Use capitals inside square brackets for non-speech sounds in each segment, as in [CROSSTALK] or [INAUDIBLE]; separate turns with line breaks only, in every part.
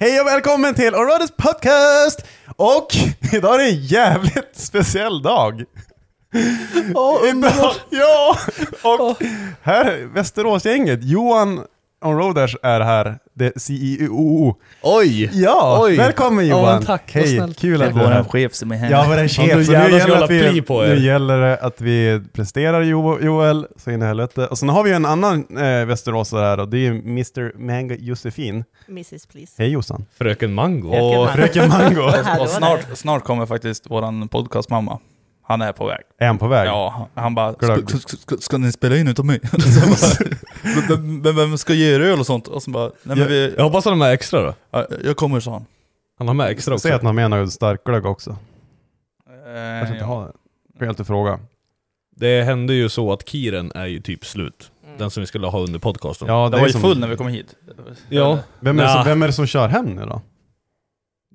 Hej och välkommen till Orades podcast! Och idag är det en jävligt speciell dag. idag, ja! Och här, Västeråsgänget, Johan Onroaders är här, det är CEO.
Oj!
Ja,
Oj.
välkommen
Ja,
Johan!
men tack, vad
Hej,
snällt.
kul att du är
Våran
här.
chef som är här.
Ja, vår
Om du
chef. Så
jävlar
nu,
ska
gäller
hålla
att vi,
pli på er.
nu gäller det att vi presterar Jo- Joel, så in i helvete. Och sen har vi ju en annan eh, västeråsare här och det är ju Mr. Mango Josefin.
Mrs please.
Hej Jossan!
Fröken Mango.
Och Fröken Mango.
Hallå
Och
där.
snart, snart kommer faktiskt våran podcastmamma. Han är på väg.
Är han på väg?
Ja, han- han bara
Glögg.
ska, ska- ska, ska ni spela in utav mig? [LAUGHS] Så jag bara, men, men vem ska ge er öl och sånt? Och så bara, nej men vi,
Jag hoppas han har med extra då.
ja, jag kommer sa han.
Han har med extra också.
Säg att han har med något starkglögg också. Kanske
Eh,
inte
ja.
har det. Fel till fråga.
Det hände ju så att Kiren är ju typ slut.
Mm.
Den som vi skulle ha under podcasten.
Ja,
Det var ju full när vi kom hit.
Ja.
Vem är, det som,
Nja.
vem är det som kör hem nu då?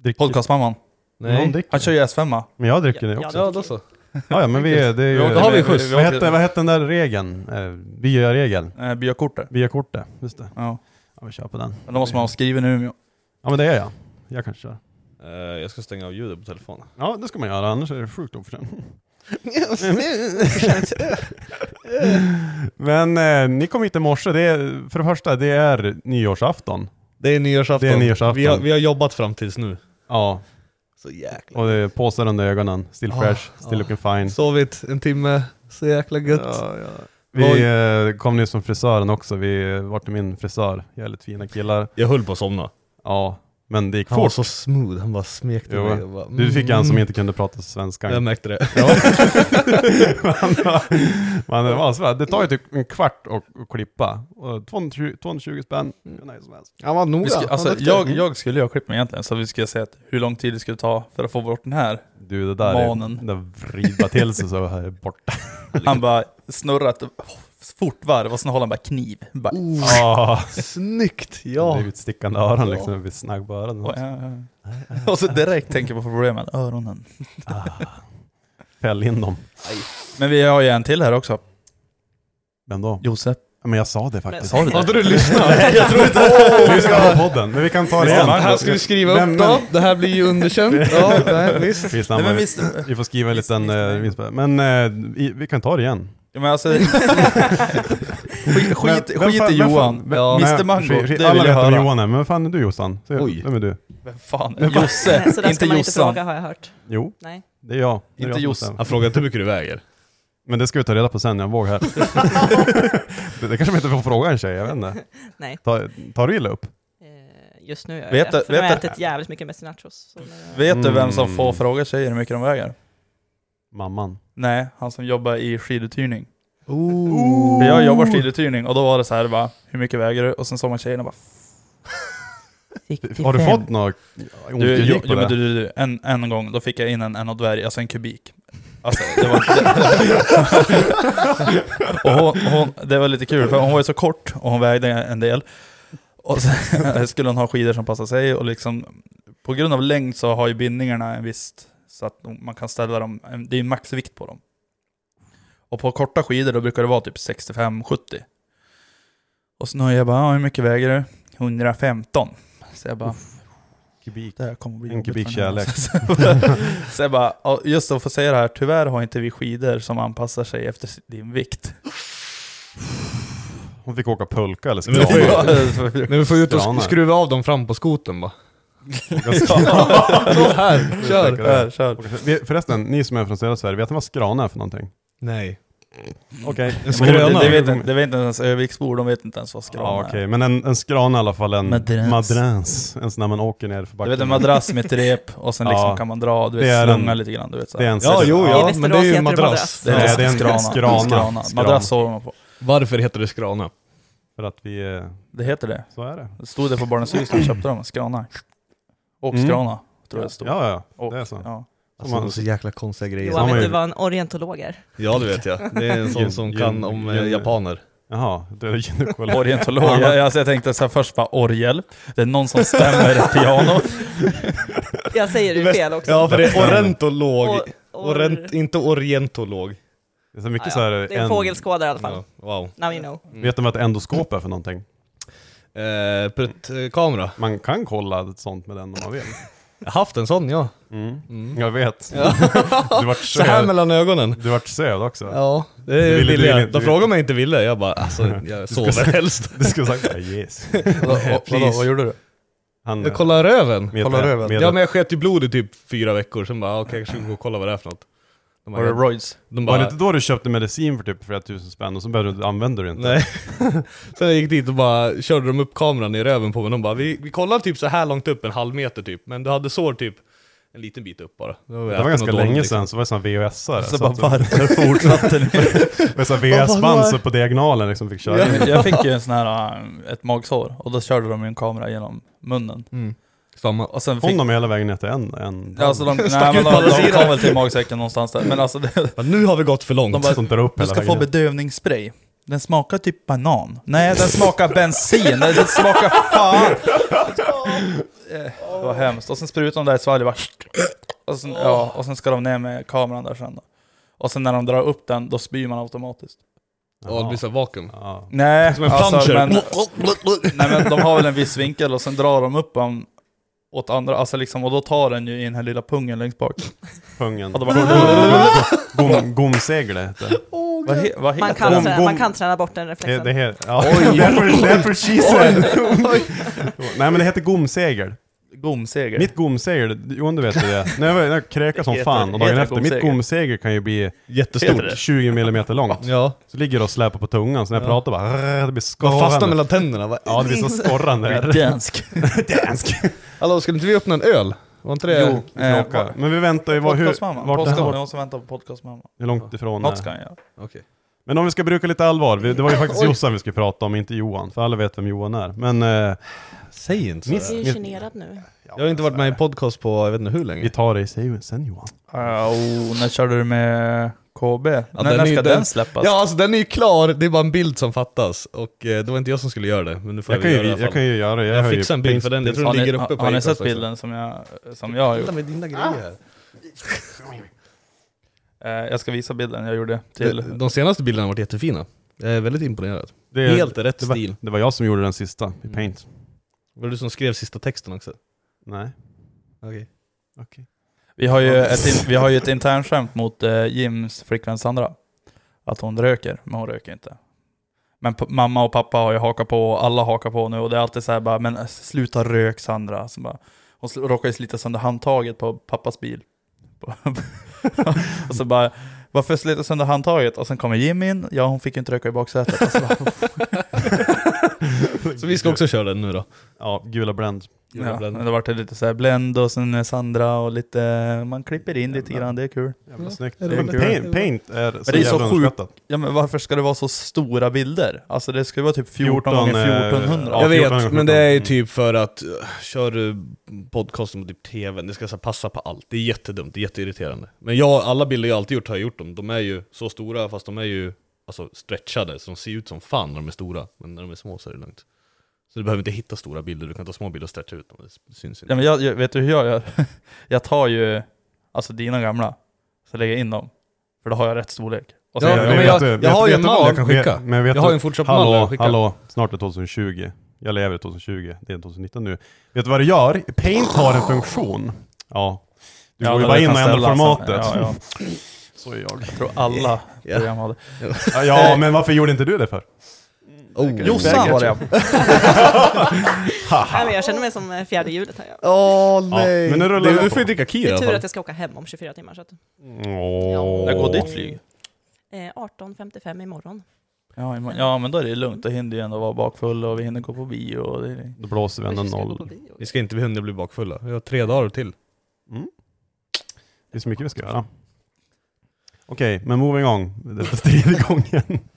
Dricker-
Podcastmamman.
Någon
Nej.
dricker.
Han kör ju S5.
Men jag dricker det också.
Ja,
då så.
Ja, ja men vi, det är ju...
Ja, då har vi skjuts.
Vad hette, vad hette den där regeln? Eh, Byaregeln?
Eh, Byakortet.
Byakortet, just det.
Ja.
Ja, vi kör på den.
Men Då måste man ha skriven i Umeå.
Ja men det är jag. Jag kanske kör.
Eh, [LAUGHS] Jag ska stänga av ljudet på telefonen.
Ja det ska man göra, annars är det sjukt oförtjänt.
[LAUGHS]
men eh, ni kom hit i morse, det är, för det första, det är nyårsafton.
Det är nyårsafton.
Det är nyårsafton.
Vi, har, vi har jobbat fram tills nu.
Ja,
Så jäkla
och det är påsar under ögonen, still
Ah,
fresh, still
ah.
looking fine.
Sovit en timme, så jäkla gött.
Ja, ja. Vi eh, kom nyss från frisören också, vi eh, var till min frisör, jävligt fina killar.
Jag höll på att somna.
Ja, men det gick
Han var
fort.
så smooth, han bara smekte
Jo.
mig. Jag bara,
Du fick en som
mm.
inte kunde prata svenska.
Jag märkte det. [LAUGHS]
man, man, det var sådär. Det tar ju typ en kvart att, att klippa. Och 220, 220 spänn, hur nice som helst.
Mm. Han Mm. var noga.
Vi ska, alltså, jag, jag skulle ju ha klippt mig egentligen, så vi skulle säga att hur lång tid det skulle ta för att få bort den här.
Du det där,
Manen.
Är, det vrider till sig så här borta.
[LAUGHS] Han bara snurrat oh, fort varv och sen håller han bara kniv. Bara, [LAUGHS]
Ah,
Snyggt!
ja. Det
Ja.
är ju ett stickande öron liksom, det blir snagg på öronen.
Och, Oh, ja, ja. och så direkt tänker jag på problemet, öronen.
Ah. Fäll in dem.
Men vi har ju en till här också.
Vem då?
Josef.
Ja, Men jag sa det faktiskt.
Sa du det?
[LAUGHS]
du lyssnat? jag tror inte
Lyssna på podden, men vi kan ta det
Visst,
igen.
man-
Här ska vi skriva upp
Vem-
då. Det här blir ju underkänt.
[LAUGHS]
Ja, nej, visst.
Finns
Nej, men
namn-
visst.
Vi får skriva en liten... eh, vinst på det. Men eh, i- vi kan ta det igen.
Ja,
[LAUGHS]
men alltså, skit skit,
Men- vem
skit
fan- vem fan-
i Johan.
vem-
Ja.
nej,
Mr Mango,
skit-
det
skit-
vill
Alla
jag
vet vem
höra.
Johan är, men vem fan är du Jossan? Se,
Oj.
Vem är du?
Vem fan är Josse?
Så där ska man
inte
inte
Jossan.
fråga har jag hört.
Jo,
Nej.
det är jag. Det är jag
Inte
som
Joss.
bestämmer.
Han frågade inte hur mycket du väger.
Men det ska vi ta reda på sen, jag vågar här. det, det kanske man inte får fråga en tjej, jag vet inte.
Nej.
Ta, tar du illa upp?
Eh, Just nu gör jag
Vet
det.
du-
För nu har jag
vet du-
ätit jävligt mycket mest nachos. Så nu-
Vet du vem som
Mm.
får fråga tjejer hur mycket de väger?
Mamman.
Nej, han som jobbar i skiduthyrning. För Jag jobbar skiduthyrning och då var det så här bara, hur mycket väger du? Och sen såg man tjejerna bara,
Har du fått något ont
du,
i
jo,
rygg på
jo, men
det?
du, du, du, en, en gång då fick jag in en, en och dvärg, alltså en kubik. Alltså, det var, [LAUGHS] och hon, hon, det var lite kul, för hon var ju så kort och hon vägde en del. Och sen [LAUGHS] skulle hon ha skidor som passade sig och liksom, på grund av längd så har ju bindningarna en viss, så att de- man kan ställa dem, en- det är ju maxvikt på dem. Och på korta skidor då brukar det vara typ 65-70. Och snöade jag bara, "Ja, hur mycket väger du? 115. Så jag bara,
Kubik.
det här kommer bli
En
jobbigt
kubik
för den här."
kärlek.
[LAUGHS] Så jag bara, "Ja, just att få säga det här, tyvärr har inte vi skidor som anpassar sig efter din vikt.
Hon fick åka pulka eller
Men det får ju-
skrama.
Nej vi får ut och sk-
Stranar.
skruva av dem fram på skoten bara. [LAUGHS]
Ja.
Så här, kör!
Här, kör.
Vi- Förresten, ni som är från södra Sverige, vet ni vad skrana är för någonting?
Nej.
Okej.
En
Men Det,
skröna.
det, vet, inte- det vet inte ens Öviksbor, de vet inte ens vad skran
Ja,
är.
okej. Men en, en skrana är i alla fall en
Madräns.
madräns. En sån när man åker ner för
Du
backen.
vet en madrass med ett rep och sen liksom
Ja.
kan man dra, du
Det
vet
är
slunga
en-
lite grann. Du vet, så
Det
här.
är en
Ja,
sätt-
jo,
I
ja,
Västerås
men det är ju
heter
en
det
madrass.
Nej, det är en
skrana.
skrana.
skrana.
Skrana.
Madrass sover man på.
Varför heter det skrana?
För att vi... eh,
Det heter det.
Så är det.
Det stod det på Barnens hus när jag köpte dem. Skrana. Och
Mm.
skrana, tror jag det stod.
Ja, ja.
Och-
Det är så.
Ja.
Alltså, det är så jäkla konstiga grejer.
har
Johan,
man
vet
ju-
du vad en orientolog är?
Ja det vet jag. Det
[LAUGHS]
är en sån som kan om eh, japaner.
Jaha, det är gynekolog.
Orientolog. Jag, alltså, jag tänkte så här, först bara orgel. Det är någon som stämmer ett piano.
Jag säger det fel också.
Ja för det är orentolog.
Or- or-
Orent, inte orientolog.
Det är så mycket
Ja,
så här, Mm.
ja. Det är en fågelskådare i alla fall.
Ja, wow.
Now you know.
Vet ni vad ett endoskop är för någonting?
Eh, Pruttkamera.
Man kan kolla sånt med den om man vill.
Jag har haft en sån ja.
Mm.
Mm.
Jag
[LAUGHS]
vet. Du vart
Så här
sövd.
mellan ögonen.
Du vart sövd också.
Ja, det är
Du ville-
ville,
du ville inte-
De frågade mig inte ville, jag
[LAUGHS]
bara alltså jag sover helst.
Du skulle ha sagt "Ah,
[LAUGHS]
yes.
Vadå, vad- vadå, vad gjorde du?
Han,
Jag kollar röven.
Med-
Kollar röven.
med-
ja men jag sket i blod i typ fyra veckor, sen bara okej jag ska gå och kolla vad det är för något. De
Var det
bara,
Royds?
de
var det
bara
inte då du köpte medicin för typ flera tusen spänn och så behövde du, använde du det inte?
nej. [LAUGHS] sen jag gick dit och bara körde de upp kameran i röven på mig, de bara vi, vi kollar typ så här långt upp, en halv meter typ, men du hade sår typ en liten bit upp bara. Det
Det var ganska länge
liksom.
sedan, så var det sån här VHS-are.
Så bara,
att [LAUGHS] de-
varför fortsatte [LAUGHS] ni?
[LAUGHS] Med sån här VHS-band så på diagonalen liksom fick köra. in.
Jag
[LAUGHS]
fick ju en sån här, äh, ett magsår och då körde de ju en kamera genom munnen.
Mm. Samma.
Och sen
Kom
fick
de hela vägen ner till en, en [LAUGHS]
Ja, Alltså de, nej,
Stack
men
ut på alla
de, de
sidor.
kom väl till magsäcken någonstans där. Men alltså, det,
Bara, nu har vi gått för långt.
De bara-
som drar upp
du
hela
ska få
vägen ner.
bedövningsspray. Den smakar typ banan. Nej, den smakar bensin. Den smakar fan. Eh, Vad hemskt. Och sen sprutar de där i svalget bara. [SNIFFS] Och sen, ja, och sen ska de ner med kameran där sen då. Och sen när de drar upp den, då spyr man automatiskt.
Ja, det blir såhär vakuum.
Ja.
Nej,
Som en
alltså,
puncher.
men, nej men de har väl en viss vinkel och sen drar de upp den åt andra, alltså liksom, och då tar den ju i den här lilla pungen längst bak.
Pungen.
Och då bara,
Gom- Gomsegle hette det.
vad, he, vad
Man
heter
kan,
Gom-
den?
träna,
gom-
man kan träna bort den
Det,
reflexen.
det he- ja. Därför- därför she said. Nej men det heter gomsegel.
Gomseger.
Mitt gomsegel, Johan du vet ju det. När jag, var- när jag kräkade som
Heter-
fan och dagen
heter
efter, mitt
gomsegel?
gomsegel kan ju bli
Jättestort.
20 mm långt.
Ja.
Så ligger det och släpar på tungan, så när jag pratar bara, "Rrr", det blir
De fastnar
skorrande.
mellan tänderna. Bara,
Ja, det blir så skorrande. här.
[LAUGHS] Dansk.
[LAUGHS] Dansk.
Hallå, skulle inte vi öppna en öl? Var inte det...
Jo, eh,
Knocka. Men vi väntar ju, vad- hur,
podcastmamma.
vart det
Podcastmamma.
här,
Jag måste vänta på podcastmamma.
hur långt ifrån eh,
Något
är
ska han göra.
Okej.
Men om vi ska bruka lite allvar, vi-
[LAUGHS]
det var ju faktiskt
Oj.
Jossan vi skulle prata om, inte Johan, för alla vet vem Johan är. Men eh,
Säg inte
Miss-
sådär.
Jag är ju generad nu.
Jag har inte varit med i en podcast på jag vet inte hur länge.
vi tar det i sen sen, Johan.
Oh, när körde du med KB?
den
när, när
är ju-
ska den,
den-
släppas?
Ja alltså den är ju klar, det är bara en bild som fattas. Och eh, det var inte jag som skulle göra det, men nu får
Jag
jag,
kan,
väl
ju, jag
göra det i alla fall.
kan ju göra det.
Jag,
har ju
fixar en bild för den, jag tror
har
den
ni,
ligger uppe
har,
på
har ni
Acast
sett
också.
bilden som jag, som jag har gjort?
Vänta med dina grejer här. Ah!
Eh, jag ska visa bilden jag gjorde till...
De, de senaste bilderna har varit jättefina. Jag är väldigt imponerad.
Det är-
Helt rätt
det var,
stil. Mm.
Det var jag som gjorde den sista i Paint.
Var det du som skrev sista texten också?
Nej.
Okej.
Vi har ju ett, in, vi har ju ett internskämt mot eh, Jims flickvän Sandra. Att hon röker, men hon röker inte. Men p- mamma och pappa har ju hakat på, och alla hakar på nu och det är alltid så här bara, men eh, sluta rök Sandra. Så bara, hon sl- råkar ju slita sönder handtaget på pappas bil. [LAUGHS] och så bara, varför slita sönder handtaget? Och sen kommer Jim in, ja hon fick ju inte röka i baksätet. Och så bara,
[LAUGHS] Så vi ska också köra den nu då.
Ja, gula Blend.
ja, men det vart det lite så här blend och sen eh, Sandra och lite, man klipper in lite grann, det är kul.
Jävla snyggt.
det
Men
kul?
paint, paint är så
det är så
jävla
sjukt.
underskattat.
Ja men varför ska det vara så stora bilder? Alltså det ska ju vara typ 14
14,
gånger
eh,
1400.
ja.
jag
14,
vet, men det är ju
mm.
typ för att eh, kör du podcasten på typ tvn, det ska så här passa på allt. Det är jättedumt, det är jätteirriterande. Men jag, alla bilder jag alltid gjort har jag gjort dem. De är ju så stora fast de är ju alltså, stretchade, så de ser ut som fan när de är stora. Men när de är små så är det lugnt. Så du behöver inte hitta stora bilder, du kan ta små bilder och stretcha ut dem. Det syns inte.
Ja, men jag, jag, vet du hur jag gör? [LAUGHS] Jag tar ju alltså dina gamla, så lägger jag in dem. För då har jag rätt storlek.
Och
Ja,
säger,
men
men
vet
jag,
du-
jag,
vet-
har ju
vet
en
du
mall
vad?
jag kan skicka.
Vet- Men vet
jag har
du-
ju en fortsatt mall
hallå,
jag skickar.
hallå, snart är 2020. Jag lever i 2020, det är 2019 nu. Vet du vad det gör? Paint har en funktion. Ja. Du går ju bara in och ändrar formatet.
Ja, [LAUGHS] ja.
Så är jag.
Jag tror alla Eh,
Ja.
program hade.
Ja, ja, men varför gjorde inte du det för?
Oh.
Jossan
[LAUGHS]
[LAUGHS]
[LAUGHS]
var det.
Nej, men jag känner mig som eh, fjärde hjulet här. Ja.
Åh
nej.
men nu
Det-
rullar
nu
du
får
får
vi
ju dricka
Det
Kir i
är
alla
tur
fall.
att jag ska åka hem om 24 timmar. Så att,
Åh.
När går ditt flyg?
eh, 18.55 imorgon.
Ja, imorgon. ja, men då är det lugnt. Då hinner ju ändå vara bakfull och vi hinner gå på bio. Och det är...
Då blåser vi ändå
Kanske ska gå på
noll.
bio.
Vi ska inte hinna bli bakfulla. Vi har tre dagar till.
Mm. Det är så mycket vi ska göra. Okej, men moving on. Detta strider [LAUGHS] gången.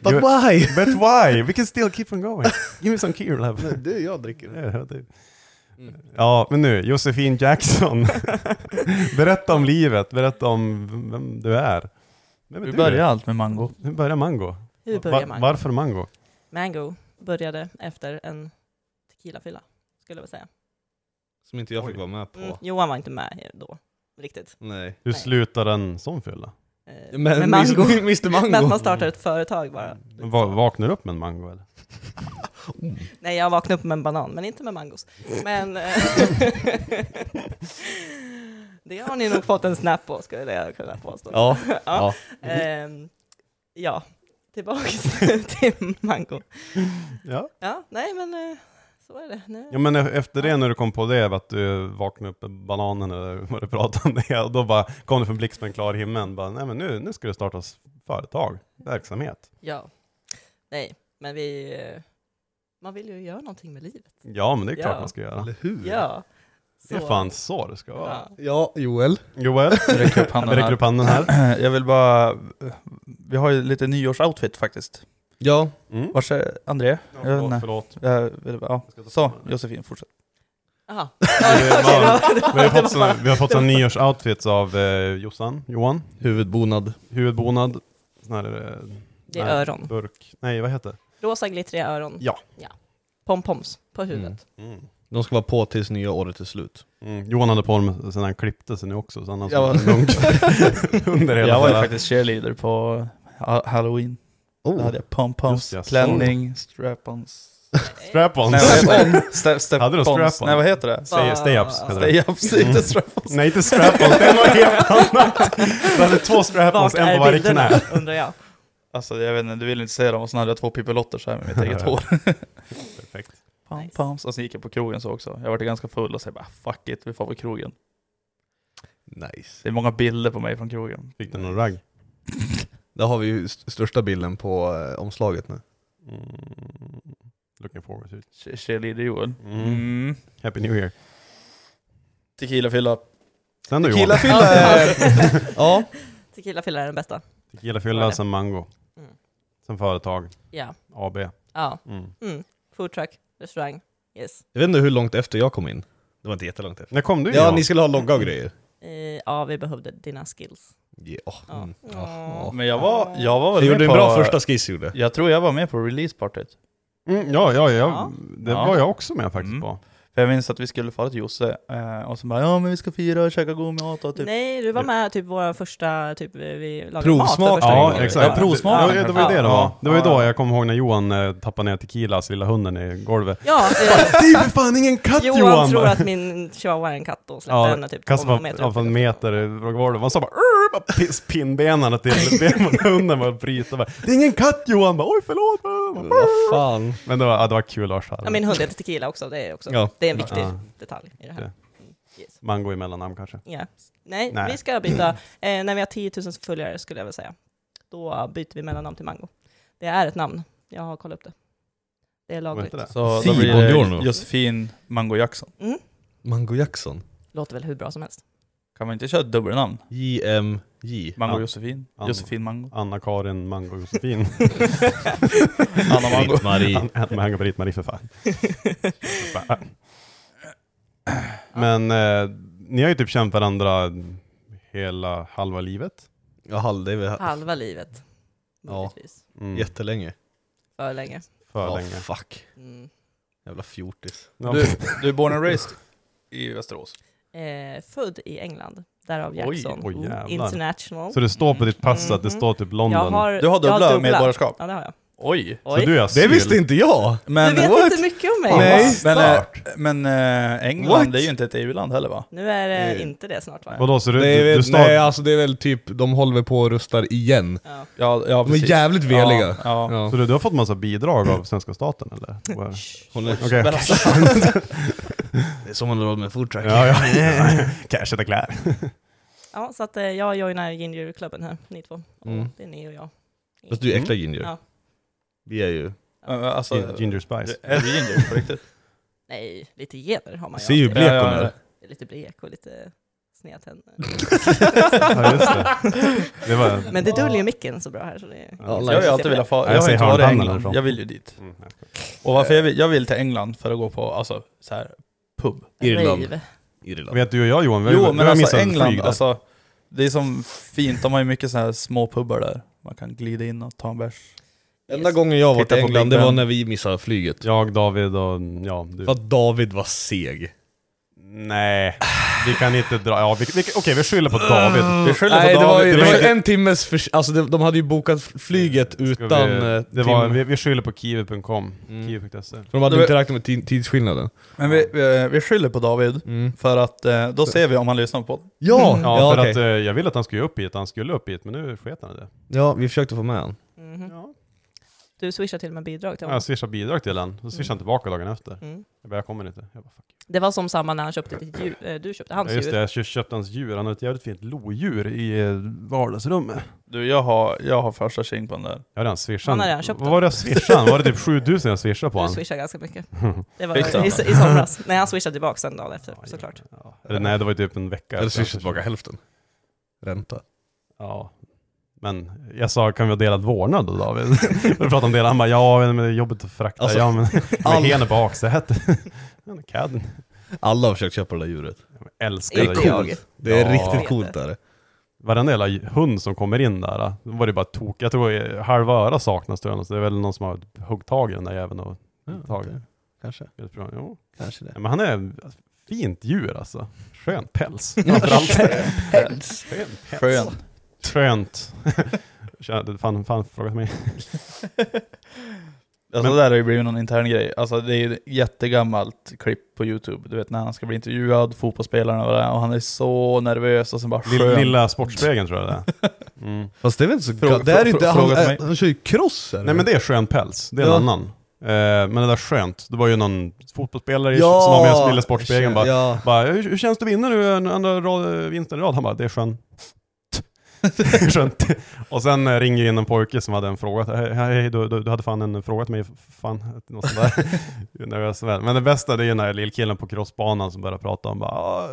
But
why?
But why? We can still keep on going. Give me some key, love.
Du, jag dricker.
Ja, det- Ja, men nu, Josefin Jackson. [LAUGHS] berätta om livet, berätta om vem du är. Vem är
Vi
du?
börjar allt med mango.
Hur börjar mango?
Hur börjar
Va-
man?
Varför mango?
Mango började efter en tequilafylla, skulle jag vilja säga.
Som inte jag fick
Oj.
vara med på.
Mm, Johan var inte med då, riktigt.
Nej.
Hur
Nej.
slutar en sån fylla?
Eh,
Men,
med mango. [LAUGHS]
[LAUGHS] Mr Mango.
Men att man startar ett företag bara.
Va- vaknar du upp med en mango eller?
Nej, jag vaknade upp med en banan, men inte med mangos. Men... eh, [LAUGHS] det har ni nog fått en snap på, skulle jag kunna påstå. [LAUGHS]
Ja. ja.
Ehm, ja, tillbaks [LAUGHS] till mango.
Ja.
Ja, nej men eh, så är det. Nu.
ja, men e- efter det när du kom på det, att du vaknade upp med bananen eller [LAUGHS] vad du pratade om det, och då bara kom du från blixten klar himmel, bara, nej men nu, nu ska det startas företag, verksamhet.
Ja, nej, men vi... eh, Man vill ju göra någonting med livet.
Ja, men det är klart
Ja.
man ska göra.
hur?
Ja.
Det är fan så det ska vara.
Ja.
Ja, Joel.
Joel,
Jag räcker upp handen
vi räcker
här.
upp handen här.
[CLEARS THROAT] Jag vill bara... Vi har ju lite nyårsoutfit faktiskt.
Ja.
Mm.
Vars är André? Jag vet
förlåt,
inte.
förlåt.
Jag vill- Ja. Så, Josefin, fortsätt.
Aha. [LAUGHS]
Vi har fått, såna, vi har fått såna nyårsoutfits av eh, Jossan, Johan,
Huvudbonad.
huvudbonad, sån här... Eh,
Det är
nej,
öron.
Burk. Nej, vad heter det?
Rosa glittriga öron.
Ja.
Pompoms på huvudet.
Mm.
De ska vara på tills nya året är slut.
Mm. Johan hade på dem sen han klippte sig nu också, så han har
Jag var-
sån lunk [LAUGHS] under hela
Jag var ju
hela-
faktiskt cheerleader på ha- halloween.
Oh,
Då hade jag
Just
pom-poms,
det, jag såg
klänning, strap-ons.
Strap-ons!
Nej, vad heter det? Ste- step
Hade du
ons.
strap-on?
Nej, vad heter det?
Stay- Stay-ups heter det. Mm.
Stay-ups, inte strap-ons.
Nej, inte strap-ons, det var helt annat! Du hade två strap-ons, en på varje knä.
undrar jag.
Alltså jag vet inte, du vill inte se dem och så hade jag två pippelotter så här med mitt eget hår.
[LAUGHS] Perfekt.
Pam,
Nice.
pam. Och sen gick jag på krogen så också. Jag var ganska full och så jag bara fuck it, vi får på krogen.
Nice.
Det är många bilder på mig från krogen.
Fick du någon
[LAUGHS]
ragg?
Där har vi ju st- största bilden på eh, omslaget nu.
Mm. Looking forward to it.
Che- Cheerleader Joel.
Mm.
Mm.
Happy New Year.
Tequila-fylla.
Sen då Johan?
Killafylla
[LAUGHS]
Ja.
Tequilafylla är den bästa.
Tequilafylla, sen mango.
Mm.
Sen företag,
Ja.
AB.
Ja.
Mm.
Mm. Foodtruck, restaurang. Yes.
Jag vet inte hur långt efter jag kom in. Det var inte jättelångt efter.
När kom du
Ja,
Johan?
ni skulle ha logga och grejer.
Eh, ja, vi behövde dina skills.
Ja.
Oh,
Ja.
Mm. Ja.
Ja.
Men jag var, jag var väl
Jag
med
gjorde en
på,
bra första skiss gjorde.
Jag tror jag var med på releasepartyt.
Mm, ja, ja, ja,
Ja.
det
Ja.
var jag också med faktiskt
Mm.
på.
För jag minns att vi skulle fara till Josse eh, och så bara ja men vi ska fira och käka god mat och typ.
Nej, du var med typ våra första, typ vi lagade mat
Provsmak.
för första
Ja,
gången.
exakt.
Ja, provsmak.
Det, det, det var ju det det var.
Ja.
Det var ju då
Ja.
jag kommer ihåg när Johan eh, tappade ner Tequilas lilla hunden i golvet.
Ja, eh,
[LAUGHS] Det är för fan ingen katt
Johan,
Johan!
tror att min chihuahua är en katt och släppte
Ja,
henne typ
Kastade
två
bara
meter
ja,
upp.
för en meter från golvet. Man sa bara "Urr", bara piss pinnbenarna till ben- [LAUGHS] hunden var bryta. Bara, Det är ingen katt Johan! Bara, Oj förlåt!
Vad fan.
Men det var, ja, det var kul att ha
Ja, min hund heter Tequila också, det är, också,
Ja.
det är en viktig
Ja.
detalj i det här.
Det.
Mm, Yes.
Mango i mellannamn kanske.
Ja. Nej,
Nej.
vi ska byta. Eh, när vi har 10 000 följare skulle jag vilja säga, då byter vi mellannamn till Mango. Det är ett namn, jag har kollat upp det. Det är
Vad
lagligt.
heter det?
Så
Si,
då blir det
buongiorno.
Josefin Mango Jackson.
Mm.
Mango Jackson.
Låter väl hur bra som helst.
Kan man inte köra dubbelnamn?
JMJ.
Mango
Ja.
Josefin,
Ja.
Josefin Mango,
Anna-Karin Mango Josefin.
[LAUGHS] Anna Mango.
Britt-Marie.
Mango Britt-Marie för
[LAUGHS]
fan. Men eh, ni har ju typ känt varandra hela halva livet.
Ja, halv, det är väl
Halva livet, möjligtvis.
Mm,
jättelänge.
För länge.
För
Ja,
länge.
fuck.
Mm.
Jävla fjortis.
Ja.
Du, du är born and raised i Västerås.
Eh, född i England, Därav Jackson
oj, jävlar.
International.
Så det står på ditt pass att det
Mhm.
står typ London?
jag har,
Du har
jag
dubbla medborgarskap?
Ja det har jag.
Oj!
Så
Oj.
du är
Det
asyl?
visste inte jag!
Men,
du vet
What?
inte mycket om mig.
Fan, vad
Nej. Men, eh,
stört.
men eh, England
What?
är ju inte ett EU-land heller va?
Nu är det
Nej.
inte det snart va?
Vadå, så du,
Det är,
du,
väl-
du står...
Nej alltså det är väl typ, de håller väl på och rustar igen.
Ja.
Ja, ja
De är
precis.
jävligt veliga.
Ja, ja.
Ja.
Så du, du har fått massa bidrag av svenska staten eller? Wow.
Hon är-
Okej.
[LAUGHS] Det är som man har råd med food truck.
Ja,
[LAUGHS]
ja. Cashet är klar.
ja, så att eh, jag joinar Ginger-klubben här, ni två. Och
Mm.
Det är ni och jag.
Fast du är äkta ginger.
Ja.
Vi är ju...
Men, eh, Alltså,
Ginger Spice.
är du ginger på riktigt?
[LAUGHS] Nej, lite gener har man
Ser ju
alltid.
blek
Ja, ja,
hon
ja.
är.
Lite blek och lite
[LAUGHS]
snedtänder.
Ja, just det. Det var-
Men det döljer micken så bra här så det är...
Ja,
[LAUGHS] Jag har ju alltid velat fara,
Nej,
jag har
säg
inte varit i
Handan
England,
därifrån.
jag vill ju dit.
Mm, nej.
Och varför jag vill, jag vill till England för att gå på, alltså så här, pub.
Irland.
Rave.
Irland.
Vet du och jag Johan, vi har-
Jo
vi
men
har
alltså
missat ett
England,
flyg där.
alltså, det är som fint, de har ju mycket så här små pubbar där. Man kan glida in och ta en bärs.
Enda gången jag var
Titta
till
på
England,
Big
det var
Ben.
när vi missade flyget.
Jag, David och ja, du.
För att David var seg.
Nej, vi kan inte dra. Ja, vi, vi, okej, vi skyller på David.
Vi skyller
Nej
på
det var,
David.
ju,
det var
det var
inte-
en timmes förs- Alltså de, de hade ju bokat flyget
Ska
utan...
vi,
eh,
det var,
tim-
vi, vi skyller på kiwi.com.
Mm.
Kiwi.se.
För de hade
Det var-
inte räknat med ti- tidsskillnaden.
Men vi, vi, vi skyller på David, för att eh, då ser vi om han lyssnar på podden.
Ja!
Mm. Ja,
Ja,
för
okej.
att eh, jag ville att han skulle upp hit, han skulle upp hit, men nu sket han i det.
ja, vi försökte få med honom.
Mhm.
Ja.
Du swishar till och med bidrag till honom.
Jag swishade bidrag till han, så swishade han tillbaka dagen efter.
Mm.
Jag bara, jag kommer inte. Jag bara, fuck.
Det var som samma när han köpte ditt djur, eh, du köpte hans
Ja, just
djur.
det, jag kö- köpte hans djur. Han har ett jävligt fint lodjur i eh, vardagsrummet.
Du, eh, jag har, jag har första tjing på den där.
Jag har redan swishat.
Han har redan köpt
Vad var det jag swishade? han? Var
[LAUGHS]
det typ 7000 jag swishade på
Du
han?
swishar ganska
[LAUGHS]
mycket.
Mm.
Det
Fick
var
han?
i, i somras. Nej, han swishade tillbaka sen dagen efter såklart.
Ja. Eller, nej, det var ju typ en vecka.
Eller
efter han
swishade tillbaka hälften. Ränta.
Ja. Men jag sa, kan vi ha delad vårdnad då David? [LAUGHS] Vi pratade om delad, han bara, ja men det är jobbigt att frakta,
Alltså,
ja [LAUGHS] men med
[LAUGHS] all-
henen på baksätet. Han är Cadden.
Alla har försökt köpa det där djuret.
Jag älskar
Det
det
är
där
jag.
coolt.
djuret.
Det är
Ja.
riktigt coolt är det.
Varenda jävla hund som kommer in där, alltså, då var det bara tok. Jag tror eh, halva öra saknas tror jag, så det är väl någon som har huggit tag i den där jäveln och tagit.
det- Kanske.
Jo.
Kanske det.
Nej, Men han är ett fint djur alltså. Skön
[LAUGHS]
päls. Framförallt. Skön päls.
Skön.
Skönt. [LAUGHS] Tja, det- fan, fan fråga
[LAUGHS]
mig.
Alltså det där har ju blivit någon intern grej. Alltså det är ju ett jättegammalt klipp på Youtube. Du vet när han ska bli intervjuad, fotbollsspelaren och det där, och han är så nervös och sen bara
Lilla,
skön.
lilla Sportspegeln tror jag det är. Mm.
Fast det är väl inte så...
Fråga-
det är ju inte...
fråga-
Han,
fråga till
är, han kör ju cross är det
Nej men
väl?
det är skön päls, det är
Ja.
en annan. Eh, men det där skönt, det var ju någon fotbollsspelare
Ja!
som var med i Lilla Sportspegeln bara,
Ja.
bara hur, hur känns det att vinna nu en andra rad, vinsten i rad? Han bara, det är skön. [LAUGHS] Skönt. Och sen eh, ringer in en pojke som hade en fråga. Hej, hej du, du, du hade fan en fråga till mig. Fan, något sånt där.
[LAUGHS]
Jag är nervös som helst. Men det bästa det är ju när lillkillen på crossbanan som börjar prata om bara, "Ah,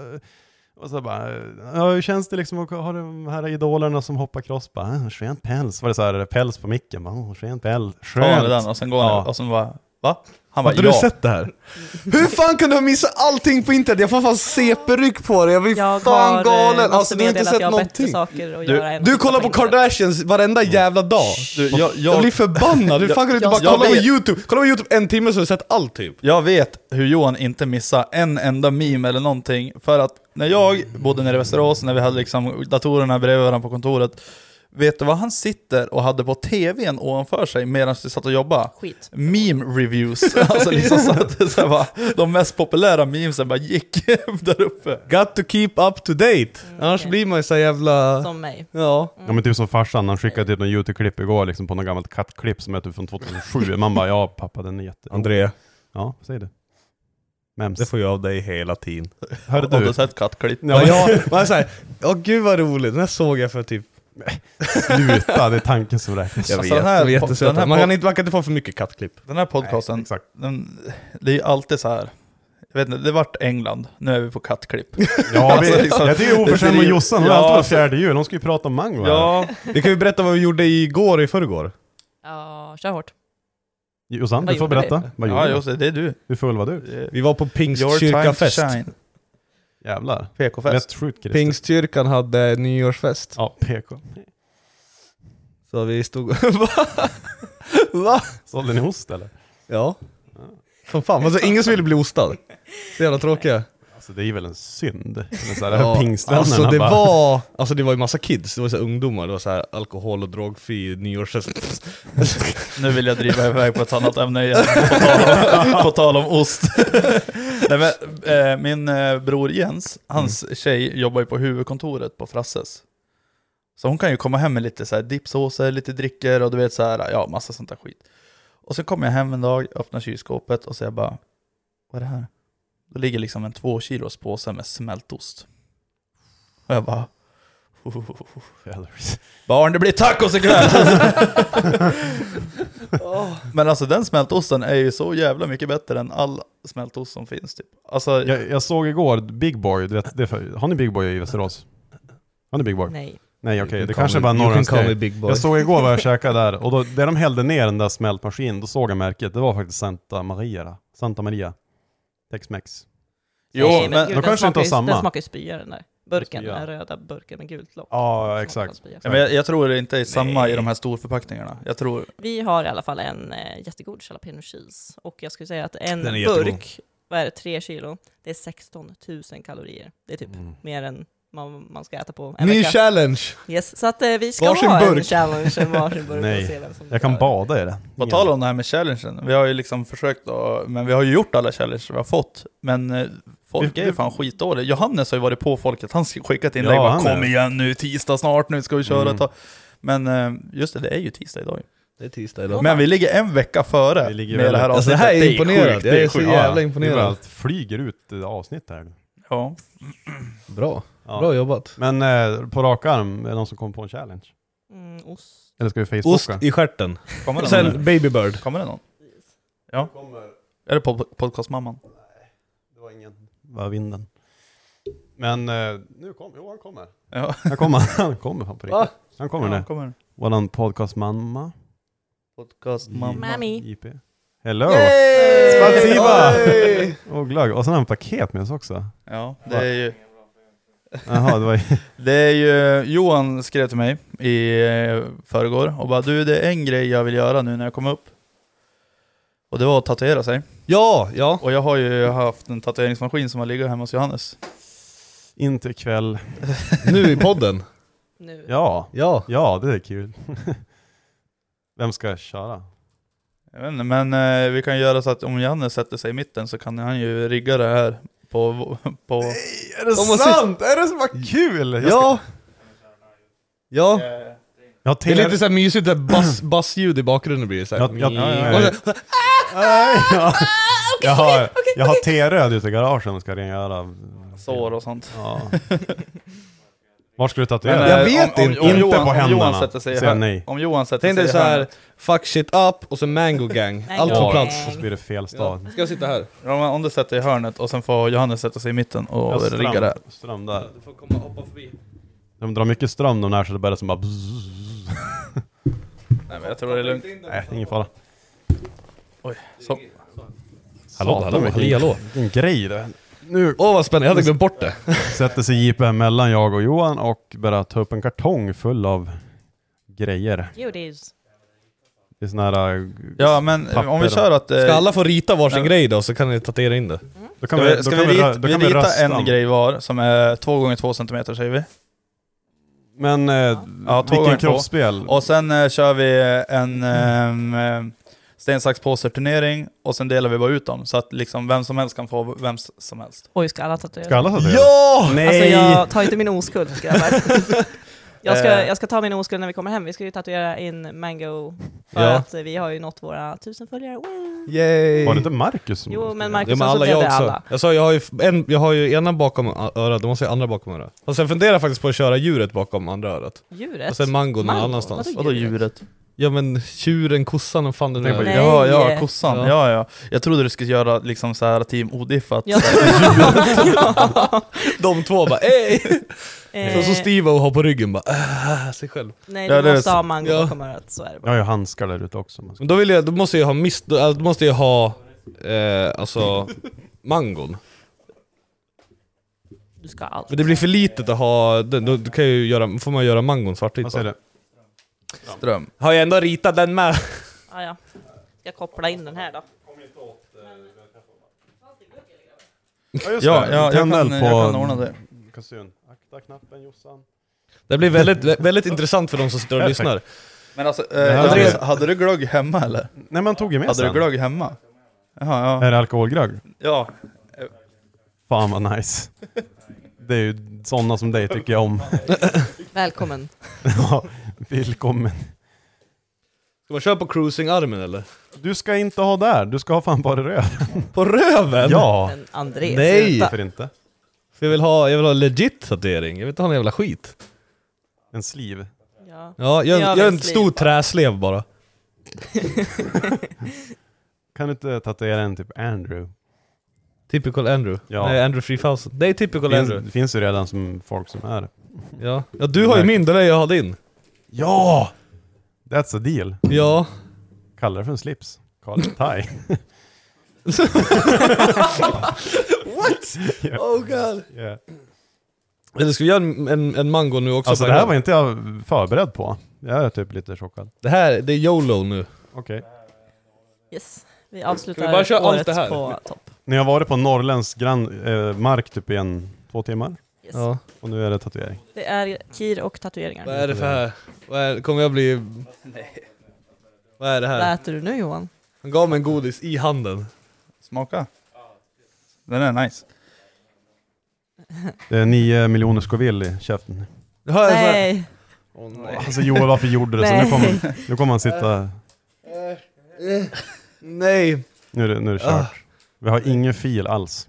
och så bara, ja, hur känns det liksom att ha de här idolerna som hoppar cross? Bara, "Ah, skön päls. Var det så här päls på micken? Bara, "Åh, skön päls.
Tar han den
Skönt.
och sen går han
Ja.
och sen bara va? Han bara
Hade du
ja.
sett det här? Hur fan kunde jag missa allting på internet? Jag får fan CP-ryck på det, jag blir
Jag
fan
har, eh,
galen!
måste
Alltså du har inte
meddela att
sett
jag har bättre
någonting.
saker att
Du-
göra än att
Du
titta
kollar på
internet.
Kardashians varenda jävla dag.
Du, jag,
Jag blir
jag,
förbannad, hur fan kan du inte
Jag-
bara
jag
kolla på
vet.
youtube? Kolla på youtube en timme så har du sett allt typ.
jag vet hur Johan inte missar en enda meme eller någonting. För att när jag bodde nere i Västerås, när vi hade liksom datorerna bredvid varandra på kontoret. Vet du vad han sitter och hade på tvn ovanför sig medan vi satt och jobbade?
Skit.
Meme reviews, [LAUGHS] alltså liksom så att det så här bara, de mest populära memesen bara gick [LAUGHS] där uppe.
Got to keep up to date, annars
Mm. okej.
blir man ju så jävla...
Som mig.
Ja.
Ja men typ som farsan, han skickade typ något YouTube-klipp igår liksom på något gammalt kattklipp som är typ från
[LAUGHS]
2007. Man bara, ja pappa den är jätte...
André,
Ja, säg det. Mems.
får jag av dig hela tiden.
Hörde
Har du
du?
sett kattklipp?
Ja, men-
Ja, man är såhär, ja gud vad roligt, den här såg jag för typ... Alltså,
Sluta, det är tanken som räknas.
Jag vet, de är jättesöta.
jättesöta. Man kan inte, man kan inte få för mycket kattklipp.
Den här podcasten,
Nej, exakt.
Den, det är ju alltid så här. Jag vet inte, det vart England, nu är vi på kattklipp.
Ja,
[LAUGHS]
vi,
[LAUGHS] Alltså, liksom-
jag tycker det är oförskämt mot Jossan, hon har
Ja.
alltid varit fjärde djur. Hon ska ju prata om mango här.
Vi kan ju berätta vad vi gjorde igår och i förrgår.
Ja, kör hårt.
Jossan,
Vad
du får
gjorde
berätta. Vad
Ja
gjorde
just
du?
det, det är du.
Hur full var du?
Eh,
Vi var på
Your time to
Pingstkyrkafest.
shine.
Jävlar.
PK-fest.
Lätt sjukt Christer.
Pingstkyrkan hade nyårsfest.
Ja, PK.
Så vi stod... [LAUGHS] Va? Va?
Sålde ni ost eller?
Ja. Som fan, alltså ingen som ville bli ostad. Så jävla tråkiga.
Alltså det är väl en synd. Med så här
Ja,
pingstvännen,
alltså,
han
det
bara,
var, alltså det var ju massa kids, det var så här ungdomar, det var så här alkohol och drogfri nyårsfest.
Nu vill jag driva iväg på ett annat ämne igen, [LAUGHS] på tal om, på tal om ost. [LAUGHS] Nej, men, eh, min eh, bror Jens, hans tjej jobbar ju på huvudkontoret på Frasses. Så hon kan ju komma hem med lite så här dippsåser, lite drycker och du vet så här, ja massa sånt där skit. Och så kommer jag hem en dag, öppnar kylskåpet och så jag bara, vad är det här? Då ligger liksom en två kilos påse med smältost. Och jag bara,
Calories.
Barn, det blir tacos ikväll! [LAUGHS] Åh, Men alltså den smältosten är ju så jävla mycket bättre än all smältost som finns typ. Alltså,
Jag, jag såg igår Big Boy, du vet, det är för, har ni Big Boy i Västerås? Har ni Big Boy?
Nej.
Nej okej,
You
det
can
kanske
call
bara är
me-
norrländsk
You can call me
grej.
big boy.
Jag såg igår vad jag käkade där, och då, där de hällde ner den där smältmaskinen, då såg jag märket, det var faktiskt Santa Maria. Santa Maria. Tex-Mex.
jo,
Nej,
men,
gud,
de
den
kanske
smakar
inte har
ju-
samma.
Den smakar ju spya den där. Burken,
Spya.
den röda burken med gult lock.
Ja,
Den
exakt.
smakar spya.
Ja, men jag, jag tror det inte är samma
Nej.
i de här storförpackningarna. Jag tror,
Vi har i alla fall en eh, jättegod jalapeno cheese. Och jag skulle säga att en
Den är jättegod.
burk, vad är det, tre kilo, det är 16 000 kalorier. Det är typ
Mm.
mer än man, man ska äta på en
Ny
vecka.
challenge!
Yes, så att eh, vi ska
Varsin
ha en
burk.
challenge, en varsin burk
Nej,
och se vem som
Jag kan
klarar det.
bada i det.
på tal om det här med challengen, vi har ju liksom försökt att, men vi har ju gjort alla challenges vi har fått, men eh, folk
Vi-
är ju fan skitdåliga. Johannes har ju varit på folket, han skickat ett inlägg
Ja,
bara
han är-
kom igen nu, tisdag snart, nu ska vi köra
Mm.
ett tag. Men eh, just det, det är ju tisdag idag ju.
Det är tisdag idag.
Men vi ligger en vecka före
Vi ligger
med det här
väldigt-
avsnittet.
Alltså, det här är
Det
imponerande.
sjukt,
Jag
det
är så
sjukt.
Ja,
jävla
det
imponerad.
bara flyger ut eh, avsnitt här nu.
Ja.
Bra.
Ja.
Bra jobbat.
Men eh, på rak arm, är det någon som kommer på en challenge?
Mm, ost.
Eller ska vi
Ost
facebooka?
i stjärten.
[CLEARS THROAT] Kommer det
Och
någon?
sen baby bird.
Kommer det någon? Ja. Är det pod- podcastmamman?
Det var ingen. Var vinden. Men eh, nu kommer, jo han kommer.
Ja.
Han kommer, han kommer fan på
Va?
riktigt. Han kommer
ja,
nu.
kommer det.
Våran podcastmamma,
Podcastmamma.
Mami.
JP. Hello!
Yay!
Spasiba! [LAUGHS]
Oj!
Och glögg. Och sen har han paket med oss också.
Ja, det är ju...
Jaha,
[LAUGHS]
det var
Det är ju, Johan skrev till mig i eh, förrgår och bara du det är en grej jag vill göra nu när jag kommer upp. Och det var att tatuera sig.
Ja, ja.
Och jag har ju haft en tatueringsmaskin som har legat hemma hos Johannes.
inte ikväll.
Nu i podden.
Nu.
Ja,
Ja.
ja det är kul. [LAUGHS] Vem ska köra?
Jag vet inte, men eh, vi kan göra så att om Johannes sätter sig i mitten så kan han ju rigga det här på... [LAUGHS] på
Är det
sant?
Är det så vad kul? Jag,
Ja. Ja.
jag,
Eh, Det är lite såhär mysigt, där bass, bassljud i bakgrunden blir det såhär.
jag, jag,
Mm. Och
jag,
så- Ah!
[LAUGHS] ja. jag har, jag har T-röd ute i garaget om jag ska rengöra.
sår och sånt.
Ja. Var ska du
Men,
tatuera?
Jag
eh,
vet inte.
Inte
Johan,
på
om Johan
händerna.
sätter sig i
Säger
hör-
nej.
Om Johan sätter
Tänk
sig
dig
i
såhär,
hörnet.
fuck shit up och så mango gang. Allt
Mango
på
Ja,
plats.
gang.
Och så blir det fel
Ja.
stad.
Ska jag sitta här?
Om, om du sätter i hörnet och sen får Johannes sätta sig i mitten och
Ja,
rigga det.
ström, ström där.
Du får komma och hoppa förbi.
De drar mycket ström de där så det börjar som bara bzzz. [LAUGHS]
Nej men jag tror det är lugnt.
Nej, ingen fara.
Så.
Hallå,
hallå,
vilken-
hallå.
Vilken grej det Nu
Åh vad spännande, jag hade glömt bort det.
[LAUGHS] sätter sig JP mellan jag och Johan och börjar ta upp en kartong full av grejer.
Geodis.
Det är sån här... äh,
Ja men
Papper
om vi
då.
kör att... eh,
Ska alla få rita varsin
Nej.
grej då så kan ni tatuera in det?
Mm. Då kan
Ska
vi,
vi,
då
ska
kan
vi,
vi, rö-
rita,
då
vi
kan vi
ritar
rösta.
en grej var som är två gånger två centimeter säger vi.
Men eh,
Ja, två gånger
vilken
två.
kroppsspel.
Och sen eh, kör vi en ehm, eh, sten, sax, påse turnering och sen delar vi bara ut dem så att liksom vem som helst kan få vem s- som helst.
Oj, ska alla tatuera?
Ska alla tatuera?
Ja!
Nej!
Alltså jag tar inte min oskuld
[LAUGHS]
grabbar. Jag ska,
Eh.
jag ska ta min oskuld när vi kommer hem. Vi ska ju tatuera in Mango för
Ja.
att vi har ju nått våra tusen följare. Wow.
Yay!
Var det inte Marcus som...
Jo, men Marcus
Ja, men
har
alla
suttit
jag
över
också.
alla.
Jag sa jag har, ju f- en, jag har ju ena bakom ö- örat, då måste jag ha andra bakom örat. Och sen funderar jag faktiskt på att köra djuret bakom andra örat.
Djuret?
Och sen mango någon
Mango?
annanstans.
Vadå
Vadå djuret?
Ja men tjuren, kossan, vad fan det nu
Tänk på
är.
Nej.
Ja, ja, kossan.
Ja.
Ja. ja, Jag trodde du skulle göra liksom så här team odiffat.
Ja.
[LAUGHS] De två bara ey!
Eh,
Så som Steve har på ryggen bara "Ah", sig själv.
Nej,
Ja,
du
det är
måste
så.
ha mango
Ja.
bakom örat, så är det
Jag
bara.
har ju handskar där ute också. Man ska...
Men då vill jag, då måste jag ha mist, då, alltså, då måste jag ha, eh, alltså mangon.
Du ska ha allt.
Men det blir för litet att ha den, då kan jag ju göra, får man göra mangon svartvit
Vad säger
bara.
du?
Ström.
Har jag ändå ritat den med?
Ah, ja.
eh,
Ska koppla in den här då.
Ja, just
Ja,
det.
ja jag, kan,
Tänd eld
jag kan ordna det.
Kassun. Akta knappen Jossan.
Det blir väldigt, väldigt intressant för de som sitter och lyssnar.
Men alltså,
Det
eh,
här
Andreas,
är-
hade du glögg hemma eller?
Nej man tog ju med
Hade du
sen.
glögg hemma? Jaha, ja.
Är det alkoholglögg?
ja.
Fan vad nice. Det är ju sådana som dig tycker jag om.
Välkommen.
[LAUGHS] Ja, Välkommen.
Ska man köra på cruisingarmen eller?
Du ska inte ha där, du ska ha fan bara röd.
[LAUGHS] På röven?
Ja,
Men André,
Nej.
sluta.
varför inte?
För jag vill ha, jag vill ha legit tatuering, jag vill inte ha någon jävla skit.
En sliv.
Ja.
Ja,
Jag
gör, gör,
vill
en
sliv.
stor träslev bara.
Kan du inte tatuera en typ Andrew?
Typical Andrew.
Ja.
Nej, Andrew 3000. Det är typical
Finns,
Andrew.
det finns ju redan som folk som är.
Ja. ja, du har ju min, då lär jag ha din.
Ja! That's a deal.
Ja.
Kallar det för en slips. Call it a tie.
[LAUGHS] Oh god.
Yeah.
Eller ska vi göra en, en, en mango nu också?
Alltså
på
det
en
här
gång?
var inte jag förberedd på. Jag är typ lite chockad.
det här, det är YOLO nu.
Okej.
Yes. Vi avslutar
Kan vi bara köra allt
året
det här?
på topp.
Ni har varit på norrländsk gran, eh, mark typ i en, två timmar.
Yes.
Ja.
Och nu är det tatuering.
Det är kir och tatueringar.
Vad är det för här? Vad är, kommer jag bli... Vad är det
Vad
här?
äter du nu Johan?
Han gav mig en godis i handen.
Smaka. Den är nice.
Det är nio miljoner Scoville i käften.
Nu hör jag så här.
Nej!
Åh,
Alltså Joel, varför gjorde du så? Nu
Nej.
kommer, nu kommer han sitta...
Eh, nej!
Nu är det, nu är det
Ah.
kört. Vi har ingen fil
[LAUGHS]
alls.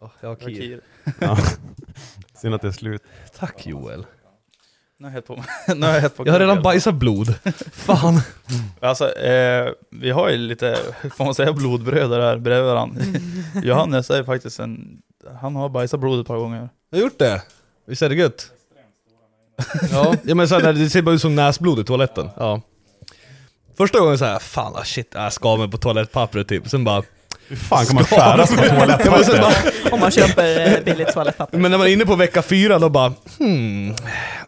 Åh, jag har kir.
Ja. Synd att det är slut.
Tack Joel.
Nu har jag hett på [LAUGHS] mig. [LAUGHS] Nu har jag, hett på
Jag har redan
glögg alltså. i alla fall.
bajsat blod. Fan.
Alltså, eh, vi har ju lite, får man säga, blodbröder här bredvid varandra. Johannes är faktiskt en... Han har bajsat blod ett par gånger.
Jag har gjort det. Visst är det gött? ja. [LAUGHS] ja men så här, när det ser bara ut som näsblod i toaletten. Ja. Första gången såhär, fan ah, shit, jag skar mig på toalettpappret typ. Sen bara...
Hur fan kan man skära
[LAUGHS]
sig på
Men sen
toalettpapper?
bara
Om man köper eh, billigt toalettpapper.
men när man är inne på vecka fyra då bara, hmm,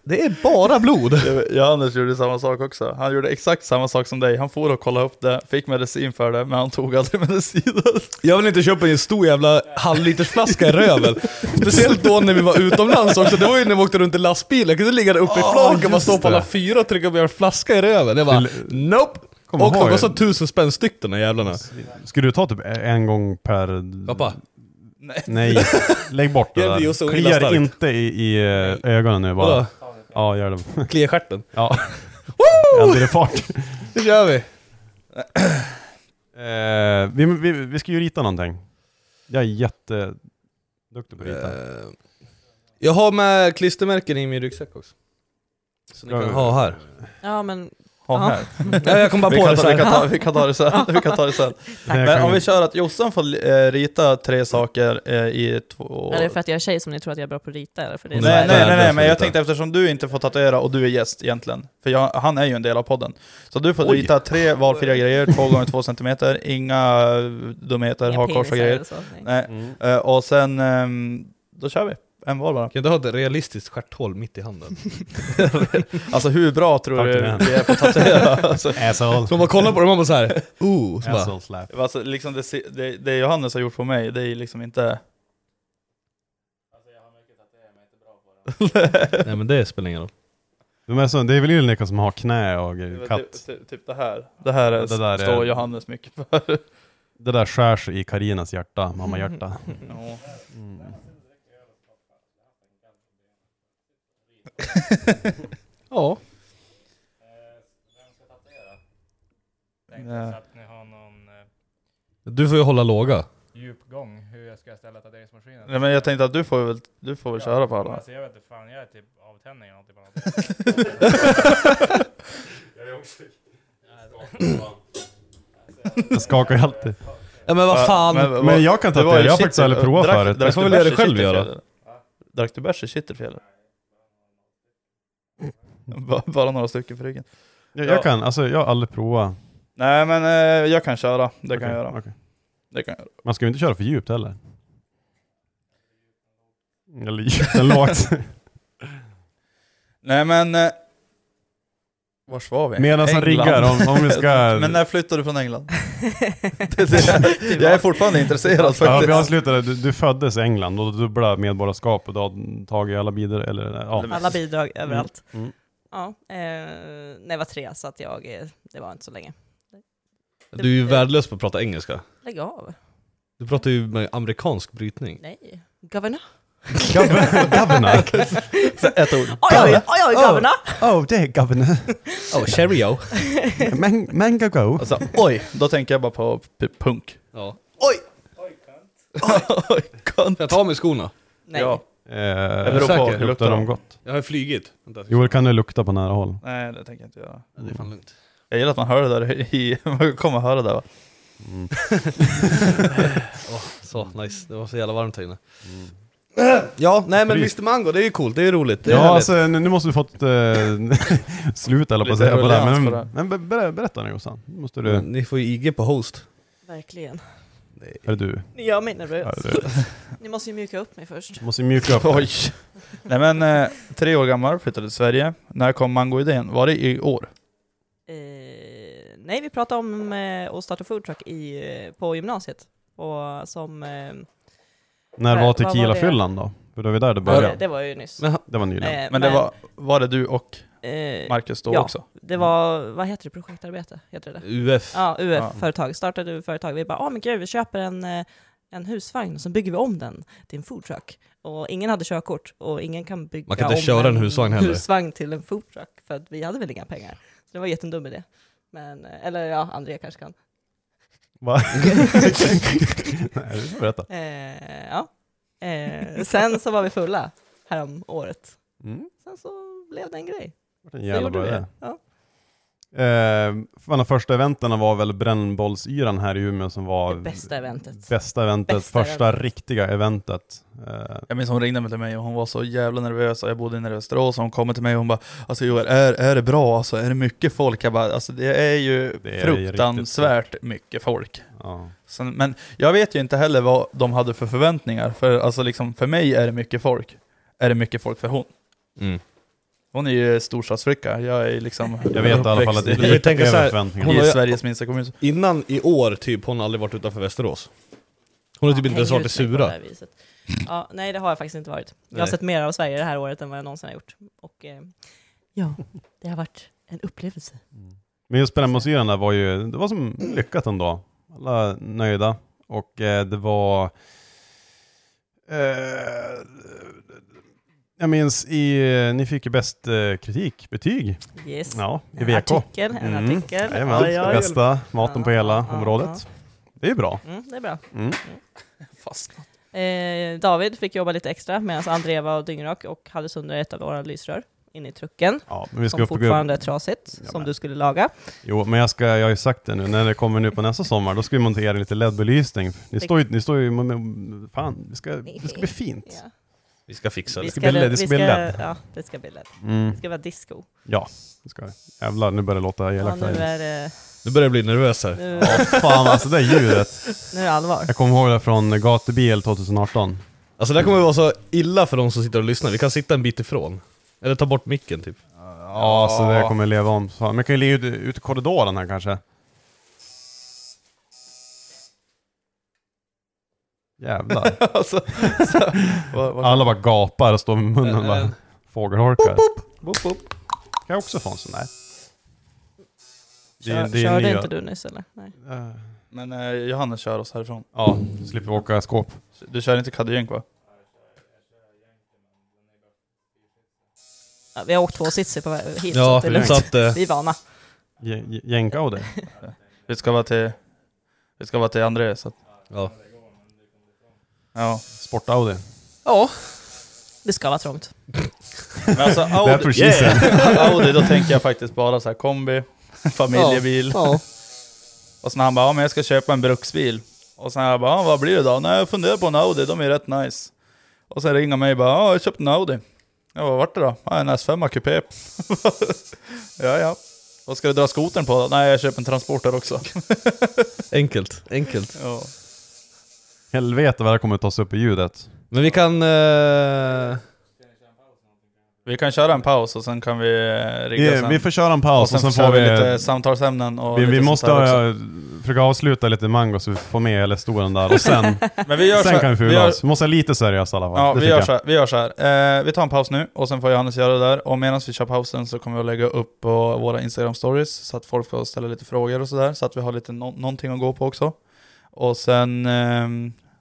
det är bara blod.
Johannes gjorde samma sak också. Han gjorde exakt samma sak som dig. Han for och kollade upp det, fick medicin för det, men han tog aldrig medicinen.
Jag vill inte köpa en stor jävla halvlitersflaska i röven. Speciellt då när vi var utomlands också, det var ju när vi åkte runt i lastbil. Jag kunde ligga där uppe i flaket och bara stå på alla fyra och trycka på en flaska i röven. Jag bara, nope!
Kom
Och de
ihåg.
kostade tusen spänn styck de här jävlarna.
Skulle du ta typ en gång per...
Pappa,
Nej, lägg bort det
[LAUGHS] Jag blir ju så
där.
illa stark.
Kliar inte i, i eh, ögonen nu bara.
vadå?
Ja, gör det. [LAUGHS]
Klia i stjärten.
Ja,
Woo!
ändå är det
[LAUGHS]
fart.
Nu kör vi!
[CLEARS THROAT] Eh, vi, vi, vi ska ju rita någonting. Jag är jätteduktig på att rita.
Eh, [LAUGHS] Jag har med klistermärken i min ryggsäck också. Så ni kan
Ja,
ha här.
Ja men
Ha
Ja.
här.
Nej, jag kom bara
Vi
på
kan,
det
ta,
så
vi, kan
här.
ta, vi kan ta det sen. Vi kan ta det sen.
Det här
Men
kan
om
ju-
vi kör att Jossan får eh, rita tre saker eh, i två...
är det för att jag är tjej som ni tror att jag är bra på att rita eller? För det är så
Nej,
här-
nej, nej, nej,
Värdelös
men jag
rita.
tänkte eftersom du inte får tatuera och du är gäst egentligen, för jag, han är ju en del av podden. Så du får
Oj.
rita tre valfria grejer, två gånger två centimeter, inga eh, dumheter,
inga
hakkors och
penisar
grejer.
eller så. Nej.
Nej.
Mm.
Eh, och sen, ehm, då kör vi. En var bara.
Kan du inte ha ett realistiskt stjärthål mitt i handen?
Alltså hur bra tror
Tack,
du
man.
vi är på
[LAUGHS]
att tatuera? alltså,
Asshole.
Så man bara kollar på dem och bara såhär, oh, så bara,
Asshole slap.
alltså, liksom det, si- det, det Johannes har gjort på mig, det är liksom inte...
nej men det spelar ingen roll.
De är så, det är väl Ylnika som har knä och grejer. katt.
Typ, typ det här. Det här är,
Det där är-
står Johannes mycket för.
[LAUGHS] Det där skär sig i Karinas hjärta,
[LAUGHS]
mamma hjärta.
Ja.
Ja.
tänkte
Nej.
så att ni har någon eh,
Du får ju hålla låga.
djupgång hur jag ska ställa tatueringsmaskinen.
[LAUGHS] Nej, men jag tänkte att du får väl, du får väl köra på
Men
alla.
Alltså jag vet inte fan, jag är typ avtändning eller någonting. på
[LAUGHS]
någonting.
Jag skakar ju alltid.
Ja men vad fan.
Men jag kan
det var
tatuera,
ju
jag har
shit- eh,
faktiskt aldrig provat
drack-
förut.
drack
Jag får
du
väl göra
bärs
det
i
själv, göra.
Kittelfjäll? Drack du bärs i Kittelfjäll? Ba- Bara några stycken för ryggen.
Jag,
Ja.
jag kan, alltså jag har aldrig provat.
Nej men eh, jag kan köra, det
Okej,
kan jag göra.
okej.
Det kan jag göra.
Man ska ju inte köra för djupt heller. Eller djupt, eller lågt.
Nej men... Eh, vars var vi?
Medan han
England.
riggar, om, om vi ska...
[LAUGHS]
[LAUGHS]
Men när flyttade du från England? [LAUGHS] Det- det- [LAUGHS] jag är fortfarande intresserad
Ja, vi
faktiskt.
avslutade, du, du föddes i England och dubbla medborgarskap och du har tagit alla bidrag, eller ja.
Alla bidrag överallt.
Mm.
Ja, eh, när jag var tre så att jag, eh, det var inte så länge.
Du är ju värdelös på att prata engelska.
Lägg av.
Du pratar ju med amerikansk brytning.
Nej. Governor. [LAUGHS]
Governor.
Så Ett ord.
Oj, oj, oj, oj, governor.
Oh, det är
[LAUGHS]
governor.
Oh, cheerio!
[LAUGHS] Man, manga go.
Alltså, oj, då tänker jag bara på p- punk.
Ja. Oj!
[LAUGHS] Oj,
Får jag ta av mig skorna?
Nej.
Ja,
Eh,
det beror
säker?
på hur
luktar
luktar
de
de.
gott?
Jag har ju flugit. Vänta.
Jo, det kan du lukta på nära håll.
Nej, det tänker jag inte göra.
Det är fan lugnt.
Jag gillar att man hör det där i... [LAUGHS] Man kommer höra det där va?
Mm.
[LAUGHS]
Så, nice. Det var så jävla varmt här inne.
Mm.
[CLEARS THROAT] Ja, nej men
Fryst.
Mr Mango, det är ju coolt, det är ju roligt. Det är
Ja,
härligt.
alltså, nu nu måste du [LAUGHS] fått eh, slut eller på att
Lite
säga på det här.
ruljans på det
Men,
här.
men be, ber- berätta nu Jossan. Nu Måste du...
Ni får ju IG på host.
Verkligen.
Är det du?
Ni gör mig
Ja,
nervös.
du
Ni måste ju mjuka upp mig först.
måste ju mjuka upp.
Oj! Nej men, eh, tre år gammal, flyttade till Sverige. När kom mango-idén? Var det i år?
Eh, nej, vi pratade om eh, att starta foodtruck i, eh, på gymnasiet. Och som, eh,
När
Vad
var
var
tequilafyllan då? För det var ju där det
det,
började.
det var ju nyss.
Men,
Det var nyligen.
Eh,
Men det var, var det du och
eh,
Marcus då
ja.
också?
det var, vad heter det, projektarbete? Heter det det?
UF.
Ja,
Ja.
UF-företag. Startade UF-företag. Vi bara, ah men gud, vi köper en, eh, en husvagn och sen bygger vi om den till en foodtruck. Och ingen hade körkort och ingen kan bygga
Man kan inte
om
köra en husvagn heller.
husvagn till en foodtruck för att vi hade väl inga pengar. Så det var en jättedum idé. Men, eh, eller ja, André kanske kan. [LAUGHS]
Va? Nej, du får berätta.
Eh, ja. eh, sen så var vi fulla härom året.
Mm.
Sen så blev det en grej.
Det var en
Så
jävla
gjorde
bra
vi
idé.
det. Ja.
Eh, fan, de första eventen var väl brännbollsyran här i Umeå som var
Det bästa eventet.
bästa eventet,
Bästa
första
eventet.
riktiga eventet. Eh,
Jag minns hon ringde mig till mig och hon var så jävla nervös och jag bodde inne i Västerås och hon kommer till mig och hon bara Alltså Joel, är, är det bra? Alltså är det mycket folk? Jag bara, alltså det är ju
Det är ju
fruktansvärt mycket folk.
ja.
Sen, men jag vet ju inte heller vad de hade för förväntningar, för alltså liksom för mig är det mycket folk. Är det mycket folk för hon?
Mm.
Hon är ju storstadsflicka, jag är ju liksom
Jag vet i alla fall att det
uppväxt
Jag
gick
tänker
över
så här,
förväntningarna.
hon
i
har ju-
Sveriges minsta kommun.
Innan i år typ, hon har aldrig varit utanför Västerås. Hon har typ inte ens varit i
Hänger ut mig på
Sura.
det här viset. Ja, nej, det har jag faktiskt inte varit. Jag har
Nej.
sett mer av Sverige det här året än vad jag någonsin har gjort. Och eh, ja, det har varit en upplevelse.
Men just brännbollsyran där var ju, det var som lyckat ändå. Alla nöjda och eh, det var... Eh, jag minns i, ni fick ju bäst eh, kritik, betyg,
Yes.
ja, i
en
VK.
artikel, en
Mm.
artikel.
Jajamän,
Oj, oj, oj.
bästa maten på hela
Ja, ja,
området. Det är ju bra.
Mm, det är bra.
Mm.
Eh, David fick jobba lite extra medan André var dyngrak och hade sönder ett av våra lysrör inne i trucken.
Ja, men vi ska
Som
upp och gå upp.
fortfarande är trasigt,
Ja,
som
men.
du skulle laga.
Jo, men jag, ska, jag har ju sagt det nu, när det kommer nu på nästa sommar, då ska vi montera lite LED-belysning. Ni står ju, ni står ju med, med, fan, det ska, det ska bli fint.
Ja.
Vi ska
[LAUGHS]
fixa
Vi
det.
ska bli LED, det ska bli LED.
Ja, det ska bli LED.
Mm.
Det ska vara disco.
Ja, det ska jag. Jävlar, nu börjar det låta
Ja,
elakt.
nu,
här.
är det,
Nu börjar jag bli nervös här.
nu,
Ja, fan alltså det ljudet.
nu är det allvar.
Jag kommer ihåg det från Gatubil 2018.
Alltså det här kommer vara så illa för de som sitter och lyssnar, vi kan sitta en bit ifrån. Eller ta bort micken typ.
Ja, så det kommer jag leva om. Fan, Men jag kan ju ligga ute ut i korridoren här kanske.
[LAUGHS]
Jävlar.
alltså, så, vad, vad,
Alla bara gapar och står med munnen
Eh,
bara
eh.
fågelholkar.
boop, boop.
Kan jag också få en sån där? Det är-
Kör,
det är
körde
nya-
inte du nyss eller? Nej.
Eh,
Men eh, Johannes kör oss härifrån.
Ja, så slipper vi åka skåp.
Du kör inte kadjunk va?
Ja, vi har åkt två sitsar på väg hit,
Ja,
så det är lugnt.
så att... eh,
Vi är vana.
Jä- jä- Jänka och det.
[LAUGHS] Vi ska vara till, vi ska vara till André så att,
Ja.
ja.
Sport-Audi.
ja.
Det ska vara trångt.
Men alltså
Det är
Audi,
precis det.
[LAUGHS] Audi, då tänker jag faktiskt bara så här kombi, familjebil.
Ja.
Och sen han bara, ja men jag ska köpa en bruksbil. Och sen jag bara, ja, vad blir det då? Nej jag funderar på en Audi, de är rätt nice. Och sen ringer han mig och bara, ja jag köpte en Audi. Ja vad vart det då? Ja, en S5 kupé. [LAUGHS] ja ja. Vad ska du dra skotern på då? Nej jag köper en transporter också.
Enkelt, [LAUGHS] enkelt.
ja.
eh, Helvete vad det här kommer att tas upp i ljudet.
Men vi kan... Eh,
Vi kan köra en paus och sen kan vi eh, rigga sen.
vi får köra en paus
och sen,
får vi...
lite samtalsämnen och
vi,
lite
vi
sånt
måste
där också.
äh, försöka avsluta lite mango så vi får med hela historien där. Och sen,
[LAUGHS] Men vi gör så
sen
här-
kan vi
vi
fula
gör-
oss. Vi måste vara lite seriösa i alla fall. Det
Ja, vi
tycker
gör,
jag.
så här, vi gör så här. Eh, vi tar en paus nu och sen får Johannes göra det där. Och medan vi kör pausen så kommer vi att lägga upp på våra Instagram stories så att folk får ställa lite frågor och sådär. Så att vi har lite nå- någonting att gå på också. Och sen eh,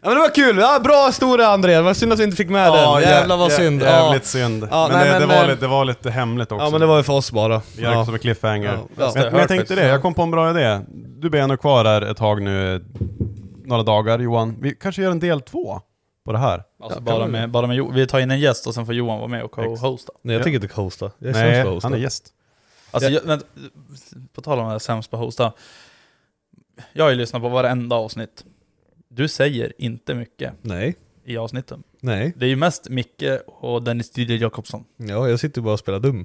Ja men det var kul! Ja, bra stora André, det var synd att vi inte fick med
Ja,
den. Jävlar vad
jä-
synd.
Jävligt
ja.
synd.
Ja,
men
nej,
det,
men,
det, var
eh,
lite, det var lite hemligt också.
ja men det var ju för oss bara.
Vi gör det
Ja.
som en cliffhanger.
Ja,
men,
det har jag
men jag
hört
tänkte det, jag kom på en bra idé. Du blir ändå kvar här ett tag nu, eh, några dagar Johan. Vi kanske gör en del två på det här.
Alltså bara med, bara med, Jo- vi tar in en gäst och sen får Johan vara med och co-hosta.
Nej jag
Ja.
tänker inte hosta. Jag är sämst på att
Nej,
hosta.
han är gäst.
Alltså,
Ja.
jag, vänta, på tal om det här sämst på att hosta. Jag har ju lyssnat på varenda avsnitt. Du säger inte mycket
Nej.
i avsnitten.
Nej.
Det är ju mest Micke och Dennis Didier Jakobsson.
Ja, jag sitter bara och spelar dum.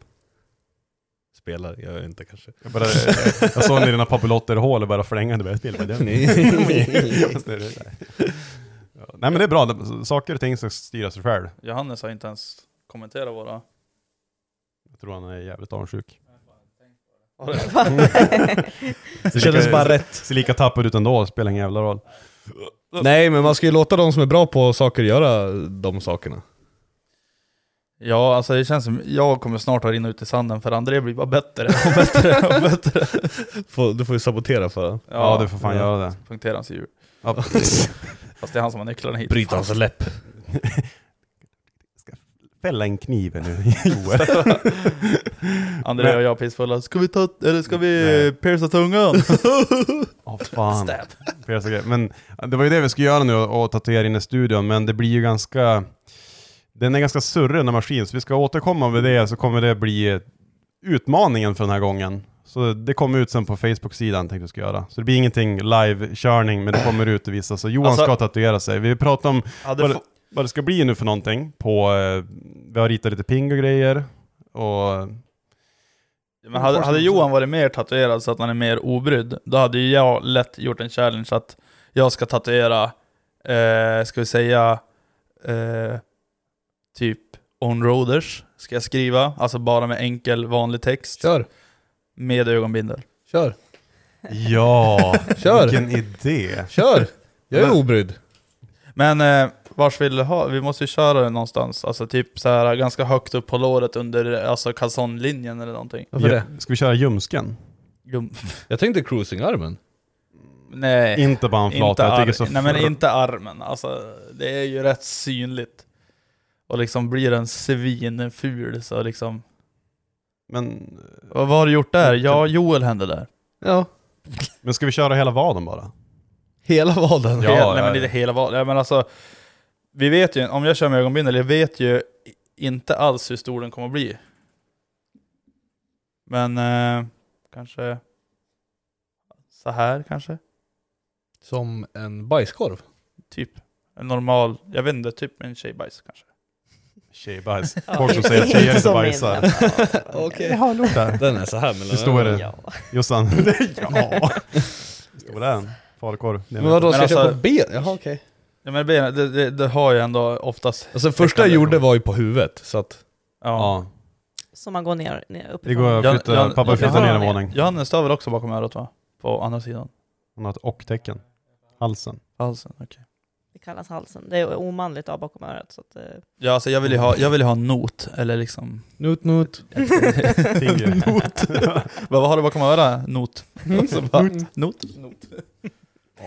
Spelar, jag är inte kanske.
Jag, bara, [LAUGHS] jag såg när dina papillotter i hål och började flänga. Du började spela med
[LAUGHS]
det. [LAUGHS] Fast det är det. Ja, Nej men det är bra, Det- saker och ting ska styra sig själv.
Johannes har inte ens kommenterat våra...
Jag tror han är jävligt avundsjuk.
[LAUGHS] [LAUGHS] Det kändes bara rätt.
Ser lika tappad ut ändå, spelar ingen jävla roll.
Nej men man ska ju låta de som är bra
[LAUGHS]
på saker göra de sakerna.
Ja, alltså det känns som jag kommer snart ha rinna ut i sanden för André blir bara bättre och bättre och bättre.
[LAUGHS] Får, du får ju sabotera för den.
Ja, du får fan göra det.
Punktera hans djur.
Ja.
Fast det är han som har nycklarna hit.
Bryta hans läpp.
Fälla en kniv nu,
[LAUGHS]
Joel.
André och jag är pissfulla. Ska vi ta... Eller ska vi
Nej.
pierca tungan? [LAUGHS]
Åh fan. Pierce och grejer. Men det var ju det vi skulle göra nu och och tatuera in i studion, men det blir ju ganska... Den är ganska surrig den här maskinen, så vi ska återkomma med det, så kommer det bli utmaningen för den här gången. Så det kommer ut sen på Facebook-sidan tänkte jag ska göra. Så det blir ingenting live-körning, men det kommer ut och visas. Så Johan
Alltså-
ska tatuera sig. Vi pratar om
Hade
vad,
få-
vad det ska bli nu för någonting. På, eh, vi har ritat lite ping och grejer. Och
Men hade, hade Johan varit mer tatuerad så att han är mer obrydd, då hade ju jag lätt gjort en challenge att jag ska tatuera, eh, ska vi säga, eh, typ on-roaders, ska jag skriva, alltså bara med enkel vanlig text,
Kör,
med ögonbindel.
kör,
ja,
[LAUGHS] Kör.
vilken idé!
kör! Jag är
Men-
obrydd.
Men eh, vars vill du ha? Vi måste ju köra det någonstans, alltså typ så här ganska högt upp på låret under alltså kalsonlinjen eller någonting.
Varför det?
Ska vi köra ljumsken?
Gum-
Jag tänkte cruisingarmen.
Nej.
Inte bara en flata, jag tycker
ar-
så
Nej men
fr-
inte armen, alltså det är ju rätt synligt. Och liksom blir den svinful så liksom...
Men,
Och vad har du gjort där? Ja, Joel hände där.
Ja.
men ska vi köra hela vaden bara?
Hela vaden.
Ja,
Hel-
ja,
nej men
ja.
inte hela valet. Ja, men alltså, vi vet ju, om jag kör med ögonbindel, jag vet ju i- inte alls hur stor den kommer att bli. Men eh, Kanske så här kanske.
Som en bajskorv?
Typ. En normal, jag vet inte, typ en tjejbajs kanske. [LAUGHS]
Tjejbajs.
Ja,
Folk som
inte
säger att
helt
tjejer inte
som
bajsar.
min, men ja.
Okej.
Jag har nog där.
Den är så här mellan
Hur stor är det?
Ja. [LAUGHS]
Jossan? [LAUGHS] ja. Hur stor är den? Falukorv?
Men vadå,
Men
ska jag köpa
alltså-
ben? Jaha okej.
Ja men benen, det, det, det har ju ändå oftast...
Alltså det första jag gjorde var ju på huvudet, så att...
Ja.
Ja.
Som man går ner, ner
Det
uppifrån.
går att
Jag-
flytta,
eh,
jag-
pappa
jag-
flyttar ner en
jag-
våning.
Johannes står väl också bakom örat va? På andra sidan?
Hon har ett och-tecken. Halsen.
Halsen, okej.
Det kallas halsen. Det är omanligt att ha bakom örat. Så att, eh,
Ja alltså jag vill ju ha, jag vill ju ha en not, eller liksom...
Nut [LAUGHS] nut.
[LAUGHS]
Finger.
Vad vad har du bakom örat? Not. Och så bara, not. Not.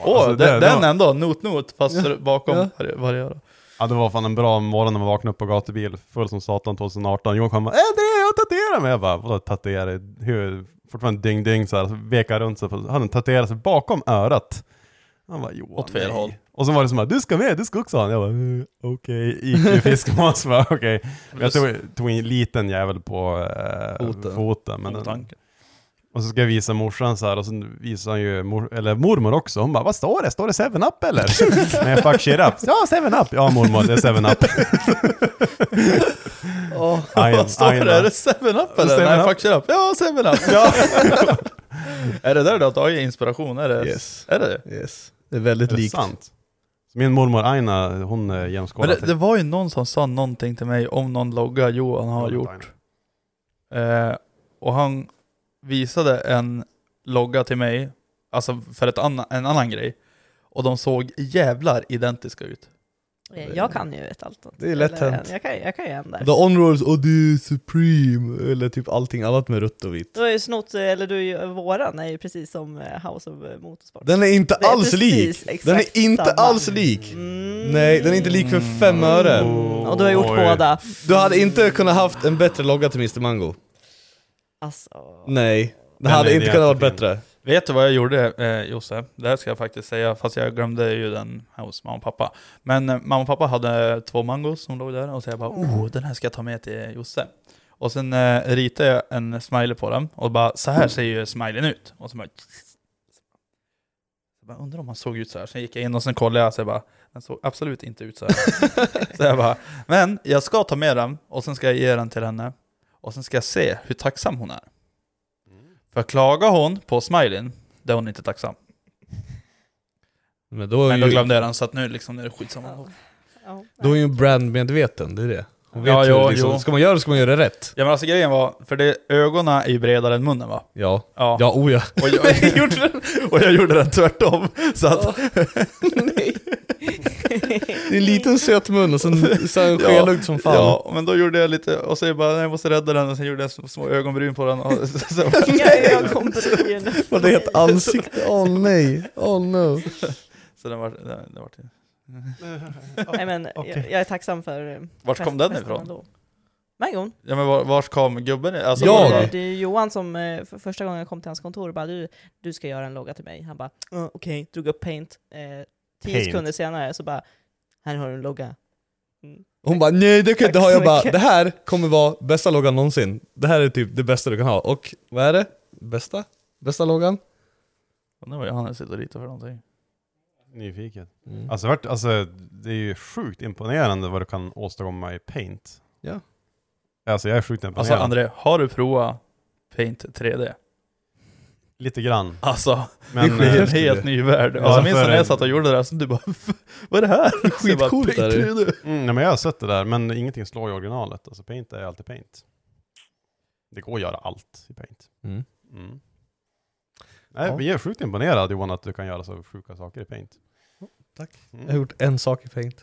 Åh,
Alltså, det
den, den
var,
ändå, not not, fast bakom
ja.
varje, varje öra.
ja, det var fan en bra morgon när man vaknade upp på gatubil, full som satan 2018. Johan kom och bara, äh, det är jag tatuerar mig. Jag bara, vadå tatuerar Hur? Fortfarande dyng dyng såhär, så vekade runt sig, hade en tatuerat sig bakom örat. Han bara, Johan,
Åt fel
nej."
håll.
Och så var det som att du ska med, du ska också ha en. Jag bara, "Eh, okej, gick i fiskmås. bara, Okej. Jag tog, tog en liten jävel på eh,
Foten.
foten men den,
Omtanke.
Och så ska jag visa morsan så här och så visar han ju, mor, eller mormor också, hon bara ”Vad står det? Står det 7-Up eller?” [LAUGHS] Nej, fuck shit up. ”Ja, 7-Up!” ”Ja mormor, det är
[LAUGHS]
7-Up.”
Åh,
Ajen,
vad står
ajen,
det?
ja.
Är det 7-Up eller?
Seven
Nej,
Up.
fuck
[LAUGHS]
shit up. Ja, 7-Up! är det där du har tagit inspiration? Är det
Yes.
är det? det?
Yes. Det är väldigt
Det är
likt.
sant. Så Min mormor Aina, hon är
Men
genomskådad.
det, det var ju någon som sa någonting till mig om någon logga Johan har gjort. Eh, och han visade en logga till mig, alltså för ett anna, en annan grej. Och de såg jävlar identiska ut.
eh, jag kan ju ett allt.
[LAUGHS] Det är lätt
Eller en.
hänt.
Jag kan, jag kan ju en där.
The onroads och det är Supreme, eller typ allting annat med rött och vitt.
Du har ju snott, eh, eller du, är ju- våran är ju precis som eh, House of eh, Motorsport.
Den är inte
Det är
alls
precis
lik!
exakt
Den är inte
samma.
alls lik!
Mm.
Nej, den är inte lik för fem öre.
Mm. Och du har gjort
Oj.
båda.
Du hade inte kunnat haft en bättre logga till Mr Mango.
Alltså,
Nej. Det
Den
hade
är
inte kunnat vara
jättefin.
bättre.
Vet du vad jag gjorde eh, Josse? Det här ska jag faktiskt säga, fast jag glömde ju den hos mamma och pappa. Men eh, mamma och pappa hade eh, två mangos som låg där, och så jag bara oh, den här ska jag ta med till Josse. Och sen eh, ritade jag en smiley på den, och bara så här ser ju smileyn ut. Och så bara... Jag bara undrar om han såg ut så här. Sen gick jag in och sen kollade jag, så jag bara, den såg absolut inte ut så här. så jag bara, men jag ska ta med den, och sen ska jag ge den till henne. Och sen ska jag se hur tacksam hon är. För klagar hon på smileyn, då är hon inte tacksam.
Men då är
Men då
ju,
glömde jag den, så att nu liksom, nu är det skitsamma.
ja.
då är ju brandmedveten, det är det. Hon vet
Ja,
hur,
jo,
liksom,
jo.
Ska man göra det ska man göra det rätt.
Ja men alltså grejen var, för det, ögonen är ju bredare än munnen va?
Ja.
Ja.
Ja, oh ja.
Och,
[LAUGHS]
jag [LAUGHS] gjorde den, och jag gjorde den tvärtom. Så att, [LAUGHS]
[LAUGHS] Det är en liten söt mun och sen så en skelugg som fan.
ja, men då gjorde jag lite, och så jag bara, nej, jag måste rädda den, och sen gjorde jag små- små ögonbryn på den. Och, [LAUGHS] så, så,
[LAUGHS]
Inga ögonbryn.
[LAUGHS]
Var det ett ansikte? Åh nej, åh oh, no.
så den var, den, den var till.
Nej
[LAUGHS]
men, jag, jag är tacksam för... eh,
Vart kom
fest-
den
festen
ifrån?
ändå. Mangon.
Ja men var, vars kom gubben? Alltså,
Jag?
var det-
Det är ju Johan som eh, för första gången jag kom till hans kontor och bara du, du ska göra en logga till mig. Han bara "Mm, okej, drog upp paint. Eh, tio
Paint.
sekunder senare så bara här har du en logga. Mm.
Hon bara nej det kan jag inte
Tack
ha,
så
jag bara
mycket.
det här kommer vara bästa loggan någonsin. Det här är typ det bästa du kan ha. Och vad är det? Bästa? Bästa loggan?
Undrar vad Johannes sitter och ritar för någonting.
Nyfiken.
Mm.
Alltså, vart- alltså, det är ju sjukt imponerande vad du kan åstadkomma i paint.
Ja.
Alltså jag är sjukt imponerad.
Alltså André, har du provat Paint 3D?
Lite grann.
Alltså,
Men,
Det
Det är en
skitigt.
eh,
Häftigt.
helt ny värld.
Ja,
alltså, minns du
för
när jag
en-
satt och gjorde det där, så du bara Vad
[LAUGHS]
är det här? Så jag bara,
Skitcoolt är det ju.
"Paint 3D."
mm, nej, men jag har sett det där, men ingenting slår ju originalet. Alltså paint är alltid paint. Det går att göra allt i paint.
Mm.
Mm. Nej,
Ja.
Vi är sjukt imponerade Johan att du kan göra så sjuka saker i paint.
Tack. Jag har
Mm.
gjort en sak i paint.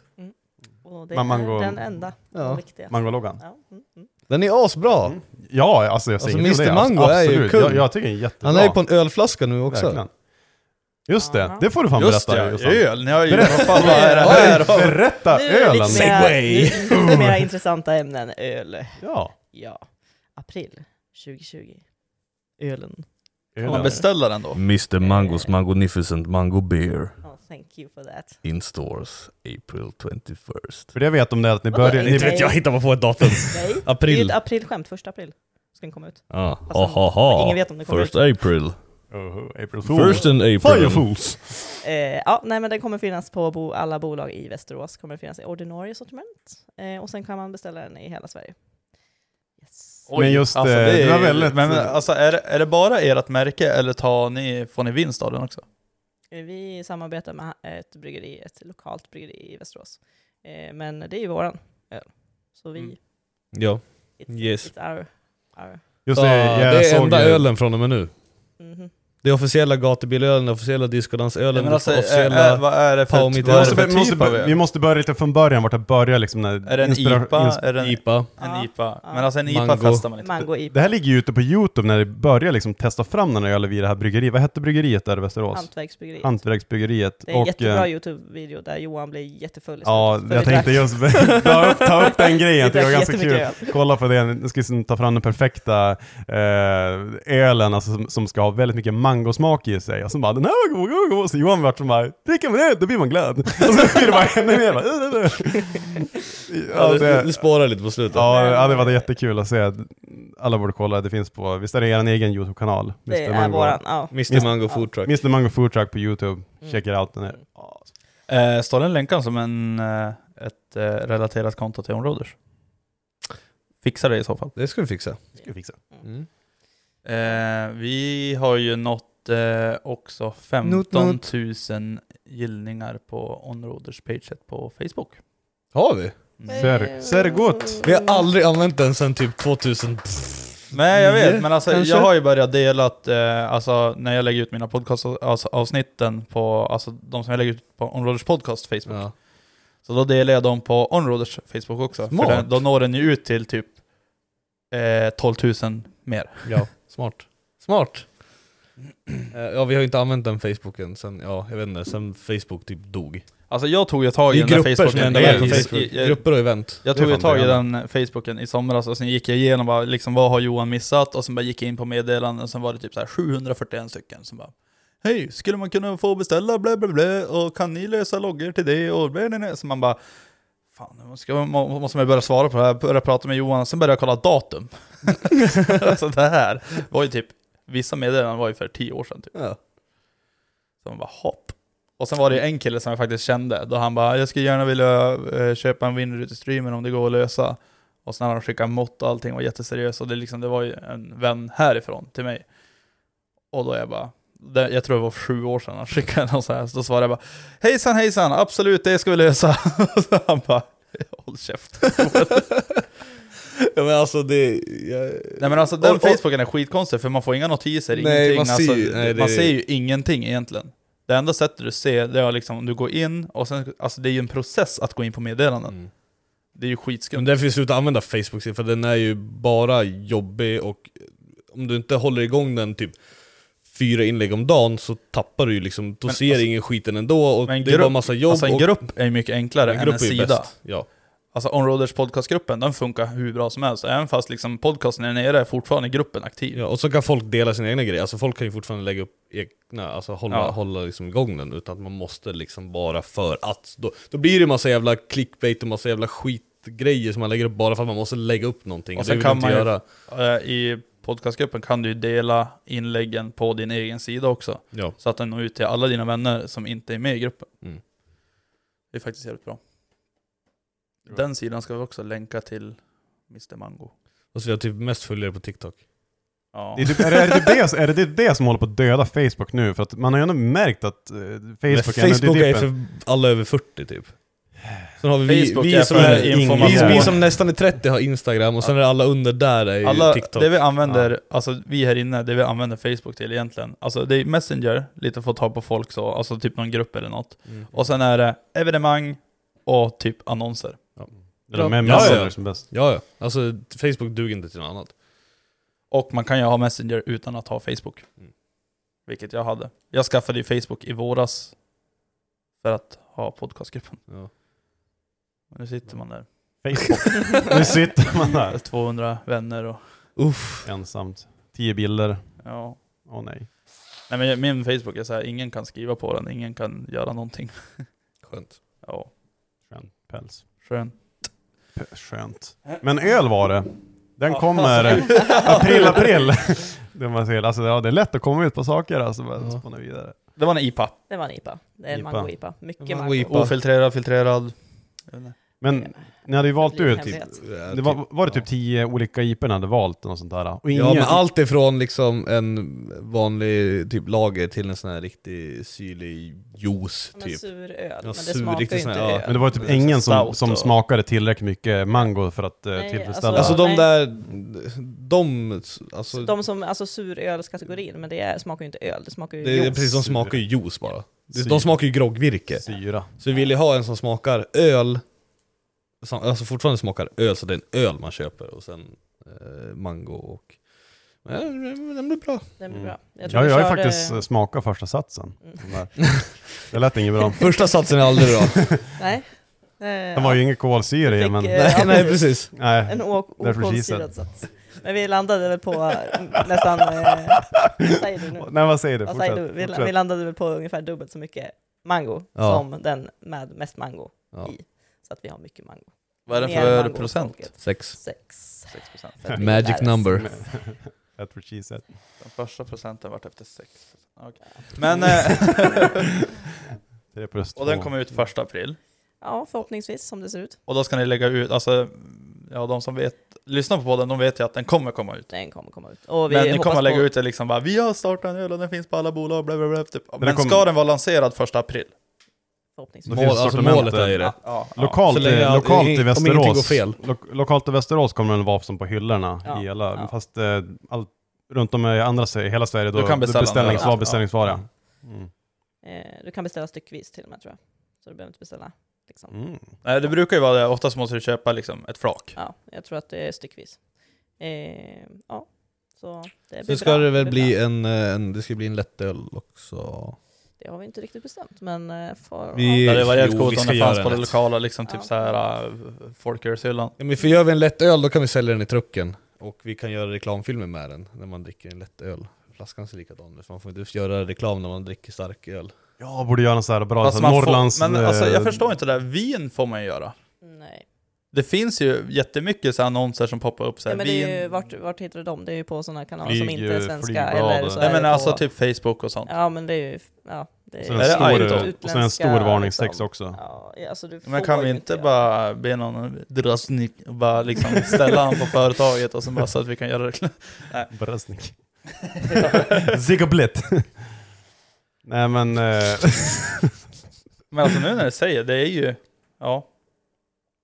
Och det
Men man
är
går-
den enda
Ja.
och viktiga.
Mangologgan.
Ja, mm, mm.
Den är asbra!
Mm. Ja, alltså jag säger
Alltså,
inte
Mr.
det. Alltså,
Mango är ju
absolut.
kung.
Jag, jag tycker den är jättebra.
Han är ju på en ölflaska nu också.
Verkligen. Just det,
Aha.
det får du fan
Just
berätta.
det,
Jossan.
öl! Ni har ju...
Berätta.
Vad fan vad är det
Oj.
här?
Berätta
Nu är det
ölen!
lite mer, nu, lite
[LAUGHS]
mer intressanta ämnen. Öl.
Ja,
Ja. April 2020. Ölen.
Man
ölen.
beställer den då.
Mr
Mangos
Magnificent Mango Beer
Oh, thank you for that.
in stores April 21st.
För det jag vet om det är att ni
Vadå,
börjar...
inte
Ni,
Inte vet jag, hittar bara på ett datum.
[LAUGHS] Nej, det är
April.
ett aprilskämt, första april. den kom ut.
Ja,
Fast den-
ahaha.
Alltså, Ingen vet om den kommer
First
ut.
April.
Oh, April
First in April.
Fire Fools!
Eh, ja, nej, men den kommer finnas på bo, alla bolag i Västerås, kommer finnas i ordinarie sortiment. Eh, och sen kan man beställa den i hela Sverige. Yes.
Men just,
alltså,
eh,
det
det
är,
var väldigt-
Men men, alltså, är, det- är det bara ert märke eller tar ni, får ni vinst av den också?
Eh, Vi samarbetar med ett bryggeri, ett lokalt bryggeri i Västerås. Eh, men det är ju våran öl. Så vi,
Mm.
Ja.
it's,
Yes.
it's our, our
Just
Ja,
det, jag
det är
såg
enda
ju-
ölen från och med nu.
mhm.
Det är officiella gatubilölen, den officiella
Ja,
discodansölen,
men
den
alltså, är,
officiella...
är, vad är det för,
Palm
vad
Meat
Vi
är det
måste,
för
vi, måste,
typ av
börja- vi
öl?
måste börja lite från början, vart det börjar liksom när
Är det en
inspira-
IPA?
ins-
Är det en,
IPA.
en IPA?
Ja.
Men alltså en IPA
Mango.
festar man inte.
Mango
Det
IPA,
här ligger ju ute på Youtube när det börjar liksom testa fram den här ölen vid det här bryggeriet. Vad hette bryggeriet där i Västerås?
hantverksbryggeriet.
Hantverksbryggeriet.
det är en
Och,
jättebra
eh,
Youtube-video där Johan blir jättefull i
Ja,
slutet, för
jag
vi drack-
tänkte
[LAUGHS]
just [LAUGHS] ta upp, ta upp den grejen, jag tycker det var
drack
ganska kul.
jättemycket
Kolla på det, nu ska vi liksom ta fram den perfekta eh, ölen alltså, som, som ska ha väldigt mycket mangosmak i sig. Och så bara, den här var god, god, god. Så Johan vart som bara, dricker man det, då blir man glad. [LAUGHS] Och så blir det bara [LAUGHS] ännu mer.
[LAUGHS]
bara, "Ugh, ugh, ugh."
Ja,
Ja,
det,
det,
det spårar lite på slutet.
ja, ja, det var jättekul att se. Alla borde kolla, det finns på, visst är det er egen YouTube-kanal?
Det
Mr.
är våran, ja. Mm.
Mr Mango Food Truck.
Mr Mango Food Truck på YouTube, check it out. Den är,
Eh, står den länkad som en, eh, ett eh, relaterat konto till Onroaders? Fixa det i så fall.
Det ska vi fixa.
ska vi fixa.
Mm.
Eh, vi har ju nått eh, också 15 000 gillningar på Onroaders page på Facebook.
Har vi?
Mm.
Ser, ser gott!
Vi har aldrig använt den sedan typ 2000.
Nej jag vet,
Nio,
men alltså,
kanske?
jag har ju börjat dela att, eh, alltså, när jag lägger ut mina podcastavsnitten på, alltså de som jag lägger ut på Onroaders podcast Facebook,
Ja.
så då delar jag dem på Onroaders Facebook också.
Smart.
För den, då når den ju ut till typ eh, 12 000 mer.
ja, smart. Smart! Eh, Ja, vi har ju inte använt den Facebooken sen, ja, jag vet inte, sen Facebook typ dog.
Alltså jag tog ju tag
Det
i
är
den där
grupper som är
Facebooken.
enda världen på
Jag-
Facebook.
jag-
Grupper och event.
Jag
Det är
tog ju
fan
tag i
det
den Facebooken i somras och sen gick jag igenom bara, liksom, vad har Johan missat? Och sen bara gick jag in på meddelanden och sen var det typ så här 741 stycken som bara Hej, skulle man kunna få beställa blä blä blä och kan ni lösa loggor till det och blä blä blä? Så man bara Fan, nu ska, må- måste man ju börja svara på det här, börja prata med Johan, sen började jag kolla datum. [LAUGHS] alltså det här var ju typ, vissa meddelanden var ju för tio år sedan typ.
Ja.
Så man bara hopp. Och sen var det ju en kille som jag faktiskt kände, då han bara jag skulle gärna vilja eh, köpa en Winruter-streamer om det går att lösa. Och sen när han skickade mått och allting var jätteseriös och det, liksom, det var ju en vän härifrån till mig. Och då jag bara, det, jag tror det var sju år sedan han skickade någon så här, så då svarade jag bara hejsan hejsan, absolut det ska vi lösa. [LAUGHS] Och så han bara [LAUGHS] håll käft.
Ja men alltså det... Jag,
Nej men alltså den
Och- och-
Facebooken är skitkonstig för man får inga notiser,
Nej,
ingenting.
man ser
alltså,
ju- nej, det-
man ser ju ingenting egentligen. Det enda sättet du ser, det är liksom om du går in och sen, alltså det är ju en process att gå in på meddelanden.
Mm.
Det är ju
Men
skitskumt.
därför vi slutar använda Facebook, för den är ju bara jobbig och om du inte håller igång den typ fyra inlägg om dagen så tappar du ju liksom, då
Men
ser
alltså-
ingen skiten ändå och det
Men
är bara massa jobb
alltså en
och
grupp är ju mycket enklare än en
är ju
sida.
bäst. Ja.
Alltså Onroaders podcastgruppen, den funkar hur bra som helst. Även fast liksom podcasten är nere är fortfarande gruppen aktiv.
ja, och så kan folk dela sina egna grejer, alltså folk kan ju fortfarande lägga upp egna, alltså hålla,
Ja.
hålla liksom igång den utan att man måste liksom bara för att, då, då blir det massa jävla clickbait och massa jävla skitgrejer som man lägger upp bara för att man måste lägga upp någonting.
Och
det
sen
vill
kan
inte
man ju-
göra. Alltså
Eh, I podcastgruppen kan du ju dela inläggen på din egen sida också.
Ja.
Så att den når ut till alla dina vänner som inte är med i gruppen.
Mm.
Det är faktiskt jävligt bra. Den sidan ska vi också länka till Mr Mango.
Och så vi har typ mest följare på TikTok.
Ja.
Det är, typ, är, det, är, det typ det, är det typ det som håller på att döda Facebook nu? För att man har ju ändå märkt att eh,
Men
Facebook,
Facebook
ändå typ
är
dippen.
för alla över 40 typ. Sen har vi, vi,
Facebook
vi,
är
som
för
är,
information.
vi, vi som nästan är 30 har Instagram och sen är alla under där är ju
Alla,
TikTok.
det vi använder, alltså vi här inne, det vi använder Facebook till egentligen. Alltså det är Messenger, lite få tag på folk så, alltså typ någon grupp eller något.
Mm.
Och sen är det evenemang och typ annonser.
Det är de med
Ja,
Messenger
ja.
som bäst.
Ja, ja. Alltså Facebook duger inte till något annat.
Och man kan ju ha Messenger utan att ha Facebook.
Mm.
Vilket jag hade. Jag skaffade ju Facebook i våras för att ha podcastgruppen.
Ja.
Och nu sitter man där.
Facebook.
[LAUGHS]
nu sitter man där
200 vänner och...
Uff.
ensamt. Tio bilder.
Ja.
Åh nej.
Nej men jag- min Facebook är så här, ingen kan skriva på den, ingen kan göra någonting.
Skönt.
Ja,
Skön päls.
skön.
P- Skönt. Men öl var det. Den
Ja,
kommer
alltså.
april, april. det, man ser, alltså, ja, det är lätt att komma ut på saker alltså, bara spåna vidare.
Det var en IPA.
Det var en IPA. Det är en
IPA.
mango-IPA. Mycket
Mango
mango.
IPA.
Ofiltrerad, filtrerad.
Men ni hade ju valt
Det blir en
ut, typ,
hemlighet.
Ja,
det var, var det typ tio olika IPor ni hade valt? Och sånt där? Och
Ja men allt ifrån liksom en vanlig typ lager till en sån här riktig syrlig juice
Som en
typ.
sur öl, men det
sur,
smakar ju
riktigt
inte
sån här, ja.
öl.
men det var ju typ ingen som,
Stout
som
och-
smakade tillräckligt mycket mango för att eh,
Nej,
tillfredsställa.
Alltså de
Nej.
där, de, alltså,
De som, alltså surölskategorin, men det är, smakar ju inte öl, det smakar ju
det är
juice.
precis, de smakar ju juice bara. De-
Syra.
De smakar ju groggvirke.
syra.
Så vi vill ju ha en som smakar öl, som- alltså fortfarande smakar öl, så det är en öl man köper och sen eh, mango och... Men den- den blir bra.
Den blir
Mm.
bra.
Jag,
tror
jag,
vi Mm.
har ju
körde-
faktiskt eh, smakat första satsen. Den där. Det lät inget bra.
[LAUGHS] Första satsen är aldrig bra.
[LAUGHS]
Nej. Eh,
Den var ju ingen kolsyra i
Fick,
[LAUGHS] men...
eh,
nej,
Ja,
nej
precis.
precis.
Nej.
En ok-
Därför
okolsyrad
kisar.
sats. Men vi landade väl på eh, nästan... Eh, vad säger du nu?
Nej vad säger du?
Vad säger du?
Fortsätt.
Vi,
Fortsätt.
vi landade väl på ungefär dubbelt så mycket mango
Ja.
som den med mest mango
Ja.
i. Så att vi har mycket mango.
Vad är den
Mer
för
mango
procent?
folket.
Sex.
Sex.
6%.
För att vi lär
Magic
oss.
number.
That's what she said.
Den första procenten vart efter 6. Men, eh,
Tre plus
och den
två.
kommer ut första april.
Ja, förhoppningsvis som det ser ut.
Och då ska ni lägga ut, alltså, ja de som vet, lyssnar på podden, de vet ju att den kommer komma ut.
Den kommer komma ut. Och vi
Men ni
hoppas
kommer lägga
på-
ut det liksom bara, vi har startat en öl och den finns på alla bolag, bla bla bla. Typ. Men,
den kommer-
ska den vara lanserad första april?
Då
Förhoppningsvis.
Mål,
finns
alltså
sortiment,
målet är ju
eh,
det.
Ja,
Lokalt,
så länge
i-
allt-
lokalt
i-
i
om ingenting går
Västerås.
fel.
Lo- lokalt i Västerås kommer den vara som på hyllorna
Ja,
i hela,
ja.
fast eh, allt, runt om i andra, se- i hela Sverige då,
Du kan beställa den
beställnings,
där.
var
Ja.
beställningsvara. Mm.
Eh, du kan beställa styckvis till och med tror jag. Så du behöver inte beställa. Liksom.
Mm.
Nej, det brukar ju vara det, oftast måste du köpa liksom ett flak.
Ja, jag tror att det är styckvis. Eh, ja, så det blir
Så ska
bra.
det väl
blir
bli
bra.
en, eh, en, det ska bli en lättöl också.
Det har vi inte riktigt bestämt, men... eh, För,
Vi-
ja,
Där det var
Jo,
jävligt
vi
coolt om
ska
det
göra
fanns på
det.
det lokala, liksom
Ja.
typ såhär äh, folkölshyllan.
Ja, men för gör vi en lätt öl då kan vi sälja den i trucken och vi kan göra reklamfilmer med den när man dricker en lätt öl. Flaskan ser likadan ut, så man får inte göra reklam när man dricker stark öl.
Jag borde göra en sån här bra,
Fast
sån
man får-
Norrlands...
men alltså, jag
eh,
förstår inte det där, vin får man ju göra.
nej.
Det finns ju jättemycket så här annonser som poppar upp så här,
Ja, men det är ju,
vin-
vart, vart hittar du dem? Det är ju på sådana kanaler som
Flyg,
inte är
eh,
svenska.
flygblad
Eller
och-
så
Nej
är
men
det
alltså
på,
typ Facebook och sånt.
Ja, men det är ju... Ja, det är,
Och sen
Är det
en
iTunes?
stor, och sen en stor
utländska,
varningstext
liksom.
också.
Ja, alltså du
Men
får
kan vi
ju
inte
göra-
bara be någon drasnik och bara liksom ställa han på företaget och sen bara så att vi kan
[LAUGHS]
göra reklam? [LAUGHS]
Bröstnick. Ziggoblit. [LAUGHS] Nej men, eh, [LAUGHS]
Men alltså nu när du säger det, är ju... Ja.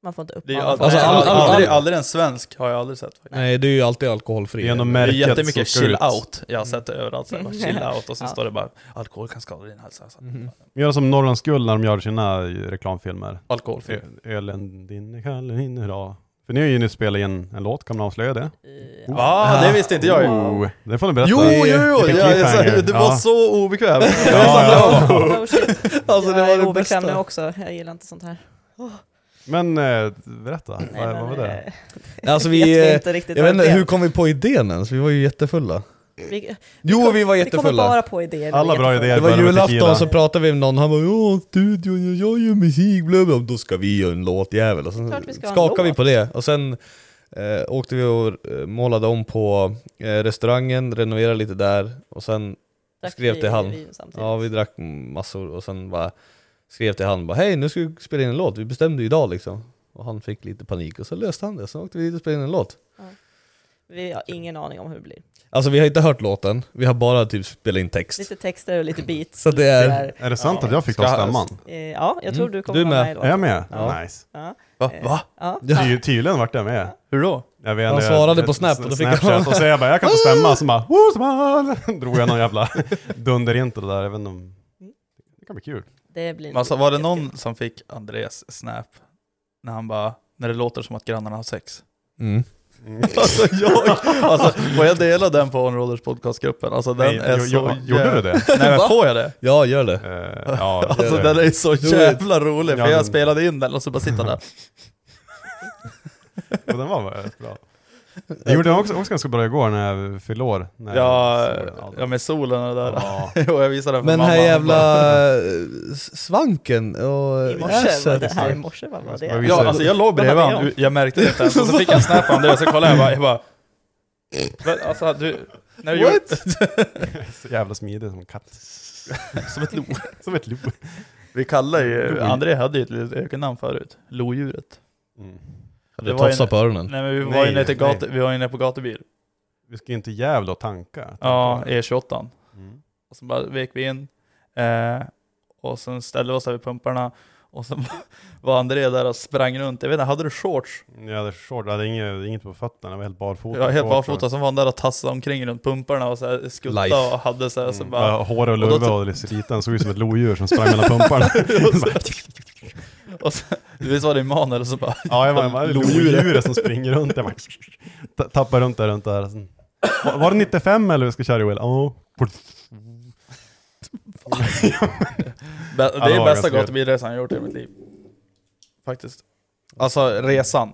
Man får inte upp
Det är ju
alla
aldrig,
folk.
Alltså, all-
aldrig,
all-
aldrig, en svensk har jag aldrig sett. faktiskt.
Nej, det är ju alltid alkoholfri.
Det är ändå
Det är
märket som
jättemycket
ska
chill
ut.
out. Jag har sett det överallt. Så här, bara chill out och
Mm. [LAUGHS] Ja.
sen står det bara alkohol kan skada din hälsa. alltså. Så.
Mhm.
gör som Norrlands guld när de gör sina reklamfilmer.
Alkoholfri.
Ö- Ölen din, kallen din, hurra. För nu har ju ni spelat in en låt, kan man avslöja det?
Eh,
Va? Ah, det visste inte jag ju.
Oh, det får ni berätta.
Jo, jo, jo!
Vilken
Jag, jag,
cliffhanger.
jag, du var
Ja.
så
[LAUGHS]
obekväm.
Ja, ja.
[LAUGHS] Oh, shit.
Alltså, det
jag
var
är
det
obekväm
bästa.
nu också. Jag gillar inte sånt här.
[LAUGHS] Men eh, berätta,
Nej,
vad,
men,
vad var det?
eh,
Alltså
vet
vi,
vi
eh,
inte riktigt
jag vet
vad
inte,
det är.
hur kom vi på idén ens? Vi var ju jättefulla.
Vi,
Jo, vi var
Vi kommer
jättefulla.
bara på idéer.
Alla bra idéer.
Det
Började
var
med tequila.
julafton så pratade vi med någon, han bara 'Ja, studion, jag- jag gör musik, bla bla, då ska vi göra en låt jävel' och sen
Klart vi ska ha en
skakade vi
låt.
på det, och sen eh, åkte vi och eh, målade om på eh, restaurangen, renoverade lite där, och sen skrev till han. Ja, vi drack massor och sen bara skrev till han bara hej nu ska vi spela in en låt, vi bestämde ju idag liksom. Och han fick lite panik och så löste han det, sen åkte vi dit och spelade in en låt.
vi har ingen aning om hur det blir.
Alltså vi har inte hört låten, vi har bara typ spelat in text.
Lite texter och lite beats.
Så det
lite
är-
sådär.
Är det sant
Ja.
att jag fick ta
Ska-
stämman?
Eh, [LAUGHS] Ja, jag tror
Mm.
du kommer
Du
vara
med.
med i
Är jag
låten.
med?
Ja.
Nice.
Ja.
Va?
Eh,
Va?
Ja.
Ty, tydligen vart jag med.
Hur då?
Jag vet,
Han
inte,
svarade
jag-
på Snap och då fick
Snapchat,
han-
Och så jag bara, jag kan inte stämma. Så bara, "Woo, Snap!" [LAUGHS] drog jag någon
[LAUGHS]
jävla dunderintro där. Jag vet inte om... Det kan bli kul.
Det blir
Alltså, var det
jättekul.
någon som fick Andreas snap när han bara, när det låter som att grannarna har sex?
Mm.
Alltså jag,
[LAUGHS]
alltså får jag dela den på Onrollers podcastgruppen? Alltså den
Nej,
är
jo-
så
jo- Gjorde du det?
[LAUGHS] Nej men får jag det?
Ja, gör det.
Eh, ja, det-
Alltså den är så
Jo,
jävla rolig, för
Ja, men- [LAUGHS]
jag spelade in den och så bara sitter den där.
Och den var rätt bra. Jag gjorde också, också ganska bra igår när jag fyllde år. När
Ja,
jag- solen, allt.
ja, med solen och det där.
Ja.
[LAUGHS] jo, jag visade det för
Men den
mamma.
här
[LAUGHS]
jävla eh, svanken och
I morse var det här, i morse vad var det?
Ja, alltså jag låg bredvid
Vad var det
honom,
om?
jag märkte det
[LAUGHS]
inte ens, och så fick jag
[LAUGHS]
en snap om det och så kollade jag bara, jag bara "Men Alltså du, när du gjorde... [LAUGHS]
Så jävla smidig som en katt.
Som ett lo.
[LAUGHS] Som ett lo.
Vi kallar ju,
Lo.
André hade ju ett litet ökennamn förut, lodjuret.
Mm.
Hade
var ju
tafsat
när-
på öronen?
Nej men vi var
Nej,
ju nere till gatu,
nej.
vi var ju nere på gatubil.
Vi ska ju inte jävla och tanka.
Ja, E28.
Mm.
Och så bara vek vi in, eh, och sen ställde vi oss där vid pumparna, och sen [LAUGHS] var André där och sprang runt. Jag vet inte, hade du shorts?
Jag hade shorts, jag hade inget, inget på fötterna, jag var helt barfota.
Jag var helt
Shorts
barfota, som var han där och tassade omkring runt pumparna och så här skuttade
Life.
och hade så här, så
Mm.
bara...
Ja, Hår och
då typ-
luva och liten, såg ut som ett lodjur som sprang
[LAUGHS]
mellan pumparna.
Och så, visst var det Emanuel som bara...
ja, jag var, jag var
Lodjuret.
lodjuret som springer runt. Jag bara, ta- tappar runt där, runt där. Sen, var, var det 95 eller vi ska köra Joel? Ja.
Bä-
Ja,
Det
det
är
var
bästa
ganska kul.
gatubilresan jag gjort i hela mitt liv. Faktiskt. Alltså resan.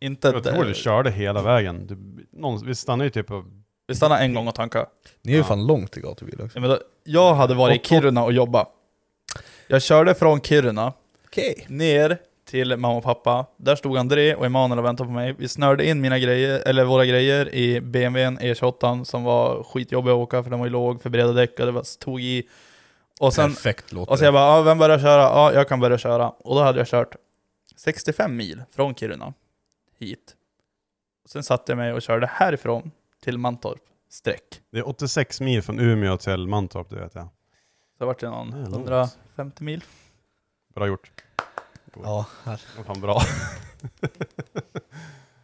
Inte...
Jag tror du körde hela vägen. Du, någon, vi stannade ju typ på...
Vi stannade en gång och tankade.
Ni är ju
Ja.
fan långt till gatubil också.
Jag, menar, jag hade varit i Kiruna och jobbat. Jag körde från Kiruna
Okej.
ner till mamma och pappa. Där stod André och Emanuel och väntade på mig. Vi snörde in mina grejer, eller våra grejer i BMWn E28 E som var skitjobbig att åka för den var ju låg, för breda däck och det var, tog i. Och sen
Perfekt låter
Och så jag bara, ah, vem börjar köra? Ja, ah, jag kan börja köra. Och då hade jag kört 65 mil från Kiruna hit. Och sen satte jag mig och körde härifrån till Mantorp, streck.
Det är 86 mil från Umeå till Mantorp, det vet jag.
Så vart det någon
Det är långt.
150 mil.
Bra gjort.
Ja, här.
Det var Fan bra.
[LAUGHS]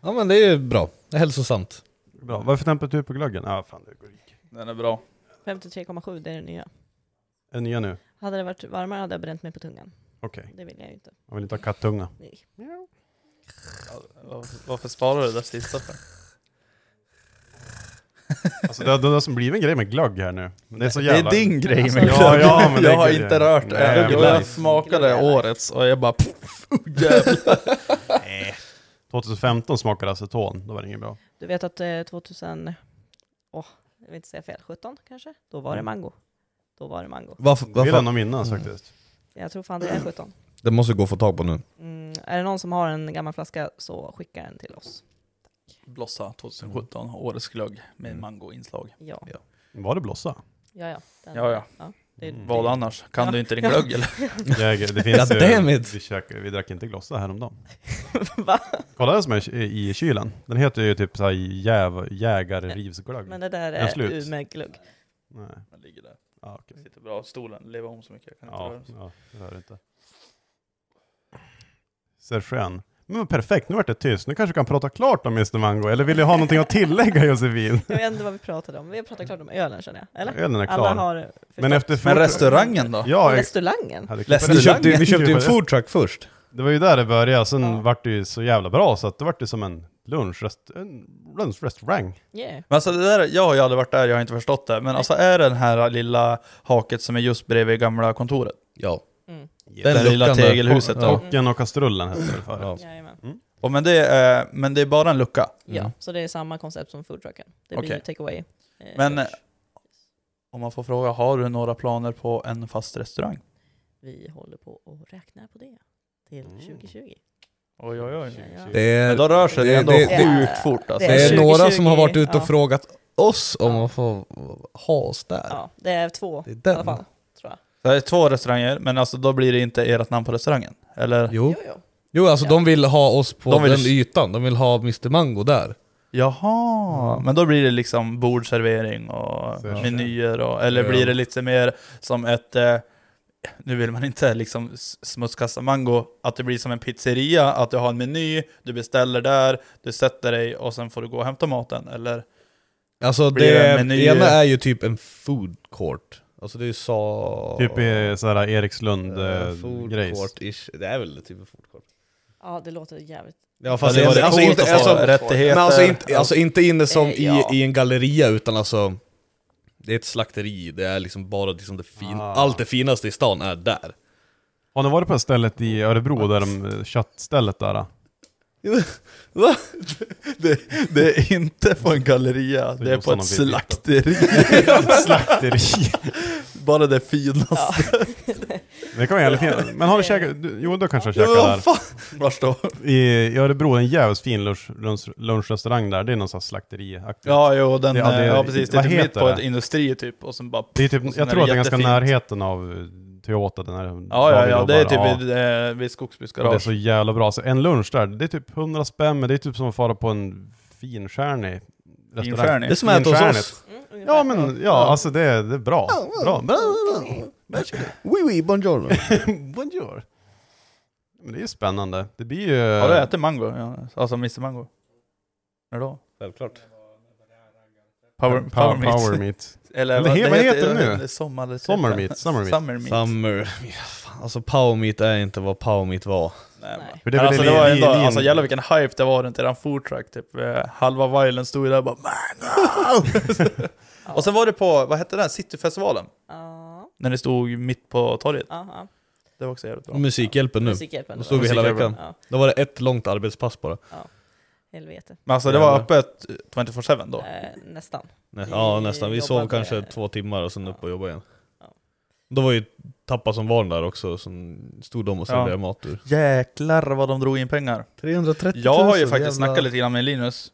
Ja men det är bra, det är hälsosamt.
bra. Varför temperatur på glöggen? Ja, fan det går i.
Den är bra.
53,7, det är det nya.
Är det nya nu?
Hade det varit varmare hade jag bränt mig på tungan.
Okej.
Det vill jag ju inte.
Man vill inte ha kattunga.
Nej.
Varför, varför sparar du det där sista för?
Alltså det har- det har som blivit en grej med glögg här nu. Men det är så
Det är
jävla...
din grej med
Ja,
glögg.
ja, men det
Jag
är
har
grejen.
inte rört
Nej,
det.
men
Jo,
det är
Jag
nice.
smakade årets och jag bara pff, oh,
[LAUGHS]
jävlar.
2015 Eh, smakade aceton, då var det inget bra.
Du vet att eh, 2000, åh, jag vill inte säga fel, 17 kanske? Då var det mango. Då var det mango. Mm.
Varför,
Det vill jag
varför?
nog minnas faktiskt.
Jag tror fan det är 17.
Det måste gå att få tag på nu.
Mm, är det någon som har en gammal flaska så skicka den till oss.
Blossa 2017,
Mm.
årets glögg med mangoinslag.
Ja,
Ja.
Var det blossa?
ja, ja. Den.
Ja, ja.
Det är-
Vad annars? Kan
Ja.
du inte din
[LAUGHS]
[LAUGHS]
glögg eller?
Jäger, Mm. det finns
God damn it.
Vi, käkar, vi drack inte glossa häromdagen.
[LAUGHS] Va?
Kolla den som är i i kylen. Den heter ju typ såhär jäv, jägarrivsglögg.
Men det där
Den
är
slut.
ur med glögg.
Nej.
Den ligger där.
Ja, okej.
Sitter bra, stolen lever om så mycket. Jag kan inte röra
Ja,
den.
ja, det hör inte. Ser skön. Men vad perfekt, nu vart det tyst. Nu kanske du kan prata klart om Mr Mango, eller vill du ha någonting att
[LAUGHS]
tillägga Josefin?
Jag vet inte vad vi pratade om. Vi har pratat klart om ölen känner jag. Eller?
Ölen är
Alla
klar.
har förstått.
Men efter
Men restaurangen då?
Ja, jag-
Restaurangen?
hade klippt-
Ni köpte, ju- ni köpte ju en
Restaurangen.
food truck först.
Det var ju där det började, sen
Ja.
vart det ju så jävla bra så att det vart det som en lunchrest, en lunchrestaurang.
Yeah.
Men alltså det där, jag har ju aldrig varit där, jag har inte förstått det. Men alltså är det den här lilla haket som är just bredvid gamla kontoret?
Ja.
Mm.
Det
Den
lilla
luckan där.
tegelhuset
Ja.
där.
Kocken och kastrullen hette det förut. Mm.
Ja.
Jajamän.
Och men, det är, men det är bara en lucka.
Ja,
Mm.
så det är samma koncept som foodtrucken. Det blir
Okej.
ju takeaway. Eh,
Men,
lunch.
Om man får fråga, har du några planer på en fast restaurang?
vi håller på och räknar på det till
Mm.
2020.
Oj, oj, oj.
Ja, ja.
Det är,
Men då rör sig det,
det-
ändå
det-
sjukt fort alltså.
det är
det är
några
2020,
som har varit ute och
ja.
frågat oss om att få ha oss där.
Ja, det är två
Det är
i
den.
alla fall, tror jag.
Det är två restauranger, men alltså då blir det inte ert namn på restaurangen? Eller?
Jo.
jo.
jo, alltså
Ja.
de vill ha oss på
De vill-
den ytan. De vill ha Mr Mango där. Mm.
Jaha, men då blir det liksom bordservering och
Så jag
menyer och, eller
Ja.
blir det lite mer som ett, eh, nu vill man inte liksom s- smutskasta mango, att det blir som en pizzeria, att du har en meny, du beställer där, du sätter dig och sen får du gå och hämta maten, eller?
Alltså
Blir
det,
det en
det,
meny?
ena är ju typ en food court. Alltså det är ju sa...
Typ i sådär
eh, food
Erikslund-grejs.
court-ish. Det är väl typ en food court.
Ja, det låter jävligt...
Ja fast
Eller var
alltså,
det
alltså,
coolt
inte,
att få
alltså,
rättigheter?
men alltså, inte, alltså inte inne som
Eh,
i,
ja.
i en galleria utan alltså Det är ett slakteri, det är liksom bara liksom det fin,
Ah.
allt det finaste i stan är där
Har ni varit på det stället i Örebro, eh, där de, köttstället där?
[LAUGHS] Va? Det, det är inte på en galleria, det är på ett slakteri.
[LAUGHS] slakteri.
Bara det finaste.
Det kan vara jävligt fint. Men har du käkat? du- Jo, du kanske har
Ja,
käkat
men vad
där.
fan? Vars då?
I Örebro, en jävligt fin lunch, lunch, lunchrestaurang där. Det är någon sån här slakteriaktigt.
Ja, jo, den,
Det-
ja,
det-
ja precis. Det
vad
är typ mitt
heter
på
det?
ett industri typ, och sen bara...
Det är typ,
och sen
jag tror att det är ganska
jättefint.
närheten av eh, Toyota. Den här
Ja, ja,
David
ja,
jobbar.
det är typ vid, eh, vid Skogsbys
Och Det är
garage.
så jävla bra. Så en lunch där, det är typ 100 spänn, men det är typ som att fara på en finstjärnig restaurang.
Finstjärnig? Det är som
att äta hos
Finstjärnigt.
oss.
Mm,
Ja, men ja, alltså det, är- det är bra. Bra, bra.
Oui oui, buongiorno.
[LAUGHS] Bonjour. Men det är ju spännande. Det blir ju...
Har du ätit mango? Ja, alltså Mr Mango? När då?
Självklart.
Power, power,
power,
meat.
power meat?
[LAUGHS] Eller
Men det
vad
he- vad heter det nu?
Sommar, eller
Summer meat, summer meat.
Summer meat.
Summer. Ja, fan, Alltså power meat är inte vad power meat var.
Nej,
Nej.
För
Det
väl
alltså
li-
det var
li-
ändå,
lin-
alltså jävlar vilken hype det var runt eran foodtruck typ. Eh, Halva vilen stod ju där och bara mango! [LAUGHS] och sen var det på, vad hette den, Cityfestivalen?
Ja,
När det stod mitt på torget.
ja, ja.
Det var också jävligt bra.
Och Musikhjälpen nu.
Musikhjälpen.
Då stod vi hela
Musikhjälpen.
veckan.
Ja,
Då var det ett långt arbetspass bara.
helvete.
Men alltså det var
Jävlar.
öppet 24-7 då.
Eh, nästan.
Nä,
Vi
ja nästan, vi sov
jobbade-
kanske två timmar och sen upp och jobba igen.
Ja.
Då var ju Tappa som var där också, som stod de och serverade mat ur.
Jäklar vad de drog in pengar.
330
Jag har ju faktiskt snackat lite grann med Linus.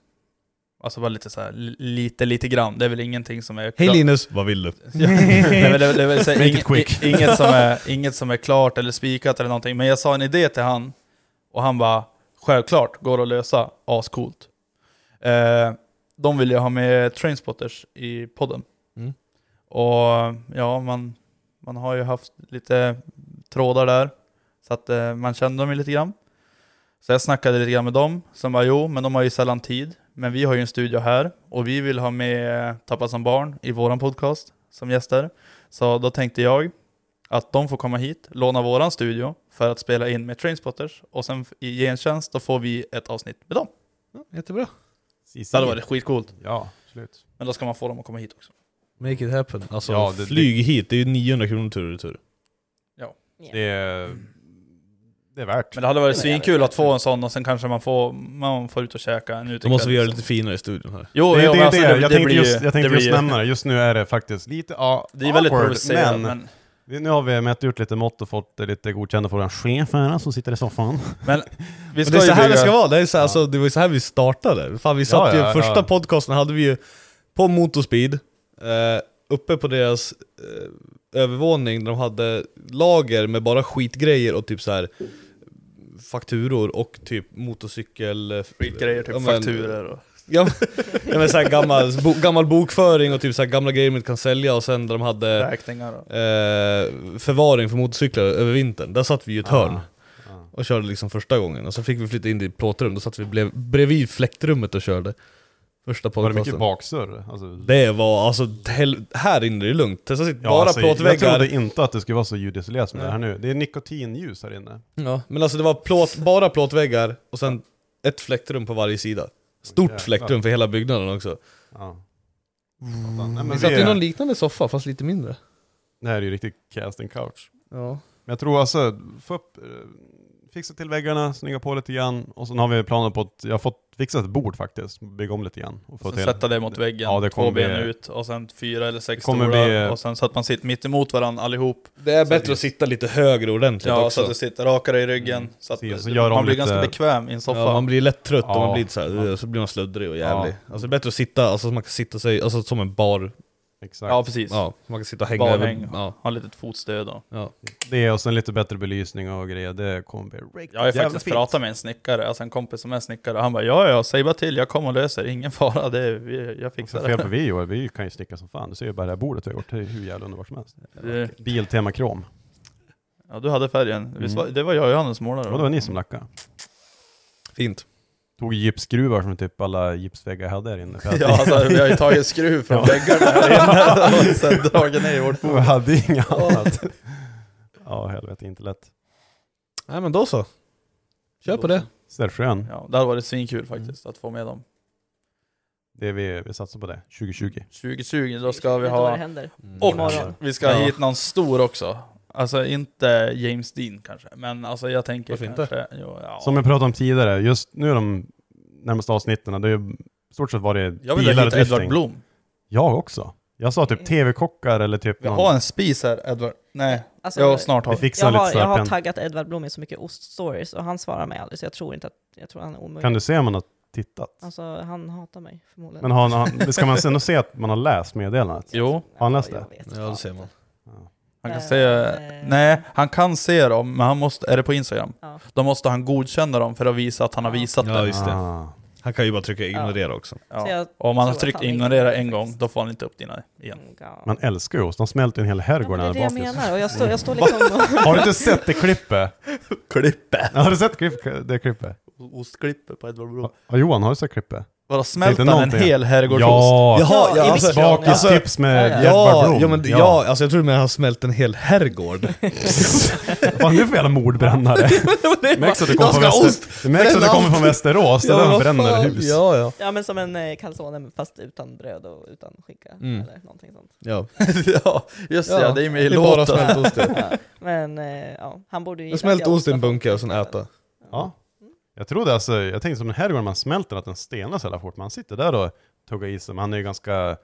Alltså bara lite så här, li- lite, lite grann. Det är väl ingenting som är...
Hej Linus! Vad vill du?
Ja. Eh, [LAUGHS] Nej, men det, det, det,
Make
det,
it
inget,
quick.
i- inget,
[LAUGHS]
som är, inget som är klart eller spikat eller någonting. Men jag sa en idé till han och han bara självklart går att lösa, ascoolt. Eh, de vill ju ha med Trainspotters i podden.
Mm.
Och ja, man, man har ju haft lite trådar där så att eh, man kände dem ju lite grann. Så jag snackade lite grann med dem, som bara jo, men de har ju sällan tid. Men vi har ju en studio här och vi vill ha med Tappa som barn i våran podcast som gäster. Så då tänkte jag att de får komma hit, låna våran studio för att spela in med Trainspotters och sen i gentjänst då får vi ett avsnitt med dem.
Jättebra.
CC.
Det hade varit skitcoolt.
Ja, absolut.
Men då ska man få dem att komma hit också.
Make it happen. Alltså
Ja, det-
flyg hit, det är ju 900 kronor tur och retur.
Det är, det är värt.
Men det hade varit
Det var jävligt
svinkul att få en sån och sen kanske man får, man får ut och käka en utekväll.
Då måste vi göra det
liksom.
lite finare i studion här.
Jo,
det,
jo,
det,
men
det,
alltså,
jag tänkte,
blir ju-
just, jag tänkte
det
just
blir ju-
nämna det, just nu är det faktiskt lite ja,
Det är väldigt
awkward,
provocerande,
men,
men
men nu har vi mätt ut lite mått och fått det lite godkännande från vår chef här som sitter i [LAUGHS] soffan.
Vi
Men det är så
ju
här det
bygga-
ska vara, det, är så, alltså, det var ju så här vi startade. Fan, vi satt
ja, ja.
ju, första podcasten hade vi ju på Motorspeed, eh, uppe på deras eh, övervåning där de hade lager med bara skitgrejer och typ så här fakturor och typ motorcykel...
Skitgrejer, typ
Ja, men-
fakturer och...
Ja, ja men så här gammal, bo, gammal bokföring och typ så här gamla grejer man inte kan sälja och sen där de hade
Räkningar och...
eh, förvaring för motorcyklar över vintern, där satt vi i ett hörn.
Ah.
Och körde liksom första gången, och sen fick vi flytta in i ett plåtrum, då satt vi blev, bredvid fläktrummet och körde Första
Var det
podcasten
mycket baksurr? Alltså,
Det var alltså, hel- här inne är det lugnt, testa sitt bara
alltså, jag
plåtväggar
trodde inte att det skulle vara så ljudisolerat som det är här nu. Det är nikotinljus här inne.
ja. Men alltså det var plåt, bara plåtväggar, och sen ett fläktrum på varje sida Stort
Jävlar.
fläktrum för hela byggnaden också
Ja. Satan. Nej, men
Vi satt i
vi,
någon liknande soffa, fast lite mindre
det här är ju riktigt casting couch.
Ja,
Men jag tror alltså, få upp, eh, fixa till väggarna, snygga på lite grann. Och sen har vi planer på att, jag har fått fixa ett bord faktiskt, bygga om lite grann. Och få
Sen
till.
sätta det mot väggen,
Ja, det
två
kommer
ben
bli-
ut och sen fyra eller sex
Det kommer
stolar
bli-
och sen så att man sitter mitt emot varandra allihop.
det är bättre att sitta lite högre ordentligt
Ja, så
också
att du sitter rakare i ryggen. Så att
Precis, Mm. så gör de
man blir
lite-
ganska bekväm i en soffa.
Ja, man blir lätt trött och
Ja.
man blir så, här, så blir man sluddrig och jävlig.
Ja.
Alltså det är bättre att sitta, alltså man kan sitta sig, alltså som en bar,
Exakt.
ja precis.
ja, man kan sitta och hänga
Barhäng,
över, ja.
ha litet fotstöd och...
ja.
Det och sen lite bättre belysning och grejer, det kommer bli riktigt
Jag har ju
jävla
faktiskt
fint.
pratat med en snickare, alltså en kompis som är snickare, och [LAUGHS] han bara ja ja, säg bara till, jag kommer och löser, ingen fara, det är, vi- jag
Och så
fixar
fel
det.
på vi gör, vi kan ju sticka som fan. Du ser ju bara det här bordet vi har gjort, det är hur jävla underbart som helst.
Det-
Biltema krom.
Ja, du hade färgen, Visst var-
Mm.
det var jag och Johannes som målade
Ja, det var ni som lackade.
Fint.
Tog gipsskruvar som typ alla gipsväggar hade här
[LAUGHS]
inne. För att-
Ja, alltså, vi har ju tagit skruv från väggarna här
[LAUGHS]
inne och sen dragit ner i vårt
Vi hade inget annat. Ja, helvete, inte lätt.
Nej men då så. Kör på det.
Sällsjön,
Ja, det hade varit svinkul faktiskt att få med dem.
det är vi, vi satsar på det. 2020.
2020, då ska vi
Det är då det
ha...
händer.
Och
Imorgon.
vi ska ha
Ja.
hit någon stor också. Alltså inte James Dean kanske, men alltså jag tänker
Varför inte?
kanske... Jo, ja.
Som jag pratade om tidigare, just nu de närmaste avsnitten, det är ju stort sett varit
Jag vill
bilar
hitta
och
Edward
drifting.
Blom.
Jag också. Jag sa typ tv-kockar eller typ
Jag
någon-
har en spis här, Edward. Nej, jag snart har
Vi fixar
Alltså, jag,
lite
har, jag har
snabbt igen.
taggat Edvard Blom i så mycket oststories och han svarar mig aldrig så jag tror inte att, jag tror han är omöjlig.
Kan du se om man har tittat?
Alltså han hatar mig förmodligen.
Men har han,
[LAUGHS]
det ska man ändå se [LAUGHS] att man har läst meddelandet?
Jo.
Har han läst det?
Ja det ser man.
Han kan se...
Eh.
Nej, han kan se dem, men han måste... Är det på Instagram?
Ja.
Då måste han godkänna dem för att visa att han har visat
Ja,
det.
just det.
Ah.
Han kan ju bara trycka ignorera också.
Så
Ja.
jag
Och om man har
tror att
tryckt
han är
ignorera
ignorerad
en gång,
faktiskt.
då får han inte upp dina igen.
Mm, ja.
Man älskar ju ost, de smälter ju en hel
Ja,
herrgård
men
när
det är det
han är
jag
bakis.
menar och jag står, jag står liksom och...
Har du inte sett det klippet?
Klippet!
Har du sett klipp, det klippet?
Ostklippet på Edward Blom.
Ja, Johan, har du sett klippet?
Vadå, smälter han en
någonting.
hel herrgårdsost?
Ja!
Jaha,
Ja,
ja,
i
alltså,
Vision, ja.
alltså,
Bakis-tips med
Ja,
Edward
ja,
Blom.
ja, men, ja, alltså jag tror med han smält en hel herrgård.
[LAUGHS] Vad är det för jävla mordbrännare?
[LAUGHS]
Det märks att du kommer
Jag
från,
ska ha
[LAUGHS]
väster... det märks att du kommer från Västerås, det är där de
vad
bränner
fan.
hus.
Ja, ja.
Ja men som en eh, calzone fast utan bröd och utan skinka
Mm.
eller någonting sånt. [LAUGHS]
ja.
ja, just det,
Ja,
ja, det är med i
Det är bara
låten.
smält ost. ja.
Ja, men eh, ja, han borde ju
Jag
gilla att
smält
jag
ost i en
ofta får
bunke och sen
bröd.
äta.
Ja.
Mm.
Jag trodde alltså, jag tänkte som en herrgård när man smälter att den stelnar så jävla fort. Man sitter där och tuggar i sig, men han är ju ganska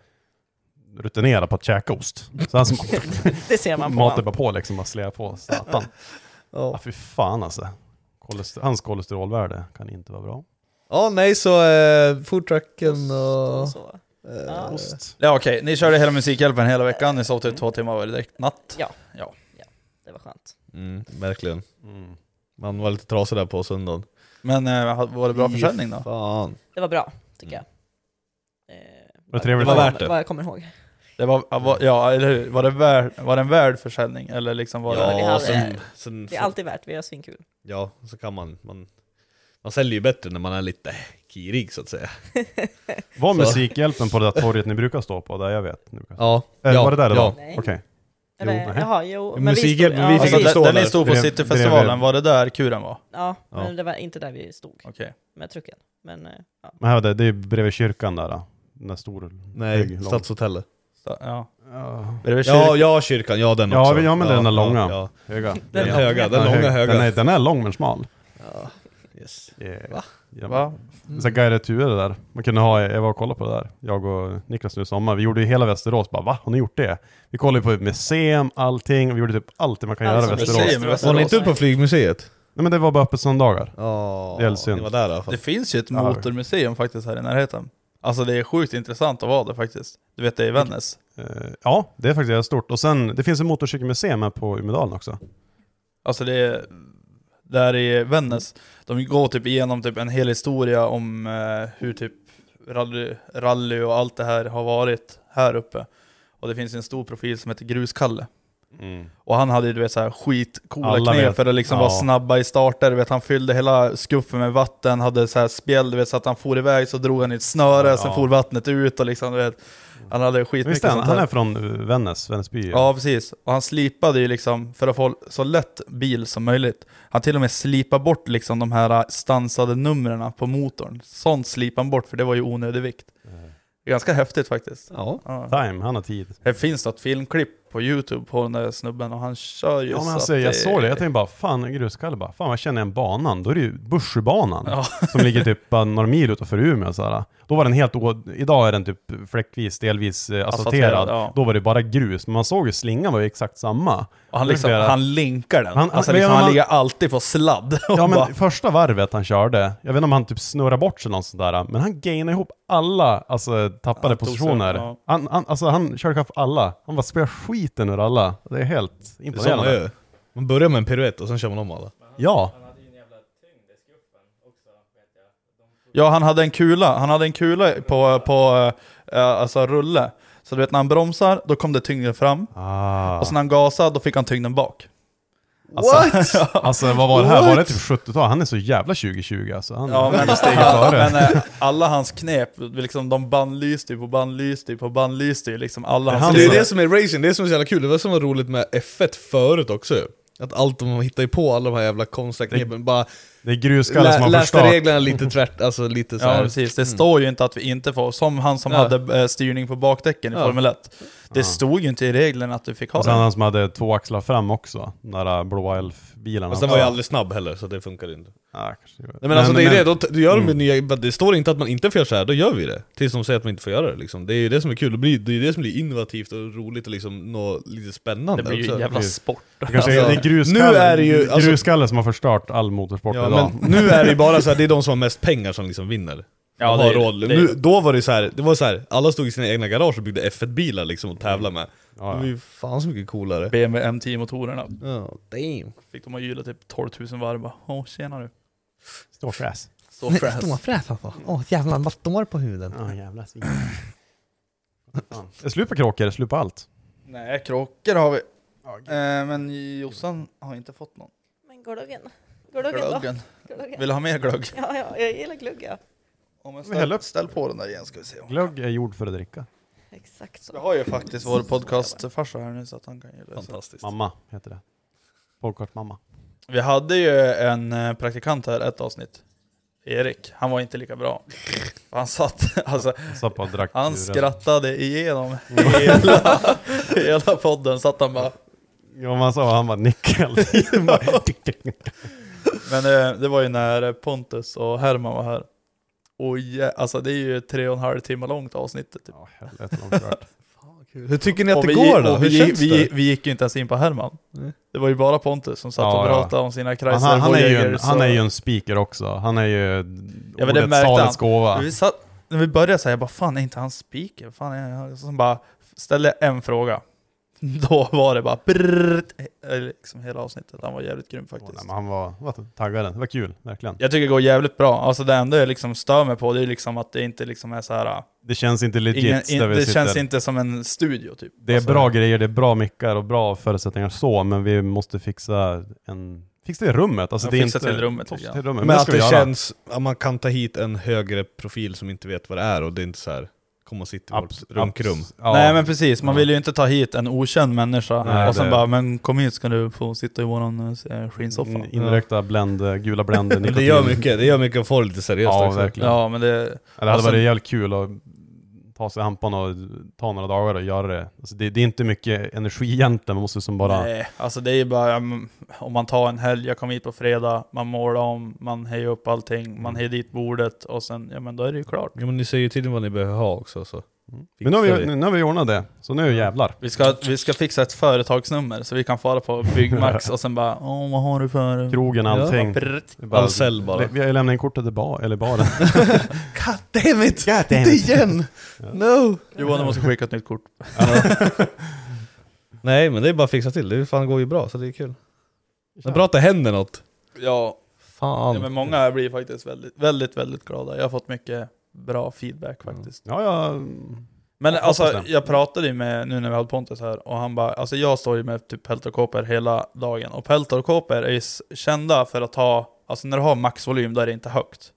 rutinerad på att käka ost. Så han sm-
[LAUGHS] Det ser man på
matar
honom.
bara på liksom, bara slär på. Satan.
[LAUGHS]
Ja,
Ja.
fy fan alltså. Kolester- hans kolesterolvärde kan inte vara bra.
ja, nej så eh, foodtrucken
Och
och... eh,
så. Ja.
Ost.
Ja okej, ni körde hela Musikhjälpen hela veckan, ni sov typ två timmar varje direkt natt.
Ja.
Ja.
Det var skönt.
Mm, verkligen.
Mm.
Man var lite trasig där på söndagen.
Men eh, var det bra försäljning då?
Fan.
Det var bra, tycker
Mm.
jag. Eh,
Vad trevligt.
Det var
vad-
värt det.
Vad jag kommer ihåg.
Det var, var, ja, eller hur? Var det, värd, var det en värd försäljning? Eller liksom var
Ja,
det...
vi
Ja,
hade-
sen, sen,
Det är alltid värt, vi har svinkul.
ja, så kan man, man... Man säljer ju bättre när man är lite kirig så att
[LAUGHS]
säga.
Var
Så.
Musikhjälpen på det där torget ni brukar stå på, där jag vet? Nu. kanske?
Ja,
Eh, var det där
ja.
idag?
Nej.
Okej.
Eller,
nej.
jaha, jo.
Musikhjälp, men vi
ja,
fick
Alltså,
inte
precis.
stå
där, där ni
där.
stod på
Bredvid-
Cityfestivalen,
bredvid-
var det där kuren var?
Ja, men
Ja.
det var inte där vi stod
Okej.
med trucken. Men eh, ja.
Men här var det, det är bredvid kyrkan där. då. Den där stora...
Nej,
Bygg- lång-
Stadshotellet.
Så, Ja.
Ja,
Bredvid
Ja,
kyrkan.
ja, kyrkan, ja den
Ja,
också.
men- ja, men den där långa.
Ja,
höga.
Den
Ja.
höga, den
Ja,
långa
hög.
höga.
Den är, den är lång men smal.
Ja, yes.
Yeah.
Va?
Ja.
Va?
Så guidade turer där. Man kunde ha, jag var och kollade på det där, jag och Niklas nu i sommar. Vi gjorde ju hela Västerås, bara va? Har ni gjort det? Vi kollade på museum, allting, vi gjorde typ allt det man kan
Alltså,
göra i Västerås.
museum.
Västerås.
Var ni inte ute på flygmuseet?
Nej men det var bara öppet söndagar.
Ja,
Det är synd.
ni var där i alla fall.
Det finns ju ett
Ja.
motormuseum faktiskt här i närheten. Alltså det är sjukt intressant att vara där faktiskt. Du vet det är i Vännäs.
Eh, ja, det är faktiskt jävla stort. Och sen, det finns ett motorcykelmuseum här på Umedalen också.
Alltså det är där i Vännäs. De går typ igenom typ en hel historia om eh, hur typ rally, rally och allt det här har varit här uppe. Och det finns en stor profil som heter Gruskalle. Och han hade ju du vet så här skitcoola
Alla
knep
vet.
för att liksom
Ja.
vara snabba i starter. Du vet, han fyllde hela skuffen med vatten, hade så här spjäll, du vet, så att han for iväg så drog han i ett snöre,
Ja.
sen for vattnet ut och liksom du vet. Han hade skitmycket
Visst är han,
sånt där.
han är från eh, Vännäs, Vännäsby?
Ja, precis. Och han slipade ju liksom för att få så lätt bil som möjligt. Han till och med slipade bort liksom de här stansade numren på motorn. Sånt slipade han bort för det var ju onödig vikt. Det är ganska häftigt faktiskt.
Ja.
Ja.
Time, han har tid.
Det finns något filmklipp på Youtube på den där snubben och han kör ju
Ja
så
men
att
alltså, jag såg det, jag tänkte bara fan gruskalle bara, fan vad känner jag en banan? Då är det ju Bursjöbanan
Ja.
som ligger typ bara några mil utanför Umeå så här. Då var den helt, å... idag är den typ fläckvis, delvis eh, asfalterad.
Asfalterad, ja.
Då var det bara grus, men man såg ju slingan var ju exakt samma.
Och han, liksom,
Det är flera-
han [LAUGHS] linkar den.
Han-
alltså,
men
liksom,
jag-
han
man-
ligger alltid på sladd. [LAUGHS] Och
Ja men
bara,
första varvet han körde, jag vet inte om han typ snurrade bort sig eller något sånt där, men han gainade ihop alla alltså, tappade
Han tog sig upp,
positioner.
ja.
han, han, alltså han körde ikapp alla, han bara spöade skiten ur alla. Det är helt
Det är så man
imponerande.
gör. Man börjar med en piruett och sen kör man om alla.
ja.
ja, han hade en kula. Han hade en kula på, på eh, alltså, rulle. Så du vet när han bromsar, då kom det tyngden fram.
Ah.
Och sen när han gasade, då fick han tyngden bak. [LAUGHS]
Alltså, alltså vad var det här?
What?
Var det typ 70-tal? Han är så jävla 2020 alltså. Han,
Ja, men,
han steg före.
[LAUGHS] men eh, alla hans knep, liksom, de bannlyste ju på bannlyste ju på bannlyste ju liksom alla
Men
hans
han-
Det är
knep.
det som är racing, det är som är så jävla kul, det var som var roligt med F1 förut också Att allt de hittar ju på, alla de här jävla konstiga knepen, bara
det är gruskallar som
lä,
har
läste
förstört. [LAUGHS]
reglerna lite tvärt, alltså lite så
Ja
här. Mm.
precis, det står ju inte att vi inte får, som han som
Ja.
hade eh, styrning på bakdäcken i
Ja.
Formel 1. Det Det stod ju inte i reglerna att du fick ha
Och sen
den.
han som hade två axlar fram också, den där blåa Alltså, elfbilarna.
Men sen var jag aldrig snabb heller, så det funkar inte.
Ja, kanske.
Nej men, alltså det är det, då, t- då gör de
Mm.
ju nya, det står inte att man inte får göra så här, då gör vi det. Tills de säger att man inte får göra det liksom. Det är ju det som är kul, det, blir, det är ju det som blir innovativt och roligt och liksom något lite spännande
Det blir ju
också.
en jävla sport.
Det kanske är, det är
Alltså,
gruskalle,
nu är det ju- alltså-
gruskalle som har förstört all motorsport
Ja,
idag.
men nu är det ju [LAUGHS] bara så här, det är de som har mest pengar som liksom vinner.
Ja,
Ja,
det
har
är-
råd.
det är-
Nu, då var det så här, det var så här, alla stod i sina egna garage och byggde F1-bilar liksom och tävlade med.
Ja,
Det var ju fan så mycket coolare.
BMW M10-motorerna.
Ja, damn.
Fick de att jula typ 12 000 varv bara, åh tjena du.
Står fräs. [LAUGHS]
Så fräs.
fräs alltså. Åh jävlar, vad står på huden?
Ja, jävla svin. Fan. Det är slut på kråkor, det är slut på allt.
Nej, krockar har vi. Eh, men Jossan har inte fått någon.
Men gluggen. Gluggen då?
Glöggen.
Gluggen.
Vill du ha mer glögg?
Ja, ja, jag gillar glugg ja.
Om jag
Men häll
ställ,
upp.
ställ på den där igen ska vi se.
Glögg är gjord för att dricka.
Exakt
Vi
så.
har ju faktiskt vår podcastfarsa här nu så att han kan ju lösa.
Fantastiskt.
Mamma heter det. Folkart mamma.
Vi hade ju en eh, praktikant här ett avsnitt. Erik, han var inte lika bra. Han satt, alltså,
Sappa och drack
han
ur den. [LAUGHS]
skrattade igenom hela, hela podden. Satt han bara.
Ja, man sa han bara nickel.
[LAUGHS] Men eh, det var ju när Pontus och Herman var här. Och jä- alltså det är ju tre och en halv timme långt avsnittet. Typ.
ja, helvete vad kört.
Hur tycker ni att
Och
det
vi,
går då?
och
Hur
vi,
känns
vi,
det?
vi gick ju inte ens in på Herman.
Nej.
Det var ju bara Pontus som satt
Ja,
och
ja.
pratade om sina Chrysler
Han, han, han, är ju en,
Voyagers
han
och-
är ju en speaker också. Han är ju
det
ordets
märkte
salets
han.
gåva.
Vi satt, när vi började säga, jag bara fan är inte han speaker? Fan är han? Så bara ställde jag en fråga. [LAUGHS] Då var det bara brrrt, eh, liksom hela avsnittet. Han var jävligt grym
Åh, nej,
faktiskt.
men han var, var taggad. Det var kul, verkligen.
Jag tycker det går jävligt bra. Alltså det enda jag liksom stör mig på det är liksom att det inte liksom är så här.
Det känns inte legit
Ingen, in,
där vi
det
sitter.
känns inte som en studio typ.
Det är
alltså,
bra grejer, det är bra mickar och bra förutsättningar så, men vi måste fixa en... Fixa det rummet. Alltså,
Ja,
det är
fixa
inte,
till rummet lite
Fixa
grann.
till rummet.
Men,
Men, det
att
ska vi
det
göra.
känns, att man kan ta hit en högre profil som inte vet vad det är och det är inte så här. kom och sitt i vårt
Abs-
runkrum.
abs- Ja.
Nej men precis, man vill ju inte ta hit en okänd människa
Nej,
och sen
det-
bara 'Men kom hit ska du få sitta i våran eh, skinnsoffa'
In- Inrökta blend, eh, gula bländer,
Men [LAUGHS] det gör mycket, det gör mycket att få det lite seriöst
Ja,
också.
verkligen.
Ja men det... alltså-
Ja, Det hade
Och sen-
varit jävligt kul att ta sig hampan och ta några dagar och göra det. Alltså, det, det är inte mycket energi egentligen, man måste som bara...
Nej, alltså det är ju bara mm, om man tar en helg, jag kom hit på fredag, man målar om, man hejar upp allting,
Mm.
man hejar dit bordet och sen, ja men då är det ju klart.
Ja men ni säger ju till vad ni behöver ha också så.
Men nu har,
Fixar
vi, Mm. nu, nu har vi ordnat det, så nu jävlar.
Vi ska, vi ska fixa ett företagsnummer så vi kan fara på
[LAUGHS]
Byggmax och sen bara Åh, vad har du för...
Krogen, allting.
Brrrt.
Det är
All cell bara.
Vi, vi lämnar in kortet till bar, eller
[LAUGHS]
baren.
God damn it! God
damn it.
igen! No!
Johan, du måste skicka ett nytt kort.
[LAUGHS] Nej men det är bara att fixa till, det fan går ju bra så det är kul. Det är bra att det händer något.
Ja,
Fan.
ja men många blir faktiskt väldigt, väldigt, väldigt glada. Jag har fått mycket bra feedback faktiskt.
Mm. ja, ja.
Men
Jag hoppas
alltså,
det.
jag pratade ju med, nu när vi hade Pontus här, och han bara, alltså jag står ju med typ peltorkåpor hela dagen, och peltorkåpor är ju s- kända för att ha, alltså när du har maxvolym då är det inte högt.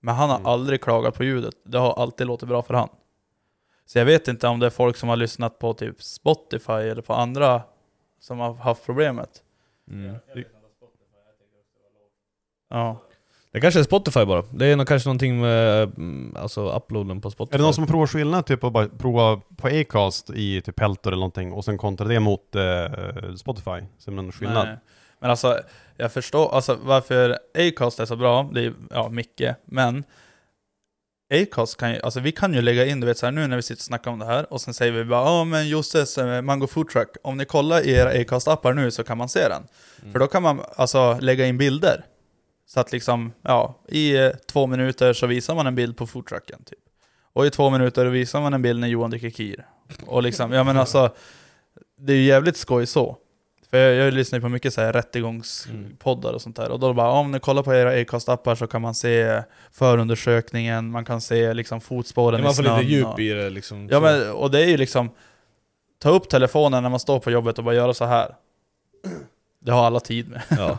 Men han har
Mm.
aldrig klagat på ljudet, det har alltid låtit bra för han. Så jag vet inte om det är folk som har lyssnat på typ Spotify eller på andra som har haft problemet.
Mm.
Ja.
Det kanske är Spotify bara. Det är nog kanske någonting med mm, alltså uploaden på Spotify.
Är det någon som har provat skillnad, typ att bara prova på Acast i typ Peltor eller någonting och sen kontra det mot eh, Spotify? Ser man någon skillnad?
Nej. Men alltså, jag förstår alltså, varför Acast är så bra, det är ja, mycket, men Acast kan ju, alltså vi kan ju lägga in, du vet så här nu när vi sitter och snackar om det här, och sen säger vi bara ja men Josses eh, Mango Food Truck, om ni kollar i era Acast-appar nu så kan man se den. För då kan man alltså lägga in bilder. Så att liksom, ja, i eh, två minuter så visar man en bild på foodtrucken typ. Och i två minuter visar man en bild när Johan dricker kir. Och liksom, ja men alltså, det är ju jävligt skoj så. För jag, jag lyssnar ju på mycket så här rättegångspoddar och sånt där. Och då bara, om ni kollar på era Acast-appar så kan man se förundersökningen, man kan se liksom fotspåren
Ja, man
i
får
snön.
lite djup
och,
i det liksom.
Ja
så.
men, och det är ju liksom, ta upp telefonen när man står på jobbet och bara göra så här. Det har alla tid med. [LAUGHS]
Ja.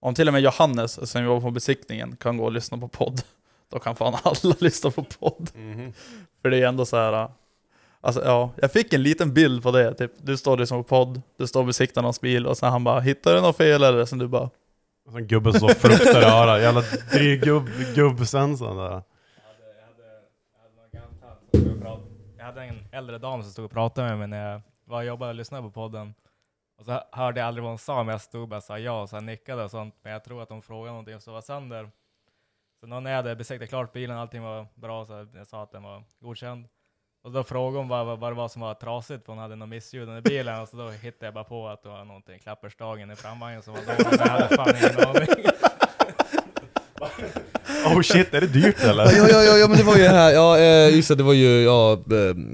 Om till och med Johannes, som jobbar på besiktningen, kan gå och lyssna på podd, då kan fan alla [LAUGHS] lyssna på podd.
Mhm.
För det är ändå så här... äh, Alltså ja, jag fick en liten bild på det, typ du står och lyssnar på podd, du står och besiktar någons bil och sen han bara hittar du något fel eller? Sen du bara
Och sen gubben som fruktar i örat, jävla dryg gubb, gubbsensorn där.
Jag hade, jag hade någon gammal tant som skulle prata. Jag hade hade en äldre dam som stod och pratade med mig när jag var och jobbade och lyssnade på podden. Och så hörde jag aldrig vad hon sa, men jag stod och bara sa ja och så här nickade och sånt. Men jag tror att hon frågade någonting som var sönder. Så då när jag hade besiktat klart bilen, allting var bra, så jag sa att den var godkänd. Och då frågade hon bara vad vad det var som var trasigt, för hon hade något missljud i bilen. Och så då hittade jag bara på att det var någonting, klapperstagen i framvagnen som var dålig. men Jag hade fan ingen aning.
[LAUGHS] Oh shit, är det
[LAUGHS]
dyrt eller?
Ja, ja, ja, ja men det var ju det här, ja eh, just det, det var ju ja, eh,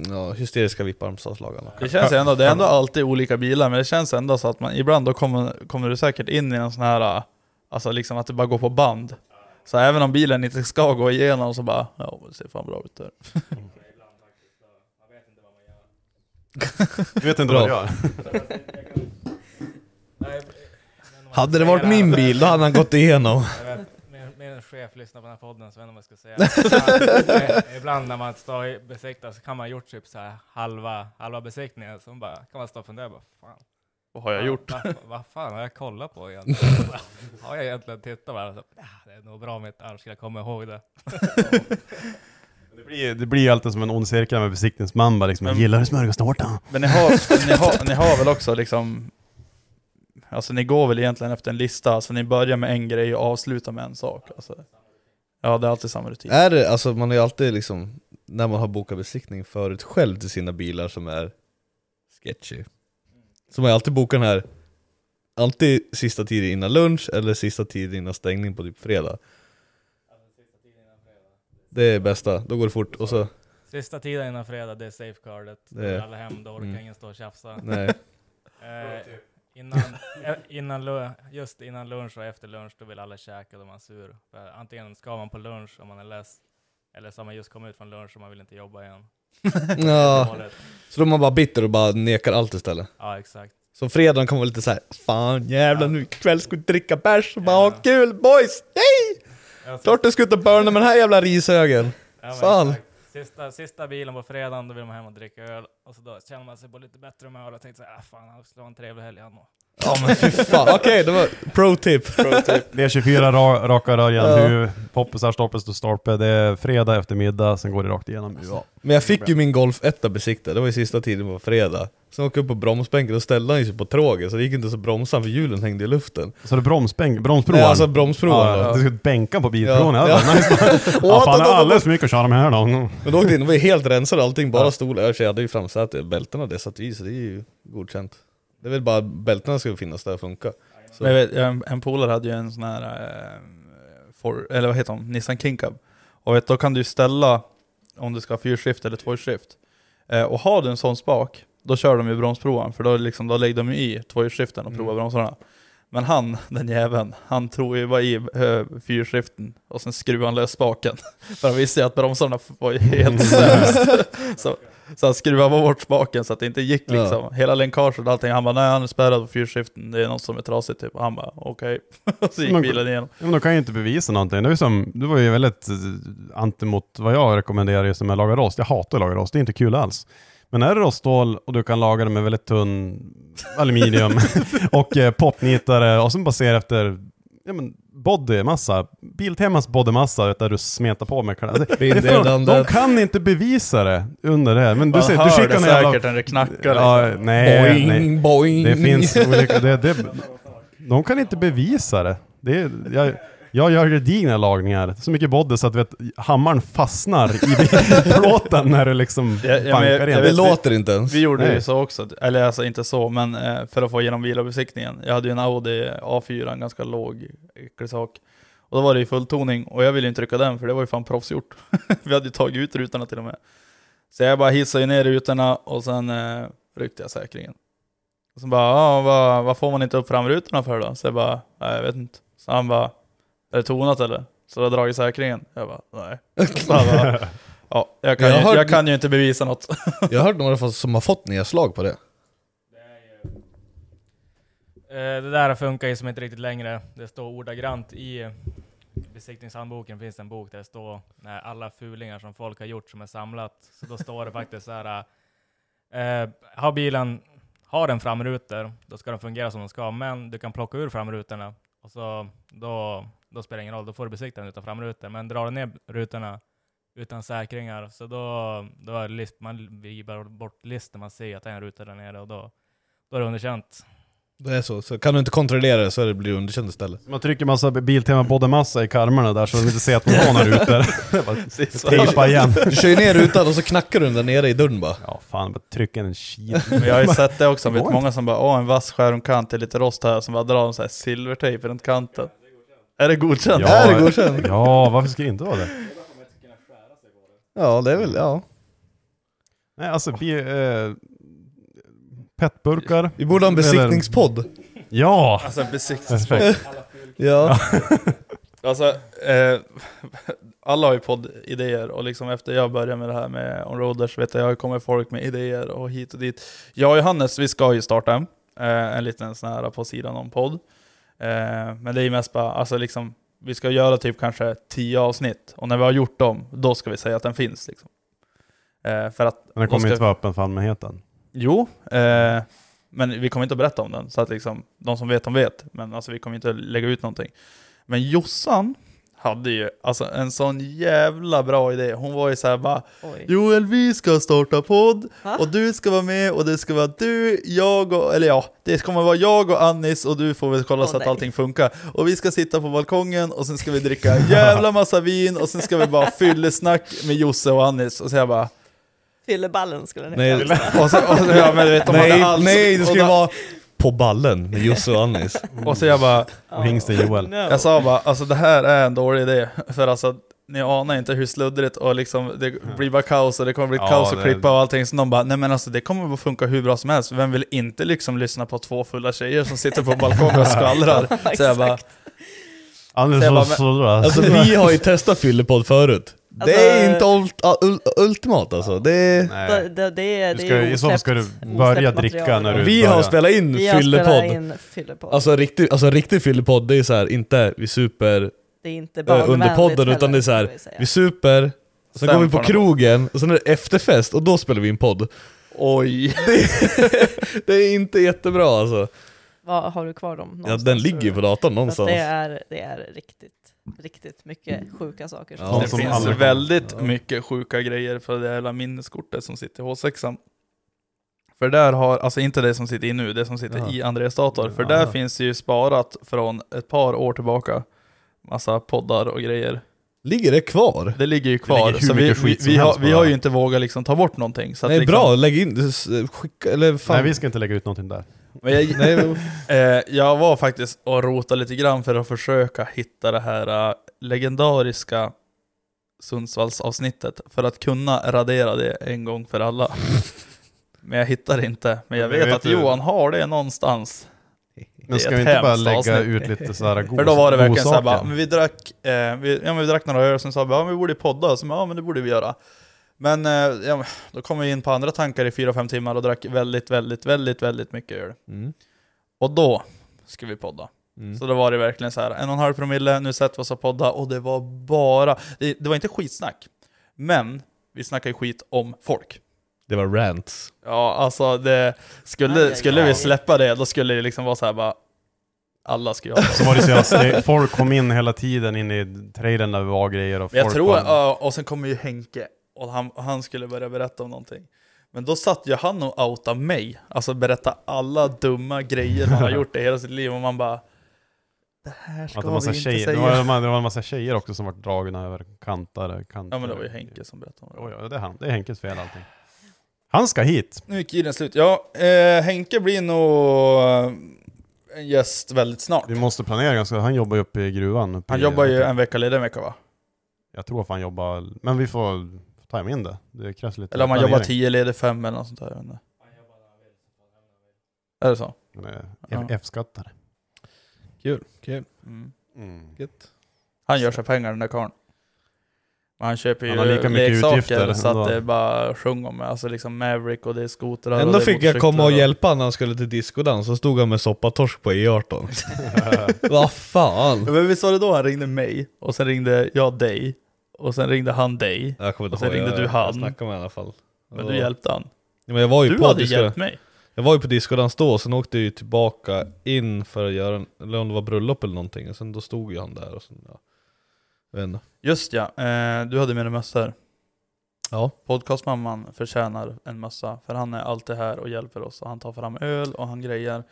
ja, hysteriska vipparmslagarna.
Det känns ändå, det är ändå alltid olika bilar, men det känns ändå så att man ibland då kommer, kommer du säkert in i en sån här, alltså liksom att det bara går på band. Så även om bilen inte ska gå igenom så bara, ja men det ser fan bra ut där.
Du vet inte vad jag
[LAUGHS] Hade det varit min bil, då hade han gått igenom.
Jag vet, Min, min chef lyssnar på den här podden så jag vet inte vad jag ska säga. Men Ibland när man står och besiktar så kan man ha gjort typ så här halva, halva besiktningen, så man bara, kan man stå och fundera, bara, fan,
Vad har jag gjort?
Vad, vad fan har jag kollat på
[LAUGHS]
egentligen? har jag egentligen tittat på det? här? Så, "Ah, Det är nog bra mitt arv, ska jag komma ihåg
[LAUGHS]
det?
Det blir, det blir ju alltid som en ond cirkel med besiktningsman bara liksom,
Men-
gillar du smörgåstårta?
Men ni har, ni, har, ni har väl också liksom, alltså ni går väl egentligen efter en lista, alltså ni börjar med en grej och avslutar med en sak. Alltså. Ja det är alltid samma rutin.
Är det, alltså man är ju alltid liksom, när man har bokat besiktning förut själv till sina bilar som är sketchy. Så man har alltid bokat den här, alltid sista tiden innan lunch eller sista tiden innan stängning på typ fredag. Det är bästa, då går det fort och så,
Sista tiden innan fredag, det är safeguardet. Då
Det-
är alla hem, då orkar
Mm.
ingen stå och tjafsa.
[LAUGHS] nej.
Eh, innan, eh, innan, lu- just innan lunch och efter lunch, då vill alla käka, då är man sur. För antingen ska man på lunch om man är less, eller så har man just kommit ut från lunch och man vill inte jobba igen.
[LAUGHS] Ja.
Dåligt.
Så då är man bara bitter och bara nekar allt istället.
ja exakt.
Så fredagen kommer lite såhär, fan jävlar nu ikväll ska vi dricka bärs och bara ha kul boys! Yay!
Ja, så-
Klart du ska ut och burna med den här jävla rishögen!
ja, men
fan.
exakt. Sista, sista bilen på fredagen, då vill man hem och dricka öl. Och så då känner man sig på lite bättre humör och tänkte såhär, ah, fan, han skulle ha en trevlig helg han och.
Ja men
[LAUGHS]
fy fan, okej det var pro-tip!
[LAUGHS]
[LAUGHS]
Det är 24 ra raka rör igen,
Ja.
ja. poppisar, stoppes och stolpe. Det är fredag eftermiddag, sen går det rakt igenom. Ja.
Men jag fick ju min Golf 1 besiktad, det var ju sista tiden på fredag. Sen åkte jag upp på bromsbänken och ställde han ju sig på tråget så det gick inte så bromsa för hjulen hängde i luften.
Så det är bromsbänk, bromsprovaren?
Nej, alltså bromsprovaren
Ja,
då.
Du ska bänka på bilprovningen, [LAUGHS]
Ja.
ja. ja.
[LAUGHS]
nice. ja, fan, det är alldeles för mycket att köra med här då.
Men då åkte jag in, det var ju helt rensade allting, bara stol, jag hade ju framsäte, bältena det satt i så det är ju godkänt. Det är väl bara bältena ska finnas där och funka.
Men jag vet, jag- en, en polare hade ju en sån här, eh, for, eller vad heter de, Nissan Kinkab. Och vet, då kan du ju ställa om du ska ha fyrskift eller tvåhjulsskift. Eh, och har du en sån spak, då kör de ju bromsprovaren, för då, liksom, då lägger de ju i tvåhjulsskiften och provar bromsarna. Men han, [LAUGHS] den jäveln, han tror ju bara i eh, fyrskiften och sen skruvar han lös spaken. [LAUGHS] För han visste ju att bromsarna var ju helt sämst. [LAUGHS] så, så han skruvade bara bort spaken så att det inte gick
Ja.
liksom. Hela länkaget och allting. Han bara nej han är spärrad på fyrskiften, det är något som är trasigt typ. Och han bara okej. [LAUGHS] Och så gick
Men-
bilen igenom.
Ja, men de kan ju inte bevisa någonting. Det, är ju som, det var ju väldigt eh, anti mot vad jag rekommenderar just med att laga rost. Jag hatar att laga rost, det är inte kul alls. Men är det roststål och du kan laga det med väldigt tunn
[LAUGHS]
aluminium och eh, popnitare och sen bara ser efter ja, men bodymassa, Biltemas bodymassa vet du, där du smetar på med kläder. Alltså, det är för- De
Bindelandet.
kan inte bevisa det under det här. Men du,
Man
ser,
hör
du skickar
det
en jävla-
säkert när det knackar.
Ja,
liksom.
nej,
Boing,
nej.
boing!
Det finns olika... Det, det, de kan inte bevisa det. det är, jag, jag gör gedigna lagningar, så mycket body så att vet, hammaren fastnar i [LAUGHS] plåten när du liksom
Ja, ja, men jag-
bankar
jag
Det
vet-
in.
låter inte ens.
Vi gjorde
Nej.
ju så också, eller alltså inte så, men eh, för att få igenom bilbesiktningen. Jag hade ju en Audi A4, en ganska låg äcklig sak. Och då var det ju fulltoning, och jag ville ju inte rycka den för det var ju fan proffsgjort. [LAUGHS] Vi hade ju tagit ut rutorna till och med. Så jag bara hissade ju ner rutorna och sen eh, ryckte jag säkringen. Och så bara, ah, vad, vad får man inte upp framrutorna för då? Så jag bara, nej jag vet inte. Så han bara, är det tonat eller? Så du har dragit säkringen? Jag bara, nej. Så han bara, ja, jag kan,
Jag
jag,
har
ju, jag
hört-
kan ju inte bevisa något. [LAUGHS]
Jag har hört några fa- som har fått nedslag på det.
Eh, Det där funkar ju som inte riktigt längre. Det står ordagrant i besiktningshandboken finns det en bok där det står när alla fulingar som folk har gjort som är samlat. Så då står det faktiskt så här. Eh, har bilen, har den framrutor, då ska den fungera som den ska, men du kan plocka ur framrutorna och så då, då spelar det ingen roll, då får du besikta den utan framrutor. Men drar du ner rutorna utan säkringar. Så då, då är det list, man vrider bort listen, man ser att det är en ruta där nere och då, då är det underkänt.
Det är så, så kan du inte kontrollera det så det blir underkänt istället.
Man trycker massa Biltema boddemassa i karmarna där så de inte ser att någon har
[LAUGHS]
rutor. [LAUGHS] Tejpa igen.
Du kör ju ner rutan och så knackar du den där nere i dörren bara.
Ja fan, bara trycka en kil.
Men jag har
[LAUGHS]
ju sett det också, vet många som bara åh en vass skärmkant, det är lite rost här, som bara drar en sån här silvertejp runt kanten. Är det godkänt?
Ja,
är det
godkänt?
Ja, varför ska det inte vara det?
Ja, det är väl, ja.
Nej alltså, bi, eh, petburkar.
Vi borde ha en besiktningspodd.
Ja!
Alltså en besiktningspodd.
Perfekt. [LAUGHS]
Ja.
[LAUGHS] Alltså, eh, alla har ju poddidéer och liksom efter jag började med det här med onroaders vet jag, jag kommer folk med idéer och hit och dit. Jag och Johannes, vi ska ju starta en, eh, en liten sån här på sidan om podd. Eh, men det är ju mest bara, alltså liksom, vi ska göra typ kanske tio avsnitt och när vi har gjort dem, då ska vi säga att den finns liksom. Eh, för att...
Men den
då
kommer
ska-
inte vara öppen för allmänheten.
Jo, eh, men vi kommer inte att berätta om den. Så att liksom, de som vet, de vet. Men alltså, vi kommer inte att lägga ut någonting. Men Jossan hade ju alltså, en sån jävla bra idé. Hon var ju så här bara
Oj.
Joel, vi ska starta podd
Va?
och du ska vara med och det ska vara du, jag och, eller ja, det kommer vara jag och Annis och du får väl kolla
Åh,
så att
nej.
allting funkar. Och vi ska sitta på balkongen och sen ska vi dricka
[LAUGHS]
en jävla massa vin och sen ska vi bara fyllesnack med Josse och Annis. Och så jag bara,
Fylleballen skulle den
Nej,
heta.
och så, och så, ja, men du vet, de hade
nej,
allt-
nej, det
och
ska ju
de-
vara på ballen med Jussi och Annis.
[LAUGHS] Och så jag bara,
Oh,
Hingsten Joel.
no.
jag sa bara, alltså det här är en dålig idé. För alltså, ni anar inte hur sluddrigt och liksom, det blir bara kaos och det kommer bli
Mm. Ja,
kaos att
det-
klippa och allting. Så någon bara, nej men alltså det kommer att funka hur bra som helst. Vem vill inte liksom lyssna på två fulla tjejer som sitter på balkongen
[LAUGHS]
och skvallrar? Så jag bara,
Exakt.
Anders
Så jag bara,
så
men- Alltså-
sådär.
Alltså vi har ju
[LAUGHS]
testat fyllepodd förut. Det är inte ult, ul, ultimat alltså. Det är,
Det,
Nej.
det, det är,
Du
det
ska,
är
I så fall ska du
osläppt-
börja
osläppt
dricka
material.
när du
vi
börjar.
har spelat in
Vi har spelat
fyllepodd.
in fyllepodd.
Alltså riktig, alltså riktig fyllepodd, det är så här, inte vi super
det är inte
eh, under
barnvänligt
podden
heller,
utan det är så
ska
här,
vi säga.
vi super, sen
Sen
går vi
får
på
ni-
krogen, och sen är det efterfest och då spelar vi in podd.
oj.
Det [LAUGHS] är inte jättebra alltså.
Vad har du kvar dem?
Ja,
någonstans,
den
tror
ligger
du?
ju på datorn
Så att
någonstans.
Det är, det är riktigt, riktigt mycket sjuka saker.
Ja,
som
det
som
finns
aldrig-
väldigt mycket sjuka grejer för det jävla minneskortet som sitter i H6. För där har, alltså inte det som sitter i nu, det som sitter
Jaha.
i Andreas dator. För
Ja.
där finns det ju sparat från ett par år tillbaka. Massa poddar och grejer.
Ligger det kvar?
Det ligger ju kvar.
ligger hur
så vi,
mycket
vi,
skit som
vi, har,
helst på
vi
det
har
här.
ju inte vågat liksom ta bort någonting. Så att
Nej
liksom,
bra, lägg in, s- skicka, eller fan.
Nej vi ska inte lägga ut någonting där.
Men jag, [LAUGHS] eh, jag var faktiskt och rotade lite grann för att försöka hitta det här eh, legendariska Sundsvallsavsnittet för att kunna radera det en gång
[LAUGHS]
för alla. Men jag hittar det inte. Men jag
Men
vet,
vet
att
du-
Johan har
[LAUGHS]
det någonstans.
Men
ett
ska vi inte bara
hemskt
lägga
avsnitt.
ut lite sådär god
[LAUGHS] För då var det verkligen såhär bara,
godsaker?
men vi drack, eh, vi, ja, men vi drack några öl, sen sa vi ja, men vi borde podda, så, ja men det borde vi göra. Men eh, ja, men då kom vi in på andra tankar i fyra fem timmar och drack väldigt, väldigt, väldigt, väldigt mycket öl.
Mm.
Och då ska vi podda.
Mm.
Så då var det verkligen så här, en och en halv promille, nu sätter vi oss och podda och det var bara, det, det var inte skitsnack, men vi snackade ju skit om folk.
Det var rants.
Ja, alltså det,
Aj, aj,
skulle,
aj.
skulle vi släppa det, då skulle det liksom vara så här bara, alla ska göra det.
[LAUGHS] Så var det så jävla
[LAUGHS]
stre- folk kom in hela tiden in i trailern där vi var grejer och
Men jag
folk
tror,
bara,
ja, och sen kommer ju Henke, och han, han skulle börja berätta om någonting. Men då satt ju han och outade mig, alltså berätta alla dumma grejer
[LAUGHS]
man har gjort i hela sitt liv, och man bara, det här ska
att det,
vi
var
inte
massa tjejer, det,
säga.
var, det var- det var en massa tjejer också som var dragna över kantar. kanter.
Ja men det var ju Henke som berättade om det.
Oj, ja, det, är han, det är Henkes fel allting. Han ska hit!
Nu gick tiden slut. Ja, eh, Henke blir nog eh, en gäst väldigt snart.
Vi måste planera ganska, han jobbar ju uppe i gruvan. Uppe
Han
i,
jobbar ju en vecka ledig en vecka va?
Jag tror att han jobbar, men vi får tajma in det. Det krävs lite
Eller om han jobbar
planering.
10 ledig 5 eller något sånt där. jag vet inte. Är det så?
Han är
Ja.
F-skattare.
Kul, kul.
Mm.
Gött.
Han gör sig pengar den där karln. Men han köper ju
Han har lika mycket
leksaker
utgifter
så att
ändå.
det är bara sjung om. Alltså liksom Maverick och det är skotrar och
Ändå
det är
fick jag
motorcyklar
komma och hjälpa när han skulle till discodans, så stod han med soppatorsk på
[LAUGHS]
E E18.
[LAUGHS]
Vad fan?
Ja, Men visst var det då han ringde mig och sen ringde jag dig och sen ringde han dig.
Jag kommer
Och sen
ihåg,
ringde
jag-
du han.
Jag snackade med i alla fall.
Men
Ja.
du hjälpte han.
Ja, men jag var ju
Du
på
hade
disco,
hjälpt mig.
Jag var ju på discodans då, sen åkte jag ju tillbaka in för att göra, en, eller om det var bröllop eller någonting, och sen då stod ju han där och sen, ja. Jag vet inte.
Just ja, eh, du hade med dig mössor.
Ja.
Podcastmamman förtjänar en massa, för han är alltid här och hjälper oss. Och han tar fram öl och han grejer.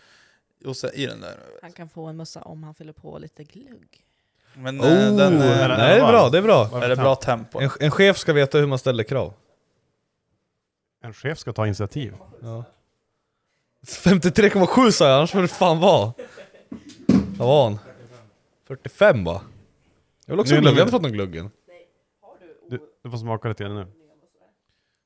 Och så, i den där.
Han kan få en mössa om han fyller på lite glugg.
Men
Oh,
eh, den, eh,
nej, det är bra, det är bra.
Är det bra tempo?
En, en chef ska veta hur man ställer krav.
En chef ska ta initiativ.
Ja. 53,7 sa jag, annars får det fan vara. Vad var han? 45 va? Jag vill också
Nu
ha glugg, jag har
lämnar-
inte fått någon gluggen.
Du, du får smaka lite nu.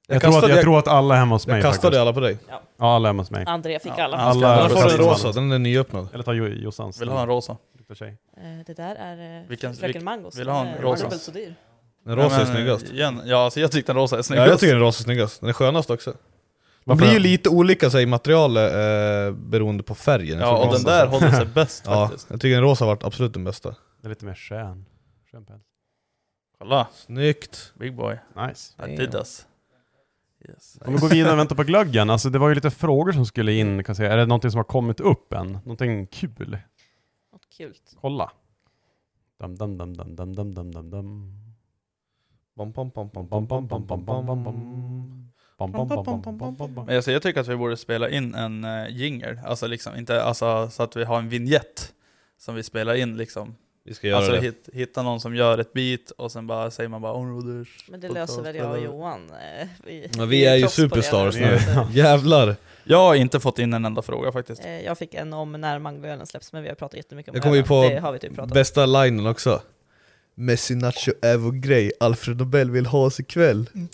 Jag
Jag, tror, att,
kastade-
jag,
jag-
tror att alla är hemma hos mig
Jag kastade
faktiskt.
alla på dig.
Ja, alla är hemma hos mig.
Andrea fick alla.
alla
Annars får du en
precis.
rosa, den är nyöppnad.
Eller ta Jo- Jossans.
Vill du ha en rosa?
Luktar tjej.
Eh, Det där är eh,
Vilken-
Fröken
vilk-
Mangos.
vill du ha en
Den är
rosa?
dubbelt så dyr.
Den rosa är
Nej, men,
snyggast.
Igen, ja, alltså jag tyckte den rosa är
Ja,
snyggast.
jag tycker den rosa är snyggast. Den är skönast också. De
Varför
blir ju
den?
lite olika så, här, i materialet eh, beroende på färgen. Jag tror
Ja, och
rosa-
den där håller
[LAUGHS]
sig bäst
Ja,
faktiskt.
jag tycker den rosa har varit absolut den bästa.
Det är lite mer skön. Skön päls.
Kolla,
Snyggt!
big boy.
Nice.
Adidas. Yes.
Om vi går vidare och väntar på glöggen. Alltså det var ju lite frågor som skulle in. Kan jag säga. Är det någonting som har kommit upp än? Någonting kul?
Något kul.
Kolla. Dum, dum, dum, dum, dum, dum, dum, dum, dum.
Bam, bam, bam, bam, bam,
Bam, bam,
bam, bam, bam, bam, bam.
Bam, bam, bam, bam, bam, bam, bam.
Men alltså, jag tycker att vi borde spela in en uh, jingle, alltså, liksom, inte, alltså så att vi har en vignett som vi spelar in liksom.
Vi ska göra
alltså
det.
hit, hitta någon som gör ett beat och sen bara säger man bara "Oh, områders.
Men det löser väl jag och Johan. eh, Vi,
Ja, vi är ju
proffs på det
superstars
redan,
nu. [LAUGHS]
så att,
Jävlar!
Jag har inte fått in en enda fråga faktiskt.
eh, Jag fick en om när mangoölen släpps, men vi har pratat jättemycket om
Jag kommer ju
ölen.
på
Det har vi typ pratat om.
Bästa linen också. Messi, Nacho, Evo, Grey, Alfred Nobel vill ha oss ikväll.
Mm,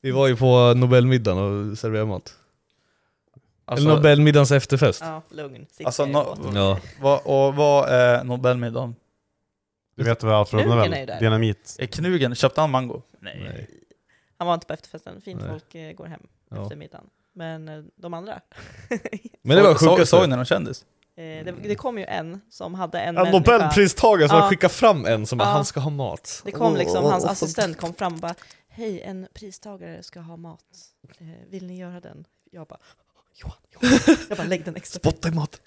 Vi var ju på Nobelmiddagen och serverade mat.
Alltså,
Eller Nobelmiddagens efterfest.
Ja, lugn. Sitt
Alltså,
ner
no-
och-
Ja.
vad, och vad är Nobelmiddagen?
Du vet vad Alfred
Knugen
Nobel?
är ju där.
Dynamit.
Är knugen, köpte han mango?
Nej.
Han var inte på efterfesten, fint
Nej.
folk eh, går hem
Ja.
efter middagen. Men eh, de andra?
[LAUGHS]
[LAUGHS]
Men det var
Så- så-
sjukaste.
Såg ni någon kändis?
Eh, det, det kom ju en som hade en
En Nobelpristagare Mm. som
Ja.
skickar fram en som bara
Ja.
han ska ha mat.
Det kom liksom, hans
Åh.
assistent kom fram och bara Hej, en pristagare ska ha mat. Eh, vill ni göra den? Jag bara Johan, Johan. Jag bara lägg den extra fint.
Spotta i
[LAUGHS]
mat!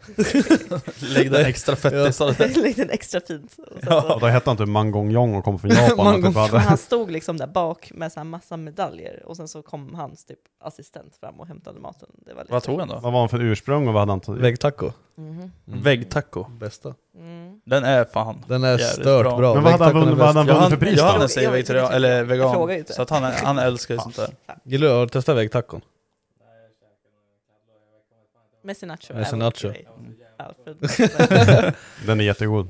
Lägg den extra fettisar.
[LAUGHS] lägg den extra fint. Och sen
Ja,
så,
då hette han typ Mangongjong och kom
[LAUGHS]
från Japan.
Mangon-
Typ hade-
men han stod liksom där bak med så här massa medaljer och sen så kom hans typ assistent fram och hämtade maten. Det var lite
Vad tog han då?
Vad var han för ursprung och vad hade han tagit?
Väggtaco.
Mhm.
Mm.
Väggtaco.
Bästa.
Mm.
Den är fan.
Den är
Jävligt
stört
bra.
bra.
Men vad hade han
Väggtacon är
vunnit- vad
bäst.
hade han
Jag
vunnit
hann-
för pris
jag
då?
hann-
Johannes är
Jag vet inte,
vegetarian, eller
Jag frågar ju
vegan,
inte.
så att han, han älskar ju sånt där.
Gillar du har du testat väggtacon?
Messi Nacho.
Messi
Alfred
Nacho.
Gray. Alfred.
[LAUGHS]
Den är jättegod.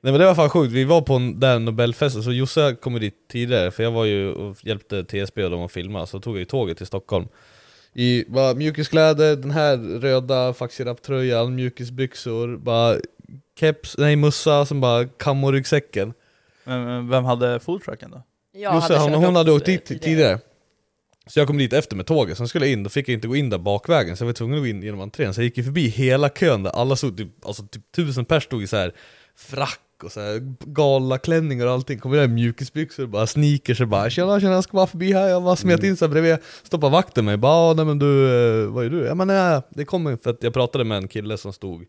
Nej men det var fan sjukt, vi var på en, där Nobelfesten, så Josse kom ju dit tidigare för jag var ju och hjälpte TSB och dem att filma, så tog jag ju tåget till Stockholm I bara, mjukiskläder, den här röda faxiraptröjan, mjukisbyxor, bara keps, nej mössa, som bara kammoryggsäcken
Men, men vem hade foodtrucken då?
Jag
Josse, hon,
kört
hon
upp,
hade åkt
eh,
dit tidigare Så jag kom dit efter med tåget, sen skulle jag in, då fick jag inte gå in där bakvägen så jag var tvungen att gå in genom entrén Så jag gick ju förbi hela kön där alla stod, typ, alltså typ tusen pers stod i så här frack och så här galaklänningar och allting Kommer där i mjukisbyxor och bara sneakers och bara tjena tjena jag ska bara förbi här, jag bara smet in så här bredvid Stoppade vakten mig, bara "Ah, nej men du, eh, vad är du? Ja men nej, det kommer för att jag pratade med en kille som stod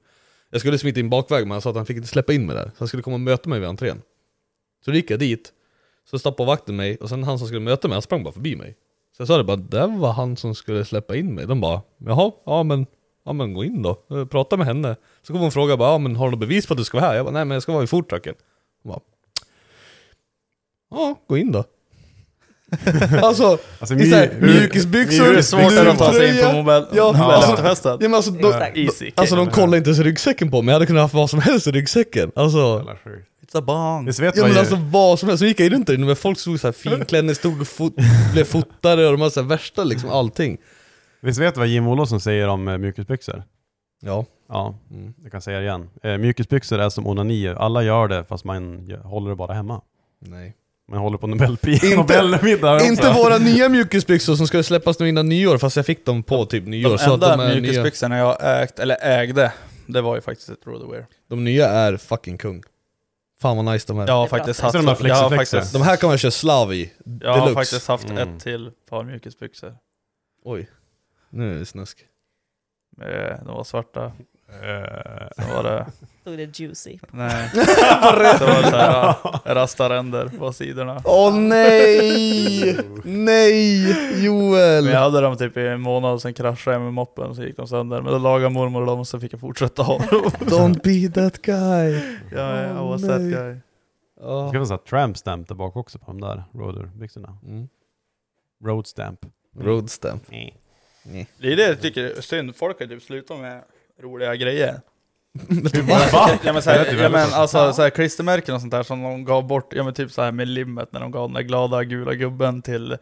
Jag skulle smita in bakvägen men han sa att han fick inte släppa in mig där, så han skulle komma och möta mig vid entrén Så då gick jag dit så stoppade vakten mig och sen han som skulle möta mig, han sprang bara förbi mig. Så jag sa det bara, det var han som skulle släppa in mig. De bara, jaha, ja men, ja men gå in då, Eh, prata med henne. Så kom hon och frågade, bara, ja men har du något bevis på att du ska vara här? Jag bara, nej men jag ska vara i foodtrucken. Hon bara, ja, gå in då. [LAUGHS] alltså,
Alltså,
i så här,
mjuk-
mjukisbyxor,
Det är svårt att ta sig in på
mjuktröja.
mobil.
Ja,
Nobelfesten.
Ja, men alltså, de,
Exakt.
Easy.
alltså de kollade inte ens ryggsäcken på mig, jag hade kunnat haft vad som helst i ryggsäcken. Alltså,
Jävla sjukt.
It's a bong.
Visst vet
Ja
man
men
ju...
alltså vad som helst, så gick jag runt där inne men folk stod såhär finklädda, stod
[LAUGHS]
och fot blev fotade och de var såhär värsta liksom, allting
Visst vet vad Jim Olofsson säger om eh, mjukisbyxor?
Ja,
Ja,
Mm.
jag kan säga det igen. Eh, mjukisbyxor är som onani. Alla gör det fast man gö- håller det bara hemma.
nej
Man håller på [LAUGHS] Nobelpris,
Inte-
Nobelmiddag också.
Inte
[LAUGHS]
våra nya mjukisbyxor som ska släppas nu innan nyår fast jag fick dem på typ nyår
De
så att de
enda
är nya,
mjukisbyxorna jag ägt, eller ägde, det var ju faktiskt ett Brotherwear.
de nya är fucking kung Fan vad nice de är
Jag har
bra
faktiskt
text.
haft,
Ser du de där
jag har
flexiflexer?
faktiskt,
De här kan man köra slav i,
jag har
deluxe
faktiskt haft
Mm.
ett till par mjukisbyxor.
Oj, nu är det snusk
Eh, De var svarta. Så var det...
Stod det juicy?
[LAUGHS]
Nej. det var så här, rastaränder på sidorna.
Åh nej! nej! Joel!
Men jag hade dem typ i en månad, sen kraschade jag med moppen, så gick de sönder. Men då lagade mormor dem, och så fick jag fortsätta ha dem.
Don't be that guy!
Ja, I
Åh,
was
nej.
that guy.
Det ska vara såhär tramp stamp där bak också på de där roadbyxorna.
Mm.
Road stamp.
Road stamp.
Nej.
Nej.
Det är det jag tycker är synd, folk har typ slutat med roliga grejer.
typ,
[LAUGHS] Ja men, så
Det är
här,
väldigt
ja, men
bra.
alltså så här, klistermärken och sånt där som de gav bort, ja men typ så här med limmet när de gav den där glada gula gubben till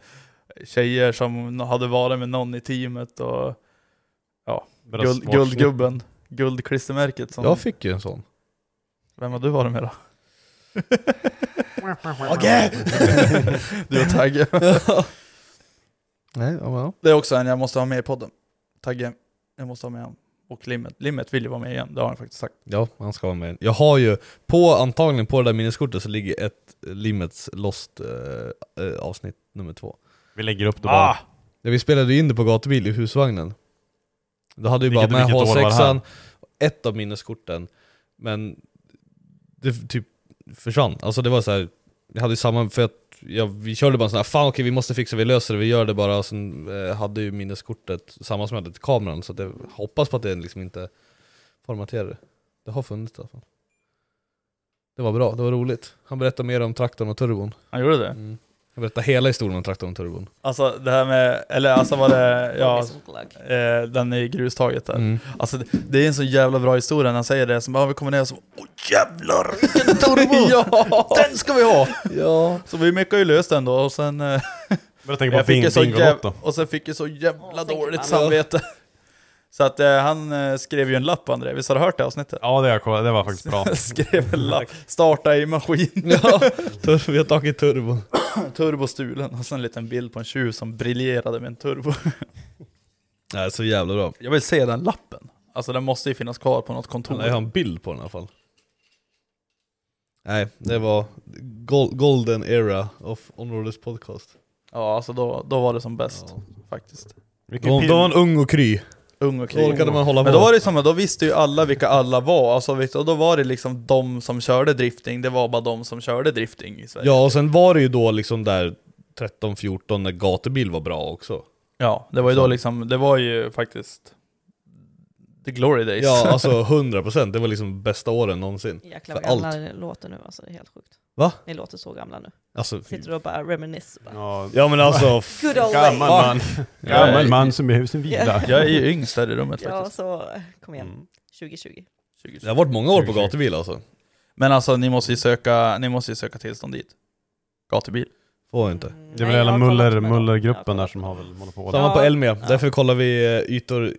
tjejer som hade varit med någon i teamet och
Bara
guld,
svårt-
guldgubben, guldklistermärket som...
Jag fick ju en sån.
Vem har du varit med då?
Okej!
[LAUGHS] Du är Tagge.
[LAUGHS] Nej, ja, ja.
Det är också en jag måste ha med i podden. Tagge, jag måste ha med honom. Och limmet. Limmet vill ju vara med igen, det har han faktiskt sagt.
ja, han ska vara med. Jag har ju, på antagligen på det där minneskortet så ligger ett Limits Lost eh, eh, avsnitt nummer två. Ah!
Vi lägger upp det bara.
Ja, vi spelade ju in det på gatubil i husvagnen. Då hade vi bara
Vilket-
med
vilket år var det
H6an,
här?
ett av minneskorten, men det f- typ försvann. Alltså det var så här, jag hade ju samma, för att jag, vi körde bara sån här, fan okej vi måste fixa, vi löser det, vi gör det bara. Och sen eh, hade ju minneskortet samma som jag hade till kameran, så att jag hoppas på att det liksom inte formaterade det. Det har funnits i alla fall. Det var bra, det var roligt. Han berättade mer om traktorn och turbon.
Han gjorde det?
Mm. Han berättade hela historien om traktorn och turbon.
Alltså det här med, eller alltså var det, ja,
Som glögg.
eh, den i grustaget där.
Mm.
Alltså det, det är en så jävla bra historia när han säger det, som bara vi kommer ner och så Åh jävlar vilken turbo! [LAUGHS] ja, den ska vi ha!
Ja.
Så vi meckade ju löst den då och sen... eh,
Börja tänka
[LAUGHS] Jag
på
fick ju
bing,
så
Bingolotto.
jäv... Och sen fick jag så jävla
Åh, tänk
dåligt
ibland.
samvete. [LAUGHS] Så att eh, han eh, skrev ju en lapp André, visst har du hört det avsnittet?
Ja det, har jag kollat. det var faktiskt bra.
[LAUGHS] skrev en lapp, starta i maskin, [LAUGHS]
Ja, tur- vi har tagit turbo.
turbostulen och sen en liten bild på en tjuv som briljerade med en turbo. [LAUGHS]
Nej, så jävla bra.
Jag vill se den lappen. Alltså den måste ju finnas kvar på något kontor.
Nej, jag har en bild på den i alla fall. Nej, det var gol- golden era of Onroaders podcast.
Ja, alltså då, då var det som bäst
Ja.
faktiskt.
Vilken
Då,
pil-
då var man ung och kry.
Ung och
Då
krig.
orkade man hålla på.
Men då var det som, då visste ju alla vilka alla var, alltså, vet du, och då var det liksom de som körde drifting, det var bara de som körde drifting i Sverige.
Ja, och sen var det ju då liksom där 13-14 när gatubil var bra också.
Ja, det var ju då liksom, det var ju faktiskt the glory days. [LAUGHS]
Ja, alltså 100%. Det var liksom bästa åren någonsin.
Jäklar
För
vad gamla
allt.
ni låter nu alltså, det är helt sjukt.
Va?
Ni låter så gamla nu.
Alltså, fy-
Sitter du och bara reminisce. Bara.
Ja,
ja men alltså, f-
Good old days.
gammal man. [LAUGHS] Gammal man som behövs en vila.
Jag är ju yngst här i rummet
Ja,
faktiskt.
så kom igen.
Mm.
2020.
det har varit många år på gatubil alltså.
Men alltså ni måste ju söka, ni måste ju söka tillstånd dit. Gatubil.
Får inte.
Mm,
Det
nej,
är väl
jag
hela
har kollat
muller,
på det. Jag
mullergruppen
kollar
där
på
som
det.
har väl monopol.
Samma
Ja.
på Elmia,
Ja.
därför kollar vi eh, ytor,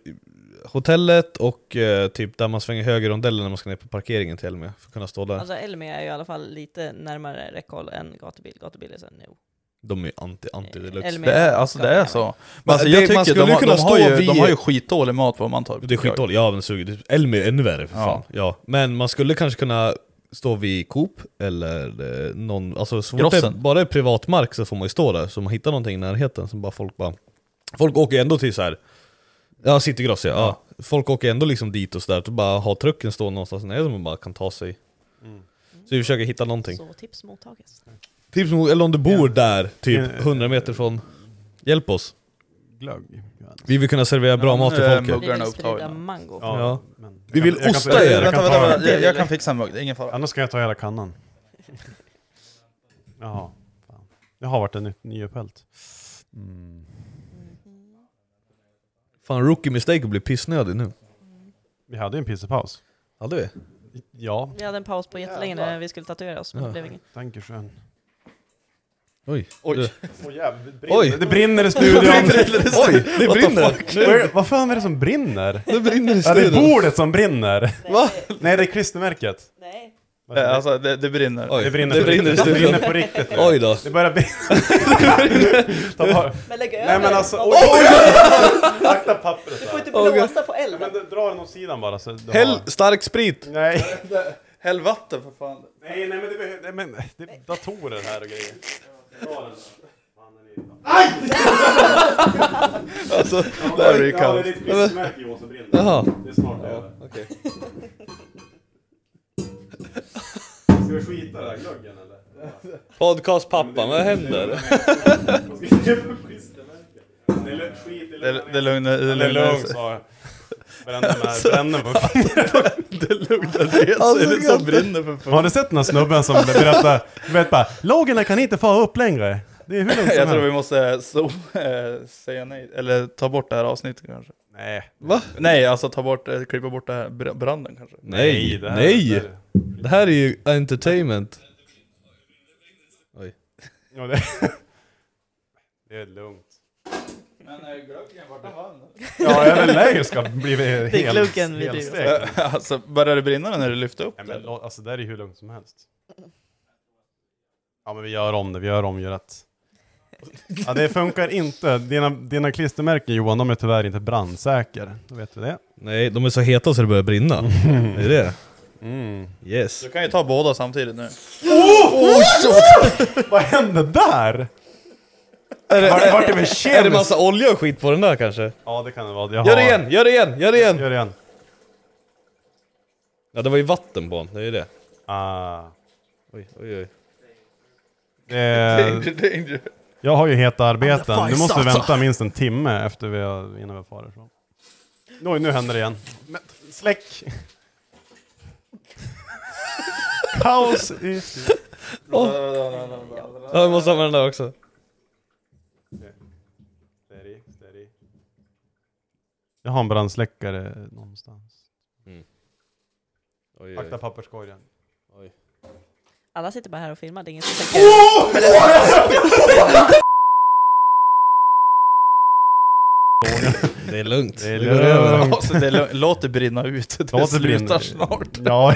hotellet och eh, typ där man svänger höger i rondellen när man ska ner på parkeringen till Elmia, för att kunna stå där.
Alltså Elmia är ju i alla fall lite närmare räckhåll än gatubil. Gatubil är så här, no.
De är ju anti, anti deluxe.
Elmia
Det är, alltså
ska
det är
vara.
så.
Men
Men alltså,
det-
jag
man
tycker
skulle
de,
ju
har-
kunna
de, har
stå
ju, de
vid-
har ju skitdålig mat på Mantorp.
Det är skitdåligt, ja men suger. Elmia är ännu värre för
Ja.
fan. Ja. Men man skulle kanske kunna stå vid Coop eller eh, någon, alltså så fort det
Grossen.
bara är privat mark så får man ju stå där, så man hittar någonting i närheten som bara folk bara... Folk åker ju ändå till så här. ja Citygross ja. ja. Folk åker ändå liksom dit och sådär, och bara har trucken stå någonstans nära som man bara kan ta sig. Så vi försöker hitta någonting.
Så tips mottages.
Tips nog, Typ eller om du bor där, typ
Ja.
100 meter från, hjälp oss.
Glögg.
Vi vill kunna servera bra
Ja,
mat till
eh,
folket.
Nu är
Muggarna
nyspridda
upptagna.
mango.
Ja.
men jag
Vi vill
kan- jag kan
osta
ta-
er.
jag kan
Vänta,
ta
vänta,
den.
vänta. Jag, jag kan fixa en mugg, det är ingen fara.
Annars kan jag ta hela kannan. Jaha. Fan. Det har varit en ny- nyuppällt. Mm.
Fan rookie mistake och bli pissnödig nu.
Vi hade ju en pissepaus.
Hade vi?
Ja,
Vi hade en paus på jättelänge när vi skulle tatuera oss, men det blev inget.
Dankeschön.
Oj.
Oj.
Oj.
[LAUGHS] Det brinner i
[LAUGHS]
studion!
[LAUGHS] Oj, det brinner!
Where, vad fan är det som brinner?
Nu brinner
Ja, det är
studion.
bordet som brinner!
Va?
Nej, det är klistermärket. [LAUGHS]
Nej.
Eh, Alltså det, det brinner.
Oj.
det brinner,
det brinner i
det
studion.
brinner på riktigt nu.
Oj då.
Det börjar brinna.
[LAUGHS]
Ta bara-
Men lägg över.
Nej men alltså, oj! Akta pappret
Du får
där.
inte blåsa på elden.
Men det- dra den åt sidan bara så du har...
Häll stark sprit!
Nej.
Häll vatten för fan.
Nej, nej men det behöver... Men det är [LAUGHS] datorer här och grejer. Dra den. Fan, den är ju-
alltså, det här blir ju kaos. Jaha. okej.
Ska vi skita den här glöggen eller?
Podcastpappan, vad händer?
Eller skit i
Det, det lugnar
Det är lugnt sa jag. Brände med brände
[LAUGHS]
på fingret.
Det luktar det
Alltså,
sig, det som brinner för fan.
Har du sett den här snubben som berättar, du vet bara, lågorna kan inte fara upp längre. Det är hur
[LAUGHS]
lugnt
[LAUGHS] Jag
som
tror vi
helst.
måste so, [LAUGHS] eh, säga nej, eller ta bort det här avsnittet kanske.
Nej.
Va?
Nej, alltså ta bort, eh, klippa bort det här br- branden kanske.
Nej,
det här-
nej! Det här är ju entertainment.
Ja, det, [LAUGHS] det är lugnt.
Men eh, glöggen, vart är varm?
Ja, även längre ska bli helt
Det är glöggen vi
helt
driver.
stekt.
alltså, börjar det brinna när du lyfter upp
Nej,
det?
men, lå- alltså det är ju hur lugnt som helst. Ja men vi gör om det, vi gör om ju
[LAUGHS]
rätt. Ja det funkar inte. Dina, dina klistermärken Johan, de är tyvärr inte brandsäkra. Då vet vi det.
Nej, de är så heta så det
[LAUGHS]
börjar brinna. Det är det.
Mm.
Yes.
Du kan ju ta båda samtidigt nu.
Oh! Vad hände där?
Är det,
Vart vart det med
är det
kemiskt?
massa olja och skit på den där kanske?
Ja det kan det vara. Jag
Gör
har-
det igen, gör det igen, gör det igen!
Gör det igen.
Ja det var ju vatten på den, det är ju det.
Ah.
Oj, oj, oj.
Det,
Danger, danger.
Eh, jag har ju heta arbeten. Nu måste vi
Motherfucker.
vänta minst en timme efter vi har, innan vi far härifrån. Oj, nu händer det igen. Men, släck! [LAUGHS] Kaos i...
Ja,
Oh.
vi måste använda den där också.
Steady, steady. Jag har en brandsläckare någonstans.
Oj, oj.
Akta papperskorgen.
Alla sitter bara här och filmar, det är ingen som [LAUGHS] tänker.
Det är lugnt.
Det är
går över.
lugnt.
Alltså, det lå- låt det brinna ut, det
Låt det brinna.
slutar snart. [LAUGHS]
Ja.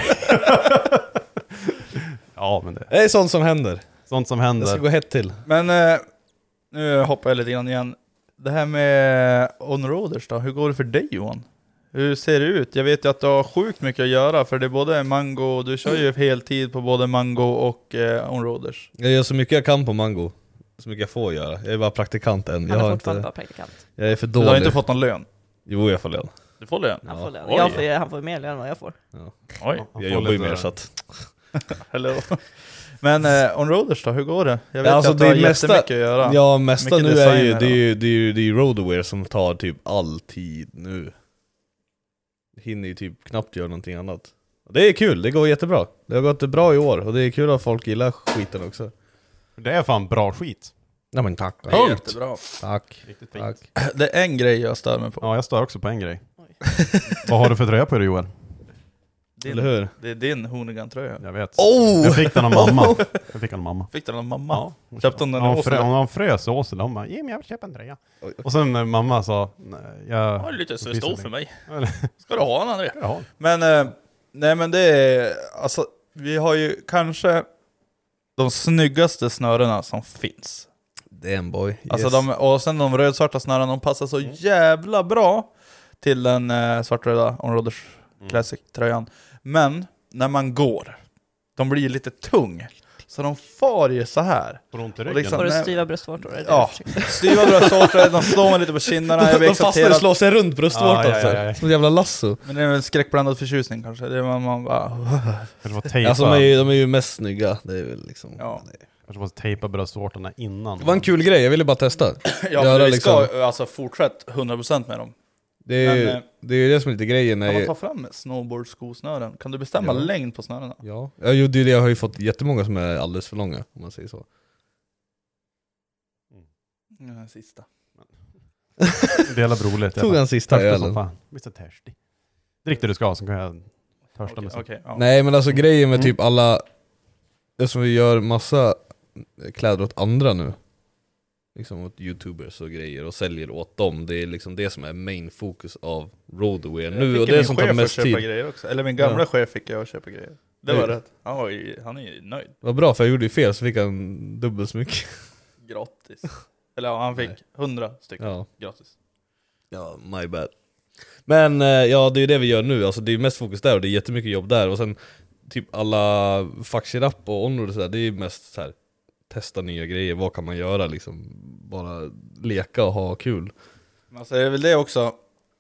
ja, men det
Det är sånt som händer.
sånt som
Det ska
händer.
gå hett till.
Men eh, nu hoppar jag lite grann igen. Det här med onroaders då, hur går det för dig Johan? Hur ser det ut? Jag vet ju att du har sjukt mycket att göra för det är både mango, du kör ju heltid på både mango och eh, onroaders.
Jag gör så mycket jag kan på mango. Så mycket jag får göra. Jag är bara praktikant än. Jag,
Han är
har
fortfarande bara
inte,
praktikant.
jag är för
Du
dålig.
har inte fått någon lön?
Jo, jag får lön.
Du får lön?
Han
Ja.
får lön.
Oj.
Jag får, han får mer lön än vad jag får.
Oj.
Han
Jag
får
jobbar ju
lite-
mer så att...
Hello. [LAUGHS] Men eh, onroaders då, hur går det? Jag vet
Ja, alltså,
ju att du
det
har
är mesta-
jättemycket att göra.
Ja, mesta
Mycket
nu är ju,
designer
det är
då.
ju, det är ju, det är ju roadwear som tar typ all tid nu. Hinner ju typ knappt göra någonting annat. Och Det är kul, det går jättebra. Det har gått bra i år och det är kul att folk gillar skiten också.
Det är fan bra skit.
Nej men tack.
Det är jättebra.
Tack.
Riktigt
Tack.
fint.
Det är en grej jag stör mig på.
Ja, jag stör också på en
[LAUGHS]
grej.
Oj.
Vad har du för tröja på dig Joel?
Eller hur?
Det är din Hoonigan-tröja.
Jag vet.
Oh!
Jag fick den av
[LAUGHS]
mamma. Jag fick den av mamma.
Fick den av mamma? Köpte hon den
Ja,
av
hon,
oss?
frö,
eller?
hon, hon frös i Åsele, hon bara Jimmy jag vill köpa en tröja. Och sen när mamma sa "Nej, jag...
Ja, det är lite så
finns
stor
ingenting."
för mig.
Eller,
Ska du ha en André?
ja.
Men, eh, nej men det är, alltså vi har ju kanske de snyggaste snörena som finns.
Damn boy. Yes. Mm.
Alltså de, och sen de rödsvarta snörena, de passar så jävla bra till den eh, svartröda Onroaders
Mm.
Classic-tröjan. Men när man går, de blir ju lite tung. Så de far ju så här.
Får ont i
Och
ryggen?
liksom-
Får du
Nej.
styva bröstvårtor? Är det
Ja,
det du försöker-
styva bröstvårtor, de slår mig lite på kinderna, jag blir
de fastnar och
exalterad.
slår sig runt bröstvårtan
Ja, ja, ja,
så här.
ja.
Som en jävla lasso.
Men det är väl en skräckblandad förtjusning kanske. Det är man, man bara...
[LAUGHS] Kanske får tejpa,
Alltså de är, ju, de är ju mest snygga, det är väl liksom...
Ja.
kanske får tejpa bröstvårtorna innan.
Det var en kul grej, jag ville bara testa.
[CLEARS THROAT] Ja,
Göra
men vi
liksom-
ska alltså fortsätt 100% med dem.
Det är,
Men, eh,
ju, det är ju det som är lite grejen. Är
Kan man
ju,
ta fram snowboardskosnören? Kan du bestämma
Ja.
längd på snörena?
ja, jag gjorde ju det, jag har ju fått jättemånga som är alldeles för långa om man säger så.
Ja, sista.
Det är jävla roligt. Jag
Tog
bara,
han sista
törstig som
ölen?
fan. Visst är törstig? Drick det du ska, så kan jag Mm. törsta
Okej,
med sig.
okej, ja.
Nej men alltså grejen med typ alla, eftersom vi gör massa kläder åt andra nu. Liksom åt youtubers och grejer och säljer åt dem. Det är liksom det som är main fokus av roadwear
Jag
nu
fick
och
ju
det
min
som tar
chef
mest
att köpa
tid.
Grejer också. Eller min gamla
Ja.
chef fick jag att köpa grejer. Det
Nej.
var rätt. Han, var ju, han är ju nöjd.
Vad bra för jag gjorde ju fel så fick han dubbelt så mycket. [LAUGHS]
Gratis. Eller ja, han fick
Nej.
100 stycken
Ja.
gratis.
Ja, my bad. Men eh, ja, det är ju det vi gör nu, alltså det är mest fokus där och det är jättemycket jobb där och sen typ alla faxirapp och onroad och sådär, det är ju mest så här testa nya grejer, vad kan man göra liksom? Bara leka och ha kul.
Men alltså, det är väl det också,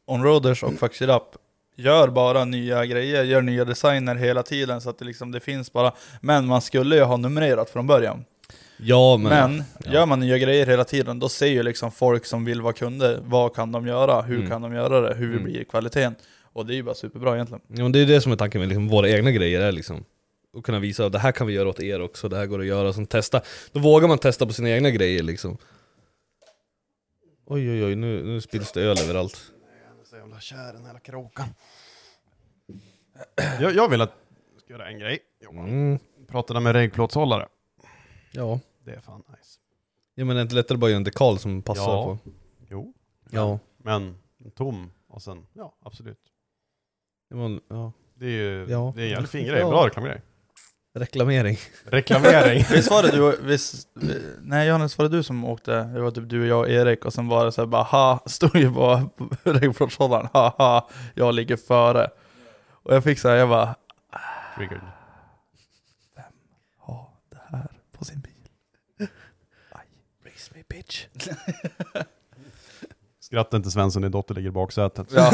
Onroaders och Fucks It Up gör bara nya grejer, gör nya designer hela tiden så att det, liksom, det finns bara, men man skulle ju ha numrerat från början.
Ja men...
Men gör man nya grejer hela tiden, då ser ju liksom folk som vill vara kunder, vad kan de göra, hur
Mm.
kan de göra det, hur
Mm.
blir kvaliteten? Och det är ju bara superbra egentligen.
Ja, men det är det som är tanken med liksom våra egna grejer, är liksom att kunna visa att det här kan vi göra åt er också, det här går att göra, och sen testa. Då vågar man testa på sina egna grejer liksom. Oj oj oj, nu, nu spills det öl överallt.
Så jävla kär den här kråkan. Jag, jag vill att jag ska göra en grej.
Mm.
Pratade med regplåtshållare.
Ja.
Det är fan nice.
ja, men är det inte lättare att bara göra en dekal som passar
Ja.
på?
Jo.
Ja.
Men en tom och sen, ja absolut.
Det var en, ja.
Det är ju
Ja.
det är en jävligt fin grej,
Ja.
bra reklamgrej.
Reklamering. [LAUGHS]
Reklamering.
[LAUGHS] Visst var det du, och- visst, nej Johannes var det du som åkte, det var typ du och jag och Erik och sen var det så här bara ha, stod ju bara [LAUGHS] på regnplåtshållaren, ha ha, jag ligger före. Och jag fick så här, jag bara,
Triggered.
ha det här på sin bil. Aj. Raise me bitch.
Skratta inte Svensson, din dotter ligger i baksätet.
[LAUGHS]
Ja. [LAUGHS]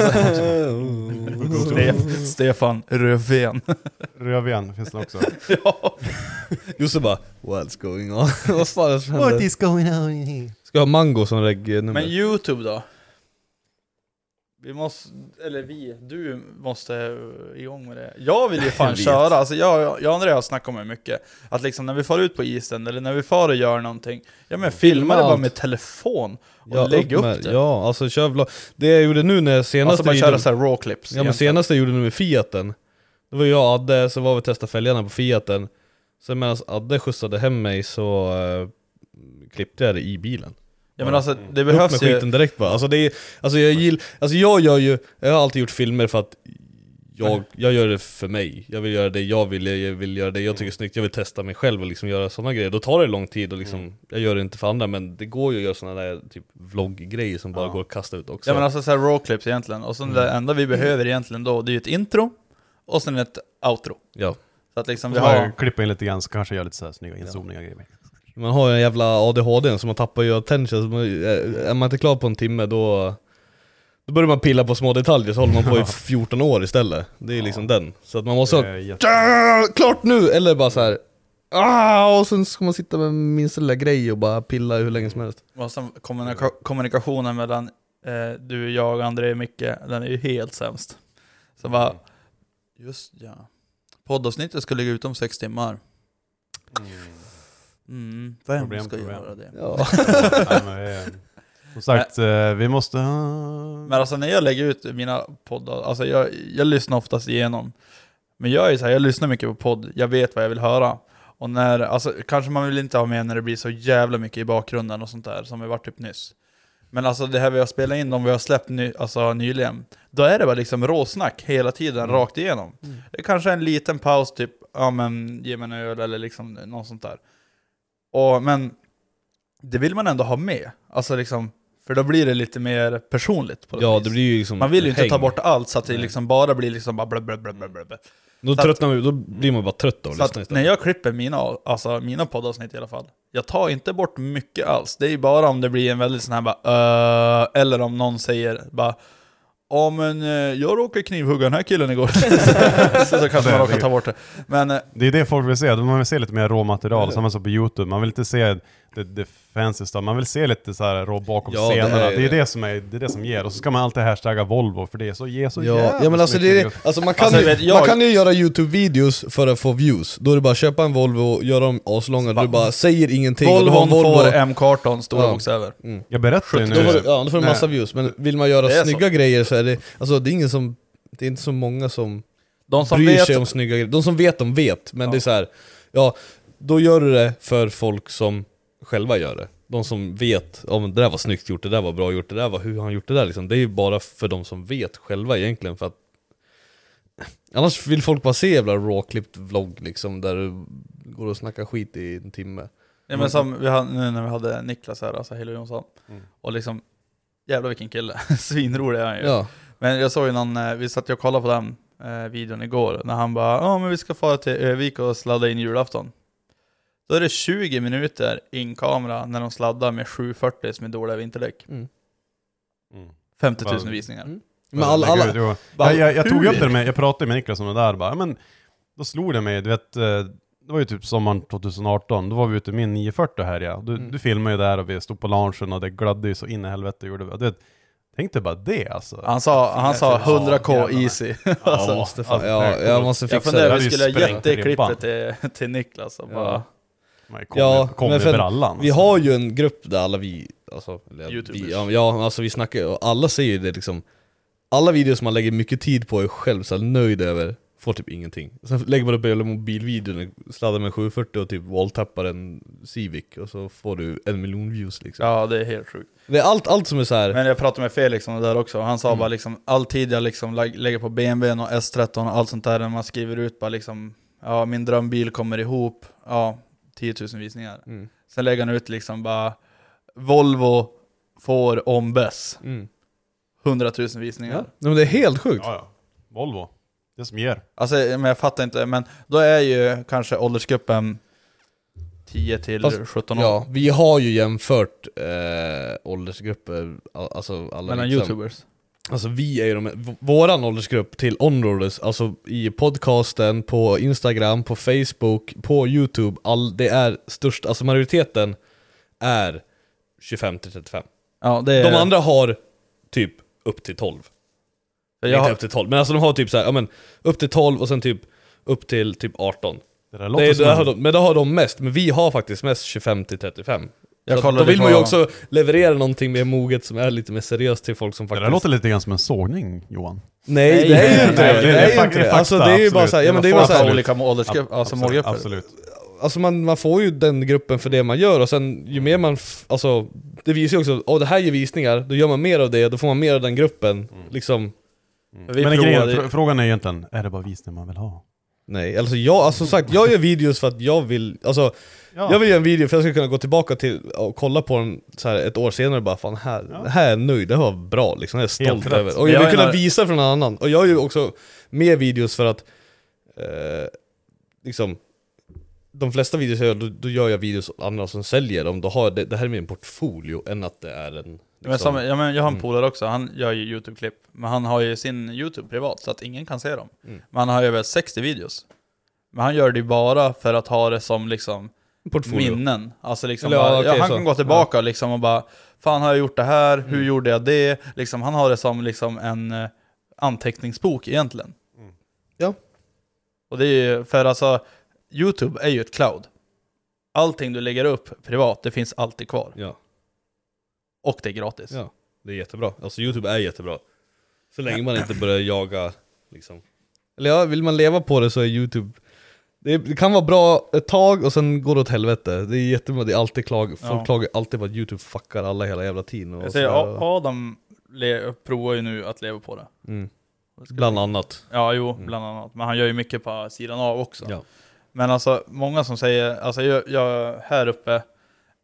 Ste- Stefan [LAUGHS] Röven.
Röven finns det
[LAUGHS]
också.
ja.
Josse bara What's going on? [LAUGHS] Vad fan händer?
going on in here?
Ska jag ha mango som reggnummer?
Men Youtube då? Vi måste, eller vi, du måste eh, igång med det. Jag vill ju
Jag
fan
vet.
köra, alltså jag, jag, jag och Andrea har snackat om det mycket. Att liksom när vi far ut på isen eller när vi far och gör någonting, ja men filma det bara
allt.
med telefon och
Ja,
lägg upp,
med-
det.
Ja, alltså kör vlogg. Det jag gjorde nu när senaste
alltså bara
videon-
köra såhär raw clips.
Ja men
egentligen.
senast jag gjorde nu med Fiaten Då var jag och Adde, så var vi och testade fälgarna på Fiaten Sen medan Adde skjutsade hem mig så eh, klippte jag det i bilen
ja, men alltså, det
Upp med
behövs ju...
skiten direkt bara, alltså, det är, alltså, jag gill, alltså jag gör ju, jag har alltid gjort filmer för att jag, jag gör det för mig, jag vill göra det jag vill, jag vill göra det jag tycker är snyggt, jag vill testa mig själv och liksom göra sådana grejer Då tar det lång tid och liksom,
Mm.
jag gör det inte för andra men det går ju att göra sådana där typ vlogg-grejer som bara går att kasta ut också Mm.
Ja men alltså såhär raw clips egentligen, och sen det enda vi behöver egentligen då, det är ju ett intro, och sen ett outro.
Ja.
Så att liksom vi
Vi
har...
klippa in lite grann så kanske jag gör lite så här snygga inzoomningar och grejer.
Man har ju en jävla ADHD så man tappar ju attention, så man, är man inte klar på en timme då, då börjar man pilla på små detaljer så håller man
[LAUGHS]
på i 14 år istället. Det är liksom den. Så att man måste
Det är
ha,
jätte-
"Tja, Ah, klart nu! Eller bara så här. Ah, och sen ska man sitta med minsta lilla grej och bara pilla hur länge som helst.
Och sen kommunika kommunikationen mellan eh, du, jag, André och Micke, den är ju helt sämst. Så
Mm.
bara, just ja. Poddavsnittet ska ligga ute om sex timmar. Mm, vem
Problem,
ska
problem.
göra det? [LAUGHS]
Ja.
Nej, men, eh, Som sagt, eh, vi måste... ha-
Men alltså när jag lägger ut mina poddar, alltså jag, jag lyssnar oftast igenom. Men jag är så här, jag lyssnar mycket på podd, jag vet vad jag vill höra. Och när, alltså kanske man vill inte ha med när det blir så jävla mycket i bakgrunden och sånt där som vi varit typ nyss. Men alltså det här vi har spelat in, de vi har släppt ny, alltså, nyligen, då är det bara liksom råsnack hela tiden, rakt igenom. Det är kanske en liten paus, typ, ja men ge mig en öl eller liksom något sånt där. Och, men det vill man ändå ha med, alltså liksom, för då blir det lite mer personligt på något
ja,
vis.
det blir ju liksom
Man vill ju inte
häng.
ta bort allt så att det liksom bara blir liksom bara blub, blub, blub, blub, blub.
Då
så att-
tröttnar man ju- då blir man bara trött av att lyssna
Så att
istället.
när jag klipper mina, alltså mina poddavsnitt i alla fall, jag tar inte bort mycket alls. Det är ju bara om det blir en väldigt sån här bara uh, eller om någon säger bara Ja men eh, jag råkade knivhugga den här killen igår. [LAUGHS] så, så kanske man råkar ta bort det. Men eh,
Det är det folk vill se, man vill se lite mer råmaterial, samma som på Youtube. Man vill inte se det, det fancy stuff, man vill se lite så här rå bakom
Ja, det
scenerna. Det
är-
är, det, som är, det är det som ger, och så ska man alltid hashtagga Volvo för det är så, ger så
Ja,
jävligt
ja men alltså, det är,
mycket.
alltså, man, kan
Alltså,
ju,
vet jag-
man kan ju göra YouTube-videos för att få views, då är det bara att köpa en Volvo, och göra dem aslånga, du bara säger ingenting och du har
Volvon
en Volvo.
får M-karton stora
Ja. Mm.
bokstäver.
Jag berättar ju
Då får,
nu,
du- ja, då får du massa views, men vill man göra
Det är så.
snygga grejer så är det, alltså det är ingen som, det är inte så många som,
De som
bryr
vet,
sig om snygga grejer. De som vet, de vet, men det är så här, ja, då gör du det för folk som själva gör det. De som vet, om det där var snyggt gjort, det där var bra gjort, det där var hur har han gjort det där liksom. Det är ju bara för de som vet själva egentligen för att Annars vill folk bara se jävla råklippt vlogg liksom, där du går och snackar skit i en timme.
ja, men som vi hade, nu när vi hade Niklas här, alltså Helo Jonsson. Och liksom, jävlar vilken kille. [LAUGHS] Svinrolig är han ju.
Ja.
Men jag såg ju någon, eh, vi satt ju och kollade på den eh, videon igår, när han bara ja men vi ska fara till Övik och sladda in julafton. Då är det 20 minuter in kamera när de sladdar med 740 som är dåliga vinterdäck.
Mm.
50 000 visningar.
Mm.
Men
Bara
alla-
lägga
alla-
ut, jo.
bara,
jag, jag, jag tog
hur?
upp det med, jag pratade med Niklas om det där bara, ja, men då slog det mig, du vet, eh, det var ju typ sommaren 2018, då var vi ute i min 940 här ja. Du,
Mm.
du filmade ju där och vi stod på loungen och det glödde ju så in i helvete gjorde vi. Du vet, tänk dig bara det alltså.
Han sa, han sa 100k easy. [LAUGHS]
[LAUGHS]
Alltså,
måste
fan- ja, jag måste
Jag
fixa
funderar
det.
om vi
Det är
skulle ha
sprängt
gett det
ribban.
klippet till, till Niklas och
Ja.
bara...
ja, men för att vi
alltså.
har ju en grupp där alla vi, alltså, eller
Youtubers.
vi, ja, ja, alltså vi snackar ju- och alla säger ju det liksom Alla videos man lägger mycket tid på är själv så här nöjd över, får typ ingenting Sen lägger man upp hela mobilvideon, sladdar med 740 och typ walltappar en Civic och så får du en miljon views liksom
Ja, det är helt sjukt.
Det är allt, allt som är så här.
Men jag pratade med Felix om det där också, och han sa
Mm.
bara liksom all tid jag liksom lä- lägger på BMWn och S13 och allt sånt där, när man skriver ut bara liksom ja min drömbil kommer ihop, ja 10 000 visningar.
Mm.
Sen lägger han ut liksom bara Volvo får ombes,
Mm.
100 000 visningar.
Nej, men det är helt sjukt!
Ja, ja. Volvo, det som ger.
Alltså men jag fattar inte, men då är ju kanske åldersgruppen 10 till
Fast-
17 år.
Ja, vi har ju jämfört eh, åldersgrupper, al- alltså alla
Mellan
liksom-
youtubers.
Alltså vi är ju de, v- våran åldersgrupp till onroaders, alltså i podcasten, på Instagram, på Facebook, på Youtube, all, det är störst, alltså majoriteten är 25 till 35.
Ja, det är,
De andra har typ upp till 12.
jag
Inte
har,
upp till 12, men alltså de har typ så här, ja men upp till 12 och sen typ upp till typ 18.
Det där
Det
låter
är,
som
där
en-
har de, men då har de mest, men vi har faktiskt mest 25 till 35. Så
Jag
att då
kollade
vill man ju
på-
också leverera någonting mer moget som är lite mer seriöst till folk som
Det
faktiskt...
där låter lite grann som en sågning Johan.
Nej det är ju inte det, det är ju inte det. Alltså det är ju bara såhär, ja men det är ju bara
Folk har
såhär,
olika åldersgrupp, alltså målgrupper.
Absolut.
alltså man, man får ju den gruppen för det man gör och sen ju mer man, f- alltså det visar ju också, åh det här ger visningar, då gör man mer av det, då får man mer av den gruppen, liksom
Vi
Mm. Men
provade-
grejen, fr- frågan är egentligen, är det bara visning man vill ha?
Nej, alltså jag, alltså som sagt, jag gör videos för att jag vill, alltså
Ja.
Jag vill göra en video för att jag ska kunna gå tillbaka till och kolla på den så här ett år senare och bara fan här, det här är jag nöjd, det här var bra liksom, det är jag
Helt
stolt
rätt.
över. Och
Men
jag
jag
vill kunna
menar-
visa för någon annan. Och jag gör ju också mer videos för att eh, liksom de flesta videos jag gör, då, då gör jag videos åt andra som säljer dem, då har jag, det, det här är min portfolio än att det är en... liksom-
Men som, ja, men jag
Mm.
har en polare också, han gör ju YouTube-klipp, men han har ju sin YouTube privat så att ingen kan se dem.
Mm.
Men han har ju över 60 videos. Men han gör det ju bara för att ha det som liksom minnen. Alltså liksom
Eller, ja,
bara,
okej,
ja, han
så. Mm.
kan gå tillbaka liksom och bara Fan har jag gjort det här? Hur gjorde jag det? Liksom, han har det som liksom en eh, anteckningsbok egentligen.
Mm. Ja.
Och det är ju, för alltså YouTube är ju ett cloud. Allting du lägger upp privat, det finns alltid kvar.
Ja,
Och det är gratis.
Ja. det är jättebra. Alltså youtube är jättebra. Så länge man inte börjar jaga liksom. Eller ja, vill man leva på det så är youtube det, är- det kan vara bra ett tag och sen går det åt helvete. Det är jättebra, det är alltid klag, folk
Ja.
klagar alltid på att youtube fuckar alla hela jävla tiden och
Jag säger,
sådär.
A- Adam le- provar ju nu att leva på det.
mm. Bland annat.
Ja, jo, bland annat. Men han gör ju mycket på sidan av också.
Mm. Ja.
Men alltså, många som säger, alltså jag, jag här uppe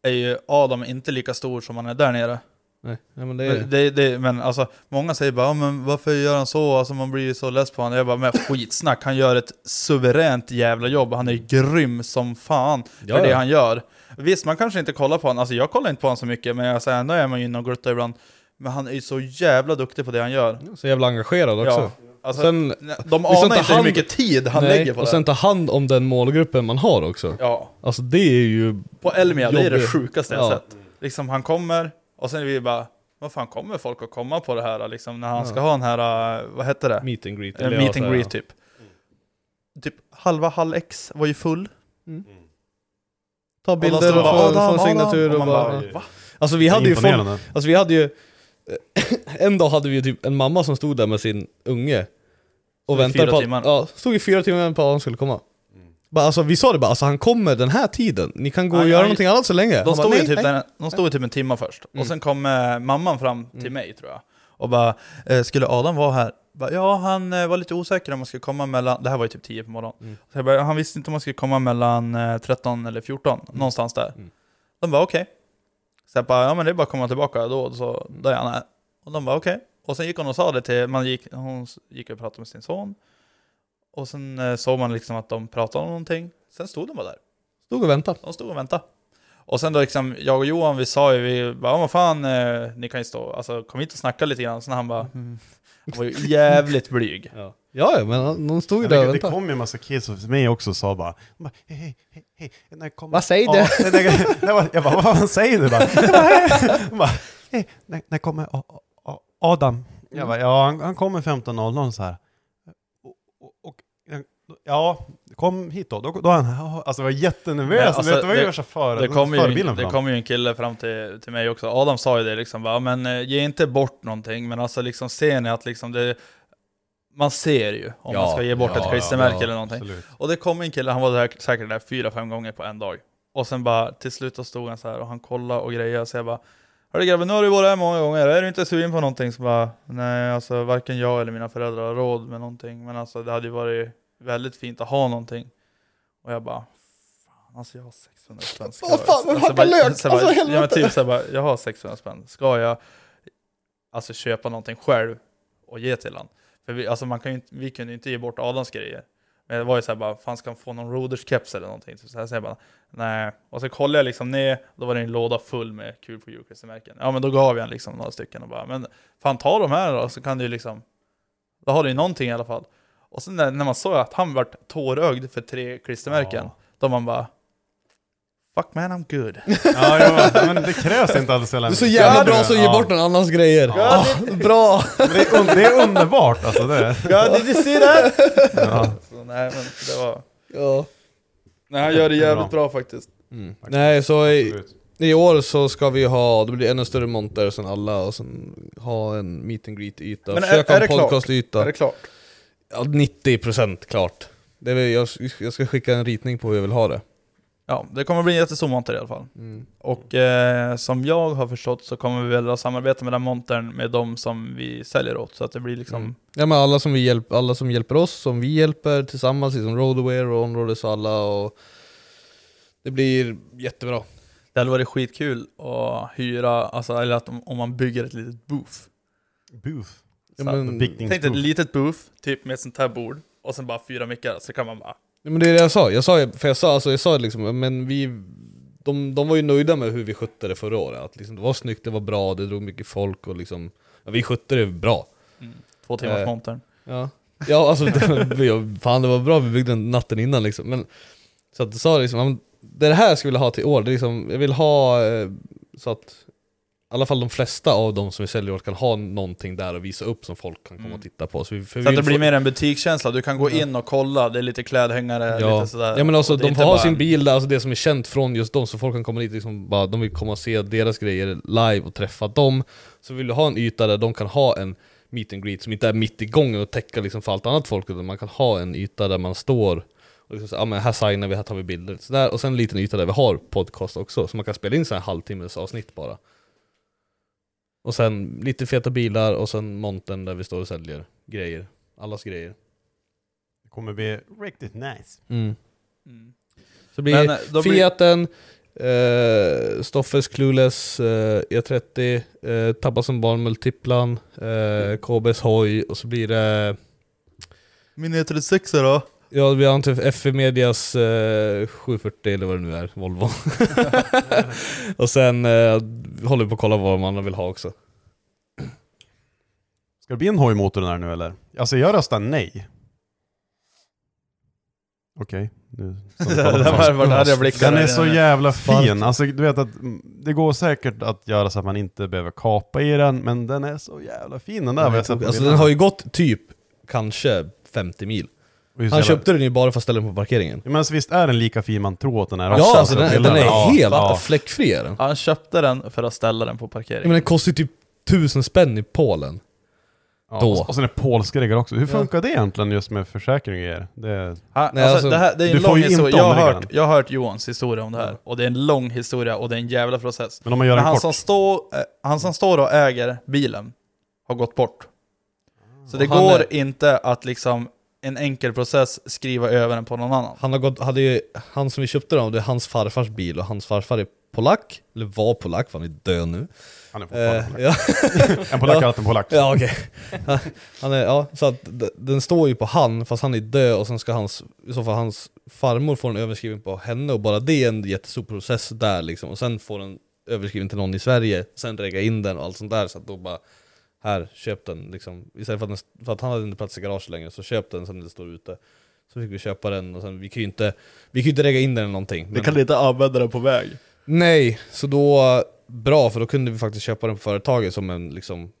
är ju Adam inte lika stor som han är där nere.
Nej, nej, men det är...
Men, det, det, men alltså, många säger bara, "Ja, men varför gör han så? Alltså man blir ju så less på honom. Jag bara, men skitsnack, han gör ett suveränt jävla jobb. Han är ju grym som fan för
Ja, ja.
det han gör. Visst, man kanske inte kollar på honom, alltså jag kollar inte på honom så mycket, men jag säger ändå är man ju inne och gluttar ibland. Men han är ju så jävla duktig på det han gör.
Så jävla engagerad också.
Ja. Alltså,
Sen-
de
Liksom
anar
ta
inte hur
hand-
mycket tid han
Nej,
lägger på
och
det.
sen ta hand om den målgruppen man har också.
ja.
Alltså det är ju...
På Elmia, det är det
Jobbigt.
sjukaste jag
Ja.
sett. Liksom han kommer, och sen är vi bara, vad fan kommer folk att komma på det här liksom, när han ska ha den här, eh, vad heter det?
Meet and greet.
Eh,
eller
meet
ja,
and
så här,
greet typ. Typ halva Hall X var ju full.
Mm. Ta
Och de
bilder
står
och,
bara,
få,
"Adam,
få en
Adam."
signatur och,
man
bara...
"Va?"
Alltså vi hade ju folk...
Imponerande.
Alltså vi hade ju, [LAUGHS] en dag hade vi ju typ en mamma som stod där med sin unge
i
och väntade
fyra
på att,
timmar.
ja, stod i fyra timmar på att han skulle komma.
Mm.
Bara, alltså, vi sa det bara, alltså, han kommer den här tiden, ni kan gå och
Ja,
göra
ja,
någonting annat så länge. Han bara,
De stod, ju
"Nej,
typ
nej."
där, de stod ju typ en timme först, och sen kom eh, mamman fram till
Mm.
mig tror jag, och bara eh, ”Skulle Adam vara här?” bara, Ja, han eh, var lite osäker om man skulle komma mellan, det här var ju typ 10 på morgonen, så jag bara, han visste inte om man skulle komma mellan eh, 13 eller 14,
Mm.
någonstans där. De bara okej. Så jag bara, ja men det är bara att komma tillbaka då, så då är han här. Och de bara okej. Och sen gick hon och sa det till, man gick, hon s- gick och pratade med sin son. Och sen eh, såg man liksom att de pratade om någonting. Sen stod de bara där.
Stod och väntade.
De stod och väntade. Och sen då liksom, jag och Johan vi sa ju, vi bara, "Ja, vad fan, eh, ni kan ju stå, alltså kom hit och snacka lite grann. Sen han bara,
Mm.
han var ju jävligt
[LAUGHS]
blyg.
Ja, ja men han- de stod ju
Men
där och
det, det
väntade.
kom ju en massa kids till mig också och sa bara, de bara hej, hej, hej, hej, när kommer...
Vad säger
Ja,
du?
när- när- när- [LAUGHS] jag bara, vad fan säger
[LAUGHS]
du? Bara, jag bara, "Hej." De bara, hej, när, när kommer A- A- A- Adam? Jag bara, ja, han, han kommer 15.00 så här. Och, och, och, ja, kom hit då. Då, då är han här. Alltså jag var jättenervös.
Men,
Alltså,
alltså,
det var ju
det-
värsta för,
Det kom, ju,
förebilden för
det
honom.
kom ju en kille fram till, till mig också, Adam sa ju det liksom, bara, men eh, ge inte bort någonting, men alltså liksom ser ni att liksom det, man ser ju om
Ja,
man ska ge bort
ja,
ett klistermärke
ja,
eller någonting.
Absolut.
Och det kom en kille, han var där, säkert där fyra, fem gånger på en dag. Och sen bara, till slut då stod han så här och han kollade och grejade, så jag bara Hörru grabben, nu har du varit här många gånger, är du inte sugen på någonting? Så bara, nej alltså varken jag eller mina föräldrar har råd med någonting, men alltså det hade ju varit väldigt fint att ha någonting. Och jag bara, fan alltså jag har 600 spänn. Ska
Åh, fan,
jag-
men
alltså,
hacka
bara-
lök,
så jag bara-
alltså,
Ja men
helvete.
typ såhär bara, jag har 600 spänn, ska jag alltså köpa någonting själv och ge till han? För vi, alltså, man kan ju, inte- vi kunde ju inte ge bort Adams grejer. Men det var ju såhär bara, fan ska han få någon Roders-keps eller någonting? Så, så här säger jag bara, nej. Och så kollade jag liksom ner, då var det en låda full med kul på julkristemärken. Ja men då gav jag en liksom några stycken och bara, men fan ta de här då, så kan du ju liksom, då har du ju någonting i alla fall. Och sen när, när man såg att han vart tårögd för tre klistermärken, då man bara, fuck man I'm good.
[LAUGHS] Ja, jo, men det krävs inte alls så
Du
jävla
är så
mycket.
jävla
Ja,
bra
det-
som ger
ja.
bort någon annans grejer.
Ja.
[LAUGHS]
Ah, [LAUGHS] bra!
Det är, un- det är underbart alltså. Det är.
God, did you see that?
Ja.
Så, nej men det var...
Ja.
Nej han gör det jävligt
Jättebra.
bra faktiskt.
Mm. Nej, så i,
Absolut.
i år så ska vi ha, det blir ännu större monter sen alla och sen ha en meet and greet-yta.
Men är-
Försöka ha
är
en
det klart? Är
podcast-yta.
det klart?
Ja, 90% klart. Det är, väl- jag, jag ska skicka en ritning på hur jag vill ha det.
Ja, det kommer bli en jättestor monter i alla fall. Och eh, som jag har förstått så kommer vi väl att samarbeta med den montern med de som vi säljer åt. Så att det blir liksom...
Mm. Ja men alla som, vi hjälp, alla som hjälper oss, som vi hjälper tillsammans, liksom Roadaware och Onroaders och alla och Det blir jättebra.
Det hade varit skitkul att hyra, alltså, eller att om, om man bygger ett litet booth.
Booth.
Ja,
Så att-
men,
Tänk dig ett
Picknickbooth.
litet booth, typ med ett sånt här bord. Och sen bara fyra mickar, så kan man bara...
ja, men det är det jag sa, jag sa, för jag sa, alltså, jag sa liksom, men vi de, de var ju nöjda med hur vi skötte det förra året, att liksom, det var snyggt, det var bra, det drog mycket folk och liksom ja, Vi skötte det bra.
Mm. Två timmars
Eh.
montern.
Ja, ja alltså det, vi- fan det var bra vi byggde den natten innan liksom. Men, så att du sa liksom, ja, men det är det här jag skulle vilja ha till år, det är liksom, jag vill ha eh, så att i alla fall de flesta av de som vi säljer i år kan ha någonting där och visa upp som folk kan komma och titta på. Så, vi, för vi
Mm. Så
vill
att det blir
få-
mer en butikskänsla, du
Mm.
kan gå in och kolla, det är lite klädhängare,
Ja.
lite sådär.
ja men alltså
Och det är
de får
inte
ha
bara-
sin bil där, alltså det som är känt från just dem, så folk kan komma dit liksom bara, de vill komma och se deras grejer live och träffa dem. Så vill du ha en yta där de kan ha en meet and greet som inte är mitt i gången och täcka liksom för allt annat folk, utan man kan ha en yta där man står och liksom så, ja men här signar vi, här tar vi bilder, sådär. Och sen en liten yta där vi har podcast också, så man kan spela in så här halvtimmes avsnitt bara. Och sen lite feta bilar och sen montern där vi står och säljer grejer, allas grejer.
Det kommer bli riktigt nice.
Mm.
Så det blir
Men, eh, då blir-
Fiaten, eh, Stoffes Clueless, eh, E30, eh, Tappa som barn Multiplan, eh, KBs Hoj och så blir det...
Min E36 då?
Ja, vi har inte FE Medias eh, 740 eller vad det nu är, Volvo. [LAUGHS] och sen eh, håller vi på att kolla vad de andra vill ha också.
Ska det bli en hojmotor den här nu eller? Alltså jag röstar nej. Okej, nu...
[LAUGHS] Den här var- hade jag blickat
Den
där
är så
inne.
jävla fin.
Spark.
Alltså du vet att mm, det går säkert att göra så att man inte behöver kapa i den, men den är så jävla fin den där. vad jag sett på
alltså, den
bilderna.
har ju gått typ kanske 50 mil.
Och just jävla-
Han köpte den ju bara för att ställa den på parkeringen.
Ja, Men alltså, visst är den lika fin man tror att den är också?
Ja, alltså den, den
bilderna.
är
Ja,
helt
ja.
fläckfri är den.
Han köpte den för att ställa den på
Ja,
parkering.
men den kostar ju typ tusen spänn i Polen.
Ja,
Då.
Och och sen är polska regler också. Hur funkar det egentligen just med försäkring och grejer? Det är...
han,
Nej,
alltså,
alltså,
det, här, det är
du
en
får
lång
ju inte
historia. Jag har,
omlägga
hört,
den.
jag har hört Johans historia om det här. Och det är en lång historia och det är en jävla process.
Men om man gör den
Men han
kort?
som, står, eh, han som står och äger bilen har gått bort. Så det
Och han
går
är-
inte att liksom en enkel process skriva över den på någon annan.
Han, har gått, hade ju, han som vi köpte den av, det är hans farfars bil och hans farfar är polack, eller var polack, för han är död nu. Eh,
Han är fortfarande
ja.
En polack är alltid en polack.
Ja okej. Han är, ja, så att d- den står ju på han, fast han är död och sen ska hans, i så fall hans farmor får en överskriven på henne och bara det är en jättestor process där liksom. Och sen får den överskriven till någon i Sverige, sen regga in den och allt sånt där. Så att då bara, här, köp den liksom. Istället för att, den, för att han hade inte plats i garaget längre, så köp den sen den står ute. Så fick vi köpa den och sen, vi kan ju inte, vi kan ju inte regga in den eller någonting.
Vi kan inte använda den på väg.
Nej, så då, bra för då kunde vi faktiskt köpa den på företaget som en liksom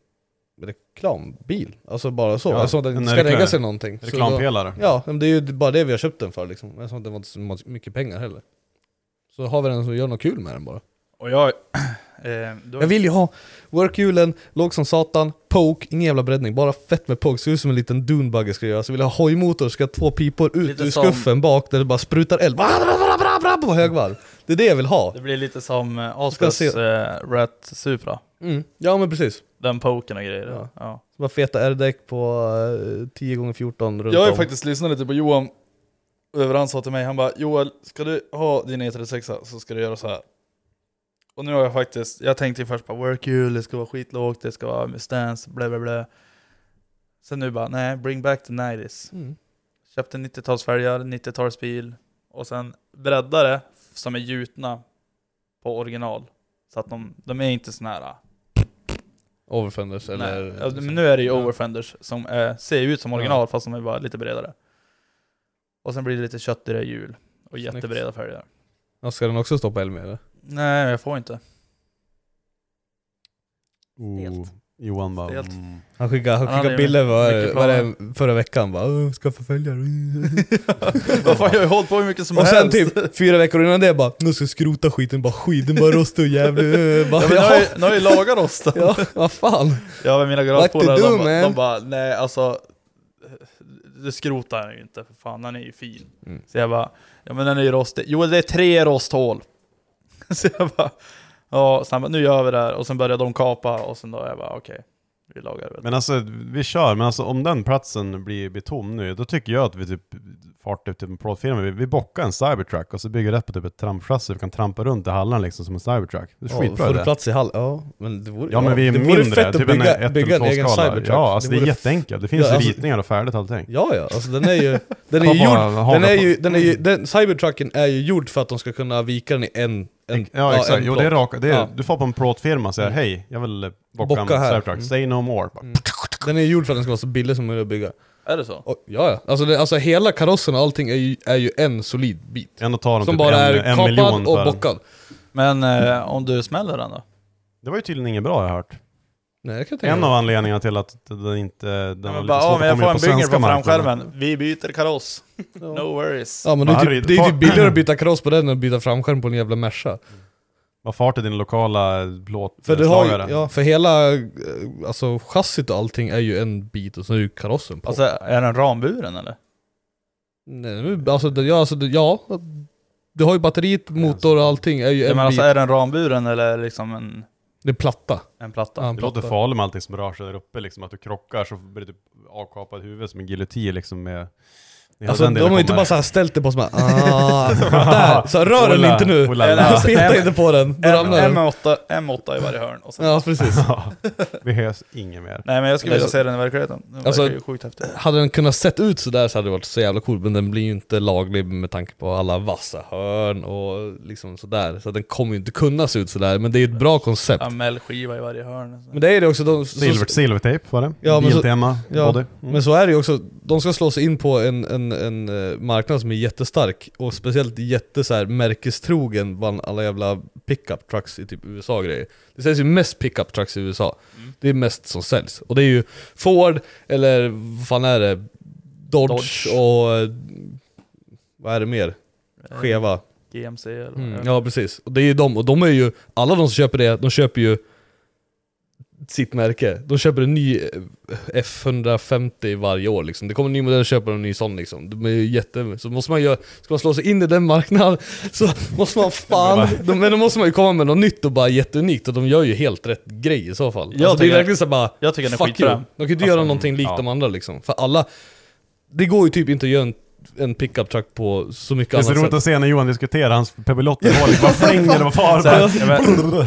reklambil. Alltså bara så,
Ja,
alltså att den
en
inte ska
reklam-
lägga sig någonting. Så
reklampelare.
Då, ja, men det är ju bara det vi har köpt den för liksom. Eftersom att det var inte så mat- mycket pengar heller. Så har vi den som gör något kul med den bara.
Och jag... [CLEARS THROAT] Eh, då,
Jag vill ju ha workhjulen, låg som satan, poke, ingen jävla breddning, bara fett med poke, ser ut som en liten dunbugger ska göra. Så vill jag ha hojmotor, ska ha två pipor ut
Lite
ur
som-
skuffen bak där det bara sprutar eld. På högvarv. Det är det jag vill ha.
det blir lite som eh,
Ska
Oscars
se.
eh, Rat Supra.
Mm. Ja men precis.
Den poken och grejer.
Ja.
Ja.
Som har feta R-däck på eh, 10x14 runt
Jag har ju
om.
faktiskt lyssnat lite på Johan. Över han sa till mig, han bara Joel, ska du ha din E36 så ska du göra så här. Och nu har jag faktiskt, jag tänkte ju först bara workhjul, det ska vara skitlågt, det ska vara Mustangs, bla bla bla. Sen nu bara, nej, bring back the 90s.
Mm.
Köpte 90-talsfälgar, 90-talsbil och sen breddare som är gjutna på original. Så att de, de är inte såna här...
Overfenders eller...
Nej. Ja, Men nu är det ju overfenders som är, ser ut som original
Ja.
fast som är bara lite bredare. Och sen blir det lite köttigare hjul och
Snyggt.
jättebreda fälgar.
Ja, ska den också stå på Elmia eller?
Nej, jag får inte.
Oh. Johan bara...
Stelt.
Mm.
Han skickade, han
Han hade
skickade
ju
bilder var,
mycket
var det förra veckan bara "Åh, ska förfölja
[LAUGHS] Vad fan, jag har ju hållit på hur mycket som
Och sen
helst.
typ fyra veckor innan det bara Nu ska jag skrota skiten, bara skiten bara rostar och jävligt [LAUGHS]
[LAUGHS] Ja,
bara,
men nu, har jag, nu har jag ju lagat oss då.
[LAUGHS] ja, vad fan?
Ja men mina
What
garagepolare,
to do,
de, ba-
man?
de bara nej alltså Du skrotar den ju inte för fan, den är ju fin.
Mm.
Så jag bara, ja men den är ju rostig. Jo det är tre rosthål. [LAUGHS] Så jag bara, ja, så han bara, nu gör vi det här. Och sen började de kapa och sen då jag bara okej, vi lagar det. väl.
Men alltså vi kör, men alltså om den platsen blir, blir tom nu, då tycker jag att vi typ fartar upp typ en plåtfirma. Vi, vi bockar en cybertruck och så bygger det på typ ett trampchassi, vi kan trampa runt i hallen liksom som en cybertruck. Det är
Ja,
skitbra
får
det.
du plats i hall? Ja, men det vore
Ja men vi är
det vore fett
mindre,
att
typ
bygga,
en 1
bygga en egen
skala
cybertruck.
Ja alltså det, är
vore
jätteenkelt, det finns
Ja, alltså-
ritningar och färdigt allting.
Ja, ja, alltså den
[LAUGHS]
är ju... Den är
Bara
ju gjord...
hagla
Den är
på.
ju, den är ju den, cybertrucken är ju gjord för att de ska kunna vika den i en... en
Ja exakt,
en
jo det är
plåt.
raka, det är,
Ja. Mm.
du får på en plåtfirma och säger hej, jag vill eh, bocka,
Bocka
en
här.
cybertruck,
Mm.
say no more. Bara,
Den är ju gjord för att den ska vara så billig som möjligt att bygga.
Är det så?
Och, ja, ja. Alltså, det, alltså hela karossen och allting är ju, är ju en solid bit.
Ändå tar de
Som
typ
bara
en,
är
en miljon
kapad
för
och
den.
bockad.
Men eh, om du smäller den då?
Det var ju tydligen inget bra jag har hört.
Nej, jag kan tänka
En
mig.
av anledningarna till att den inte... Den
Ja,
var
men
lite
bara,
svår
ja
att
men jag
komma
får
in på
en bynger
svenska
på
marknaden."
framskärmen, vi byter kaross. No worries.
Ja men det är,
Harry,
typ, det är
far-
typ billigare att byta kaross på den än att byta framskärm på en jävla Merca.
Vad fart är din lokala
För, du har,
plåtslagare?
ju- ja, för hela eh, alltså, chassit och allting är ju en bit och så är ju karossen på.
Alltså är den ramburen eller?
Nej, men alltså, det, ja, alltså det, ja, du har ju batteriet, motor och allting är ju
Ja,
en
men alltså
bit.
är den ramburen eller liksom en,
Det är platta.
en platta?
Ja, en
Det låter
platta.
farligt med allting som rör sig där uppe, liksom, att du krockar så blir det typ avkapat huvud som en giljotin liksom med... hela
Alltså
den
de
delen
har ju inte
kommer.
bara så här ställt det på som här,
[LAUGHS]
ah, där, så här, rör den
Ola,
inte nu.
Ola, Ola.
Eller-
Peta inte på den, då
M,
ramlar den.
M8, M8 i varje hörn. Och sen,
Ja precis.
Ja, behövs inget mer.
Nej men jag skulle vilja
Alltså-
se den i verkligheten. Den
Alltså-
verkar ju sjukt häftig.
Hade den kunnat sett ut sådär så hade det varit så jävla coolt, men den blir ju inte laglig med tanke på alla vassa hörn och liksom sådär. Så den kommer ju inte kunna se ut sådär, men det är ju ett bra koncept.
Amel-skiva i varje hörn.
Men det är det också, de,
Silver,
så,
silvertejp var det.
Ja, men så-
Biltema,
ja,
body. Mm.
men så är det ju också, de ska slå sig in på en, en, en eh, marknad som är jättestark och speciellt jätte så här, märkestrogen bland alla jävla pickup trucks i typ USA och grejer. Det säljs ju mest pickup trucks i USA. Det är mest som säljs. Och det är ju Ford, eller vad fan är det? Dodge,
Dodge.
och... eh, Vad är det mer? Cheva.
GMC eller
Mm,
mm,
ja precis. Och det är ju de, och de är ju, alla de som köper det, de köper ju sitt märke. De köper en ny eh, F150 varje år liksom. Det kommer en ny modell, köper de en ny sån liksom. De är ju jätte... Så måste man göra, ska man slå sig in i den marknaden [LAUGHS] så måste man fan... de, men då måste man ju komma med något nytt och bara jätteunikt och de gör ju helt rätt grej i så fall.
Jag
alltså, det är
tycker-
verkligen så här bara,
jag tycker den är
fuck you.
skitbra.
De kan ju inte göra någonting likt de andra liksom. För alla, det går ju typ inte att göra en, en pickup truck på så mycket
Det är
annat
så roligt
sätt.
att se när Johan diskuterar hans pebbelotter i hålet,
[LAUGHS]
bara flänger och far.
Så här, ja, men-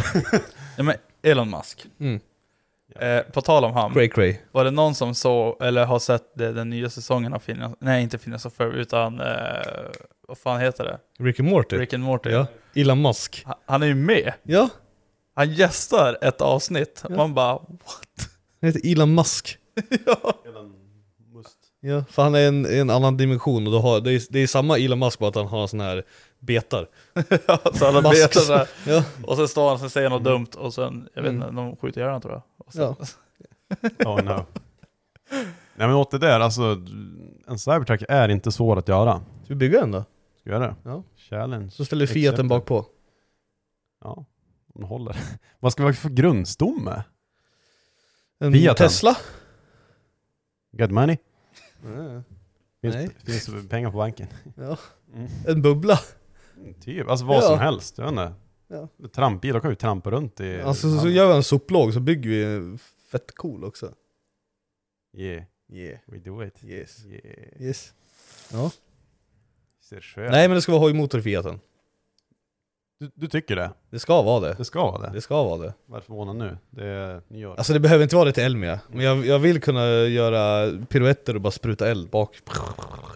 ja, men Elon Musk.
Mm.
Eh, på tal om han.
Cray cray.
Var det någon som såg, eller har sett det, den nya säsongen av Finlands, nej inte Finlands och Ferb, utan eh, vad fan heter det?
Rick and Morty.
Rick and Morty.
Ja. Elon Musk.
Ha- Han är ju med.
Ja.
Han gästar ett avsnitt.
Ja.
Man bara,
Han heter Elon Musk.
ja.
Ja, för han är en, en annan dimension och då har, det, är, det är samma Elon Musk bara att han har sån här betar.
så alla
Musk.
betar så här.
Ja. Mm.
Och sen står han, sen säger han något dumt och sen, jag vet inte, någon skjuter ihjäl honom tror jag. Och sen,
Ja.
Oh no. Nej men åter där, alltså en cybertruck är inte svår att göra.
Ska vi bygga den då?
Ska vi göra det?
Ja.
Challenge.
Så ställer Fiat den bak på.
Ja, om den håller. [LAUGHS] Vad ska vi ha för grundstomme?
En
Fiaten.
Tesla?
Good money?
Ja.
Finns,
Nej.
finns det pengar på banken? [LAUGHS]
Ja.
Mm.
En bubbla?
Typ, alltså vad
Ja.
som helst. Jag vet
Ja.
inte. Trampbilar kan ju trampa runt i...
Alltså så, så gör vi en soplåg så bygger vi en fett cool också.
Yeah,
Yeah.
we do it.
Yes.
Yeah.
Yes. Ja.
Ser skönt.
Nej men det ska vara hojmotor i Fiaten.
Du, du tycker det?
Det ska vara det.
Det ska vara det?
Det ska vara det.
Varför förvånad nu? Det är nyår.
Alltså det behöver inte vara det till Elmia, men jag, jag vill kunna göra piruetter och bara spruta eld bak.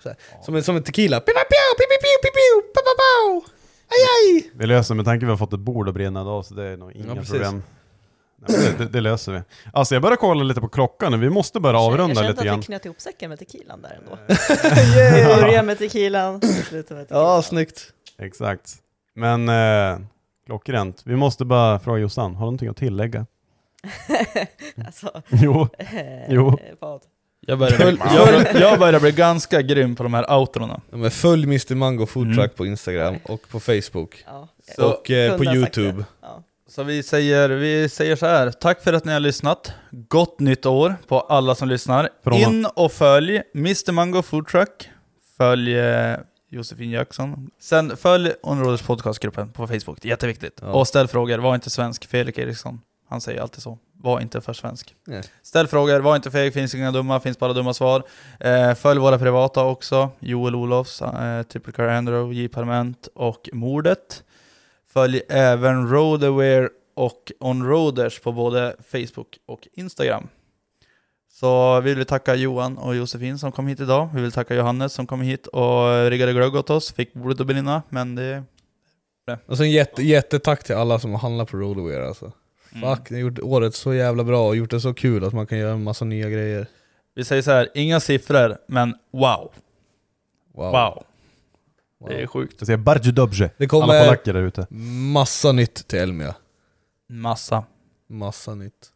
Så här. Som en, som en tequila. Piu, piu, piu, piu, piu, piu, piu, pa, pa, pau. Aj, aj!
Vi löser det med tanke på att vi har fått ett bord att brinna idag så det är nog inga
precis.
problem. Nej, men det, det, det löser vi. Alltså jag börjar kolla lite på klockan nu, vi måste börja
jag
avrunda
kände
lite
att
grann.
vi knöt ihop säcken med tequilan där [LAUGHS] ändå. Vi [LAUGHS] Börja med tequilan, sluta med tequilan.
Ja, snyggt.
Exakt. Men eh, klockrent. Vi måste bara fråga Jossan, har du någonting att tillägga?
alltså,
Jo,
eh,
Jo.
vad?
Jag, börjar bli,
Följ-
[LAUGHS] jag, jag börjar bli ganska grym på de här outrona.
Ja, men följ Mr Mango Food Truck
Mm.
på Instagram och på Facebook.
Ja.
Så-
och eh, på
Kunde ha sagt det.
Youtube.
Ja.
Så vi säger, vi säger så här, tack för att ni har lyssnat. Gott nytt år på alla som lyssnar.
Från-
In och följ Mr Mango Food Truck. Följ eh, Josefin Jackson. Sen följ Onroaders podcastgruppen på Facebook, det är jätteviktigt.
Ja.
Och ställ frågor, var inte svensk, Felix Eriksson. Han säger alltid så, var inte för svensk.
Nej.
Ställ frågor, var inte feg, finns inga dumma, finns bara dumma svar. Eh, följ våra privata också, Joel Olofs, eh, Typical Andrew, J Parlament och Mordet. Följ även Roadaware och Onroaders på både Facebook och Instagram. Så vi vill tacka Johan och Josefin som kom hit idag. Vi vill tacka Johannes som kom hit och eh, riggade glögg åt oss. Fick bordet att brinna, men det...
Och sen jätte, jättetack till alla som har handlat på Roadaware alltså.
Mm.
Fuck, ni har gjort året så jävla bra och gjort det så kul att man kan göra en massa nya grejer.
Vi säger så här, inga siffror, men wow.
Wow.
Wow. Det är sjukt.
jag säger Barju Dobje.
Det
Alla
kommer
polacker där ute.
massa nytt till Elmia.
Massa.
Massa nytt.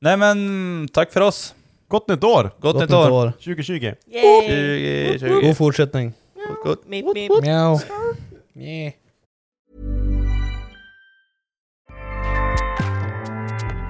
Nej men, tack för oss.
Gott nytt år!
Gott, nytt år.
2020.
Yay!
2020.
God fortsättning.
Gott.
Meep, meep.
Miau. Yeah.